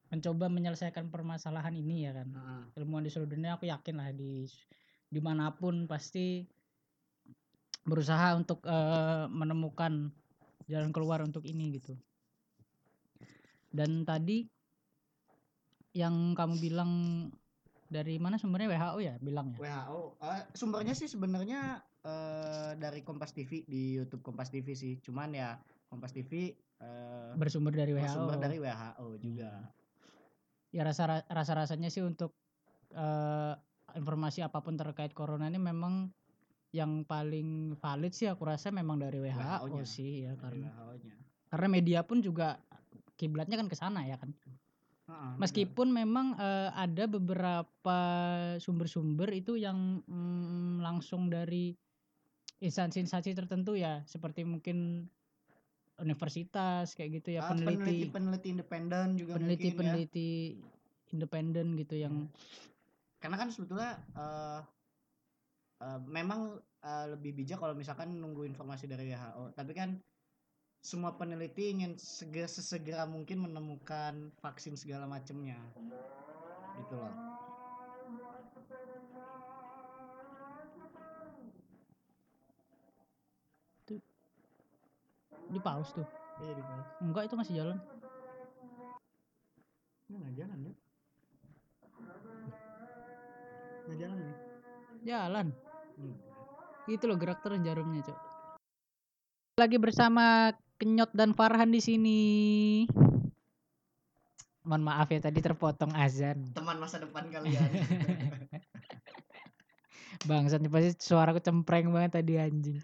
S8: mencoba menyelesaikan permasalahan ini ya kan
S1: Heeh.
S8: ilmuwan di seluruh dunia aku yakin lah di dimanapun pasti berusaha untuk eh, menemukan jalan keluar untuk ini gitu dan tadi yang kamu bilang dari mana sumbernya WHO ya bilang ya
S1: WHO. eh, sumbernya sih sebenarnya eh, dari Kompas TV di YouTube Kompas TV sih. Cuman ya Kompas TV eh
S8: bersumber dari WHO
S1: sumber dari WHO juga.
S8: ya rasa rasa rasanya sih untuk eh, informasi apapun terkait corona ini memang yang paling valid sih aku rasa memang dari WHO,
S1: WHO -nya.
S8: sih ya
S1: Dari
S8: karena
S1: WHO-nya.
S8: karena media pun juga kiblatnya kan ke sana ya kan
S1: Heeh,
S8: meskipun memang eh, ada beberapa sumber-sumber itu yang mm, langsung dari instansi-instansi tertentu ya seperti mungkin universitas kayak gitu
S1: benar.
S8: ya
S1: Ah, peneliti
S8: peneliti
S1: peneliti independen juga
S8: peneliti
S1: mungkin ya.
S8: peneliti independen gitu yang
S1: karena kan sebetulnya eh, eh, memang eh, lebih bijak kalau misalkan nunggu informasi dari WHO tapi kan semua peneliti ingin segera sesegera mungkin menemukan vaksin segala macamnya gitu loh
S8: di pause tuh
S1: iya di bawah.
S8: enggak itu masih jalan
S1: ini nggak jalan ya nggak jalan ya
S8: jalan
S1: Hmm.
S8: itu Gitu loh gerak terus jarumnya cok lagi bersama kenyot dan Farhan di sini mohon maaf ya tadi terpotong azan
S1: teman masa depan kalian
S8: bangsat nih pasti suaraku cempreng banget tadi anjing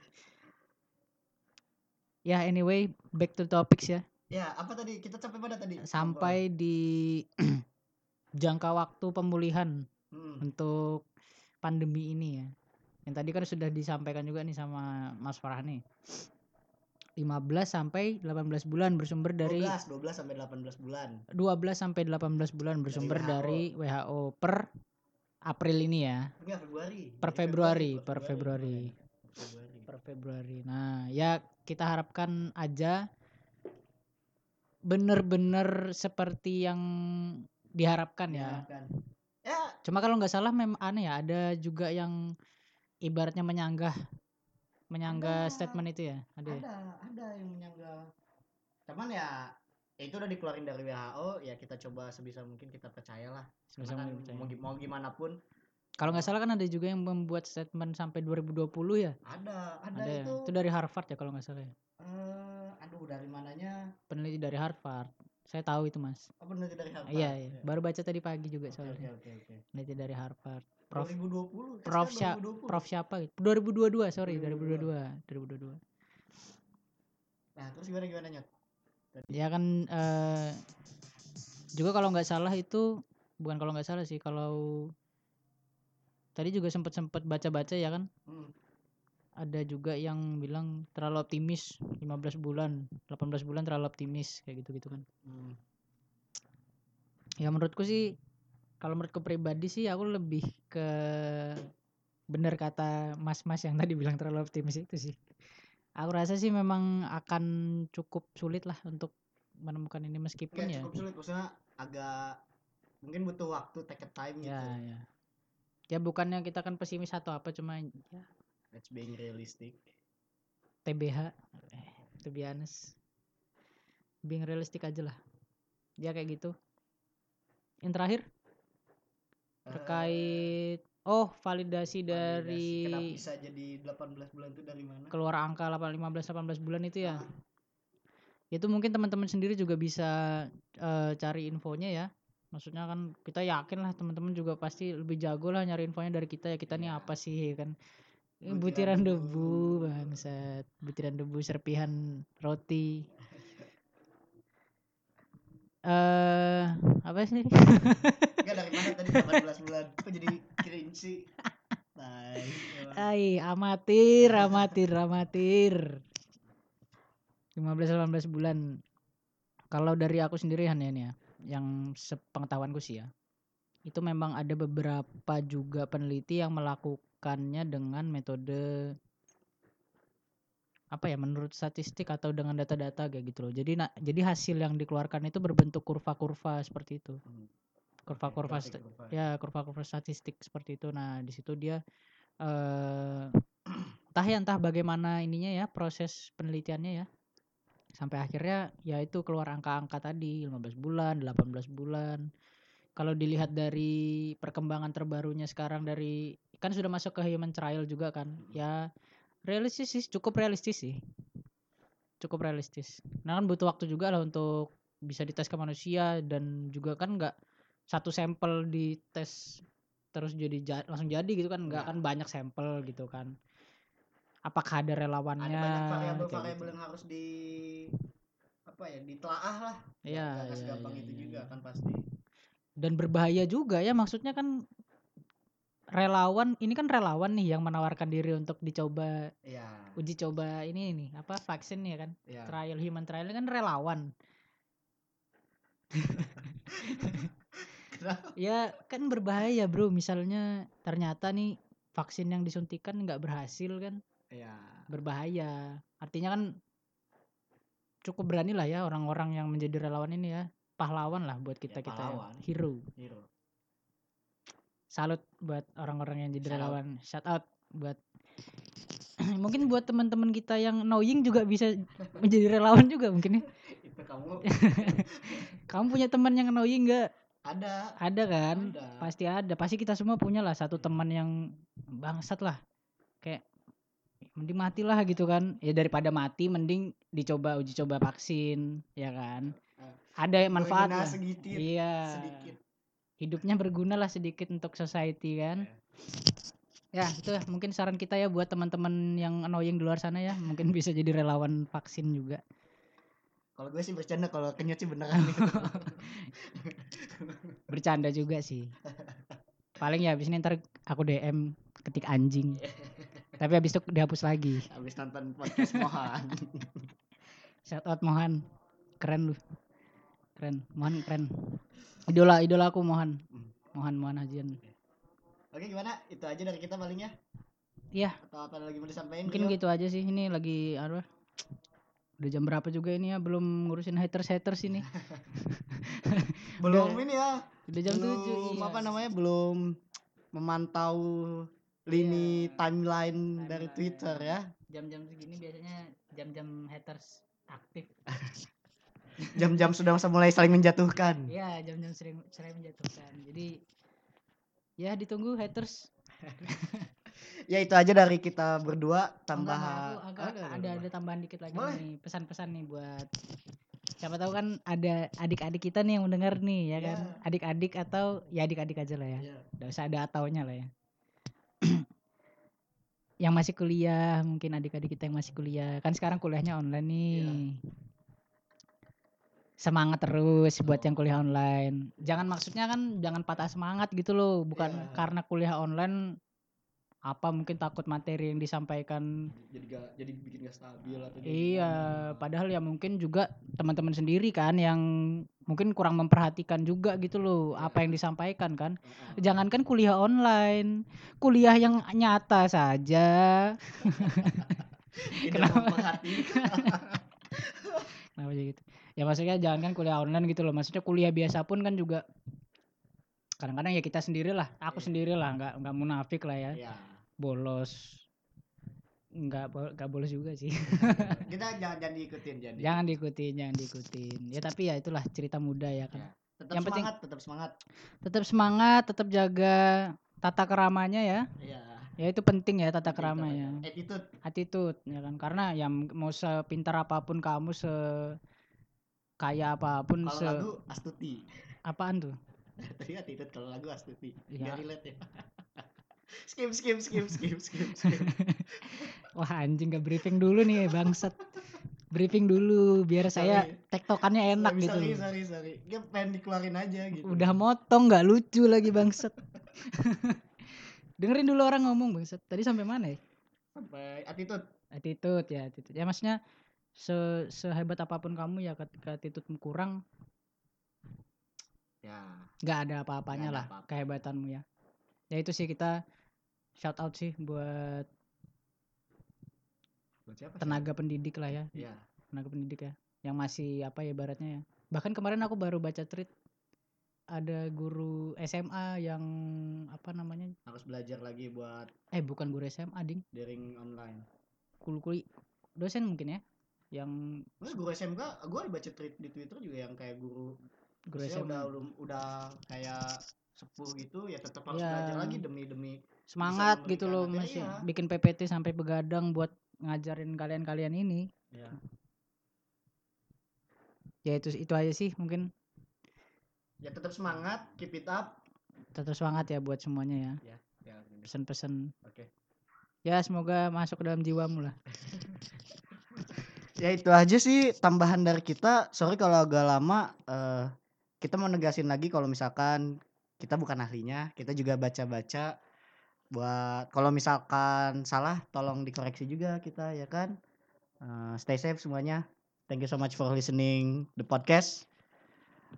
S8: ya anyway back to topics ya
S1: ya apa tadi kita sampai pada tadi
S8: sampai di jangka waktu pemulihan
S1: Hmm,
S8: untuk pandemi ini ya. Yang tadi kan sudah disampaikan juga nih sama Mas Farah nih. 15 sampai 18 bulan bersumber dari
S1: 12 12 sampai 18 bulan
S8: 12, sampai 18 bulan bersumber dari WHO, per April ini ya,
S1: enggak Februari
S8: per
S1: Dari
S8: Februari, per Februari,
S1: Per Februari.
S8: per Februari. Nah, ya kita harapkan aja bener-bener seperti yang diharapkan ya.
S1: Diharapkan. ya
S8: Cuma kalau nggak salah memang aneh ya ada juga yang ibaratnya menyanggah menyanggah
S1: Ada.
S8: statement itu ya. Ada. ya?
S1: ada ada yang menyanggah cuman ya ya itu udah dikeluarin dari WHO ya kita coba sebisa mungkin kita percayalah
S8: Sebisa
S1: Karena
S8: mungkin
S1: kan mau, gi- mau gimana pun
S8: Kalau nggak salah kan ada juga yang membuat statement sampai 2020 ya.
S1: ada ada,
S8: Ada ya.
S1: itu
S8: Itu dari Harvard ya kalau nggak salah ya.
S1: eh, aduh dari mananya
S8: Peneliti dari Harvard. Saya tahu itu, Mas.
S1: apa nanti dari Harvard
S8: Iya, iya.
S1: Ya.
S8: Baru baca tadi pagi
S1: oke
S8: juga
S1: oke
S8: soalnya.
S1: oke oke
S8: Peneliti dari Harvard. Prof
S1: 2020
S8: Prof
S1: hashtag
S8: Sya-
S1: 2020.
S8: Prof siapa gitu? 2022, sorry,
S1: 2022.
S8: 2022. 2022.
S1: nah terus gimana gimana nyet
S8: Ya kan eh juga kalau nggak salah itu bukan kalau nggak salah sih kalau tadi juga sempat sempat baca-baca ya kan
S1: Hmm.
S8: ada juga yang bilang terlalu optimis 15 bulan 18 bulan terlalu optimis kayak gitu gitu kan
S1: Hmm.
S8: ya menurutku sih kalau menurutku pribadi sih aku lebih ke bener kata mas-mas yang tadi bilang terlalu optimis itu sih aku rasa sih memang akan cukup sulit lah untuk menemukan ini meskipun
S1: Nggak
S8: ya
S1: Iya, cukup sulit maksudnya agak mungkin butuh waktu take a time
S8: ya
S1: gitu
S8: ya ya bukannya kita kan pesimis atau apa cuma ya,
S1: That's being realistic Eh,
S8: TBH eh, to be honest being realistic aja lah ya kayak gitu yang
S1: Eh.
S8: terakhir terkait oh validasi
S1: Validasi.
S8: dari
S1: kenapa bisa jadi 18 bulan itu dari mana
S8: keluar angka 8 15 18 bulan itu ya itu mungkin teman-teman sendiri juga bisa eh, cari infonya ya maksudnya kan kita yakin lah teman-teman juga pasti lebih jago lah nyari infonya dari kita ya kita nih apa sih kan Eh,
S3: Butiran
S8: butiran, debu
S3: debu.
S8: bangsat butiran debu serpihan roti eh apa sih
S1: Enggak dari mana tadi 18 bulan. Kok jadi cringe sih? Tai. emang.
S8: Hai, amatir, amatir, amatir. 15-18 bulan. Kalau dari aku sendiri Han, ya nih ya, yang sepengetahuanku sih ya. Itu memang ada beberapa juga peneliti yang melakukannya dengan metode apa ya menurut statistik atau dengan data-data kayak gitu loh. Jadi na- jadi hasil yang dikeluarkan itu berbentuk kurva-kurva seperti itu.
S1: Hmm.
S8: Kurva-kurva sta-
S1: Kurva.
S8: ya kurva-kurva statistik seperti itu nah di situ dia eh entah ya entah bagaimana ininya ya proses penelitiannya ya sampai akhirnya yaitu keluar angka-angka tadi 15 bulan 18 bulan kalau dilihat dari perkembangan terbarunya sekarang dari kan sudah masuk ke human trial juga kan
S1: Hmm.
S8: ya realistis sih cukup realistis sih cukup realistis nah kan butuh waktu juga lah untuk bisa dites ke manusia dan juga kan nggak satu sampel di tes terus jadi ja- langsung jadi gitu kan
S1: Iya.
S8: nggak kan banyak sampel gitu kan apakah ada relawannya
S1: Ada banyak
S8: kayak
S1: variabel-variabel
S8: gitu.
S1: yang harus di apa ya ditelaah lah
S8: Iya,
S1: Nggak- nggak
S8: iya,
S1: segampang
S8: iya,
S1: itu
S8: iya,
S1: juga
S8: iya.
S1: kan pasti
S8: dan berbahaya juga ya maksudnya kan relawan ini kan relawan nih yang menawarkan diri untuk dicoba
S1: iya
S8: uji coba ini nih apa vaksin ya kan
S1: iya
S8: trial human trial ini kan relawan ya kan berbahaya bro misalnya ternyata nih vaksin yang disuntikan nggak berhasil kan
S1: iya
S8: berbahaya artinya kan cukup berani lah ya orang-orang yang menjadi relawan ini ya pahlawan lah buat kita kita ya.
S1: pahlawan.
S8: hero
S1: hero
S8: salut buat orang-orang yang jadi
S1: Shout out.
S8: relawan shout out buat mungkin buat teman-teman kita yang knowing juga bisa menjadi relawan juga mungkin ya
S1: itu kamu
S8: kamu punya teman yang knowing nggak
S1: ada
S8: ada kan
S1: ada
S8: pasti ada pasti kita semua punya lah satu teman yang bangsat lah kayak mending matilah gitu kan ya daripada mati mending dicoba uji coba vaksin ya kan
S1: Eh,
S8: ada yang manfaat
S1: Berguna
S8: lah.
S1: sedikit
S8: iya
S1: sedikit
S8: hidupnya berguna lah sedikit untuk society kan
S1: Iya.
S8: ya itu lah, mungkin saran kita ya buat teman-teman yang annoying di luar sana ya mungkin bisa jadi relawan vaksin juga
S1: kalau gue sih bercanda kalau kenyut sih beneran
S8: bercanda juga sih paling ya habis ini ntar aku DM ketik anjing tapi habis itu dihapus lagi
S1: habis nonton podcast Mohan
S8: Shout out Mohan. Keren lu. Keren. Mohan keren. Idola idola aku Mohan. Mohan Mohan Hajian.
S1: oke gimana itu aja dari kita paling ya
S8: Iya.
S1: atau apa lagi mau disampaikan
S8: Mungkin
S1: Rio?
S8: gitu aja sih. Ini lagi apa? Udah jam berapa juga ini ya? Belum ngurusin haters haters ini.
S1: belum ini ya
S8: Udah jam tujuh.
S1: belum
S8: iya.
S1: apa namanya belum memantau lini
S8: Iya.
S1: timeline dari
S8: Timeline.
S1: Twitter ya
S8: Jam-jam segini biasanya jam-jam haters aktif.
S1: jam-jam sudah mulai saling menjatuhkan
S8: Iya, jam-jam sering sering menjatuhkan. Jadi ya ditunggu haters.
S1: ya itu aja dari kita berdua
S8: Oh, enggak, enggak,
S1: tambahan
S8: aku agak ada ada tambahan dikit lagi
S1: Boleh.
S8: nih pesan-pesan nih buat siapa tahu kan ada adik-adik kita nih yang mendengar nih ya kan
S1: Ya.
S8: adik-adik atau ya adik-adik aja lah ya
S1: Ya.
S8: nggak usah ada ataunya lah ya yang masih kuliah mungkin adik-adik kita yang masih kuliah kan sekarang kuliahnya online nih
S1: Iya.
S8: semangat terus buat yang kuliah online jangan maksudnya kan jangan patah semangat gitu loh bukan
S1: Iya.
S8: karena kuliah online apa mungkin takut materi yang disampaikan
S1: jadi gak, jadi bikin gak stabil atau
S8: Iya, padahal ya mungkin juga teman-teman sendiri kan yang mungkin kurang memperhatikan juga gitu loh apa yang disampaikan kan. Jangankan kuliah online, kuliah yang nyata saja Kenapa? Kenapa jadi gitu? Ya maksudnya jangan kan kuliah online gitu loh. Maksudnya kuliah biasa pun kan juga kadang-kadang ya kita sendirilah, aku
S1: Iya.
S8: sendirilah, nggak nggak munafik lah ya,
S1: ya
S8: bolos, nggak bo- nggak bolos juga sih.
S1: kita jangan jangan diikutin jadi
S8: jangan diikutin, jangan diikutin. Ya tapi ya itulah cerita muda ya kan.
S1: tetap
S8: yang penting-
S1: semangat tetap semangat
S8: tetap semangat, tetap jaga tata keramanya ya.
S1: iya
S8: Ya itu penting ya tata
S1: Penting
S8: kerama
S1: banget.
S8: ya.
S1: attitude
S8: Attitude ya kan karena ya m- mau sepintar apapun kamu se sekaya apapun
S1: Kalau
S8: se
S1: lagu Astuti.
S8: apaan tuh
S1: Tadi attitude kalau lagu Astuti.
S8: Iya.
S1: Biar relate ya. skip skip skip skip skip skip.
S8: wah anjing gak briefing dulu nih bangsat briefing dulu biar saya
S1: Sorry.
S8: tektokannya enak
S1: sorry,
S8: gitu
S1: Sorry sorry sorry. Dia pengen dikeluarin aja gitu.
S8: udah motong nggak lucu lagi bangsat dengerin dulu orang ngomong bangsat tadi sampai mana ya
S1: sampai attitude.
S8: attitude ya attitude ya maksudnya se sehebat apapun kamu ya ketika attitude kurang
S1: Ya.
S8: nggak ada apa-apanya
S1: Nggak ada
S8: lah
S1: apa-apa.
S8: kehebatanmu ya ya itu sih kita shout out sih
S1: Oh,
S8: buat
S1: Buat siapa?
S8: tenaga pendidik lah ya
S1: Iya.
S8: tenaga pendidik ya yang masih apa ya ibaratnya ya bahkan kemarin aku baru baca tweet ada guru SMA yang apa namanya
S1: Harus belajar lagi buat
S8: eh bukan guru SMA ding
S1: daring online.
S8: kuli dosen mungkin ya yang
S1: Terus guru SMK, gue baca tweet di Twitter juga yang kayak guru,
S8: guru
S1: saya udah
S8: SMA
S1: ulum- udah kayak sepuh gitu ya tetap harus
S8: Iya.
S1: belajar lagi demi demi
S8: semangat
S1: memberikan
S8: gitu loh
S1: materi,
S8: masih
S1: iya.
S8: bikin PPT sampai begadang buat ngajarin kalian-kalian ini
S1: Iya.
S8: ya itu itu aja sih mungkin
S1: ya tetap semangat keep it up
S8: tetap semangat ya buat semuanya ya
S1: ya bener.
S8: pesan-pesan
S1: Oke.
S8: ya semoga masuk ke dalam jiwamu lah
S1: ya itu aja sih tambahan dari kita sorry kalau agak lama eh, kita mau negasin lagi kalau misalkan kita bukan ahlinya kita juga baca-baca buat kalau misalkan salah tolong dikoreksi juga kita ya kan Eh, stay safe semuanya thank you so much for listening the podcast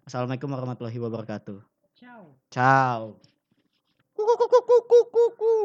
S1: assalamualaikum warahmatullahi wabarakatuh
S8: ciao
S1: ciao Kuku, kuku, kuku, kuku, kuku.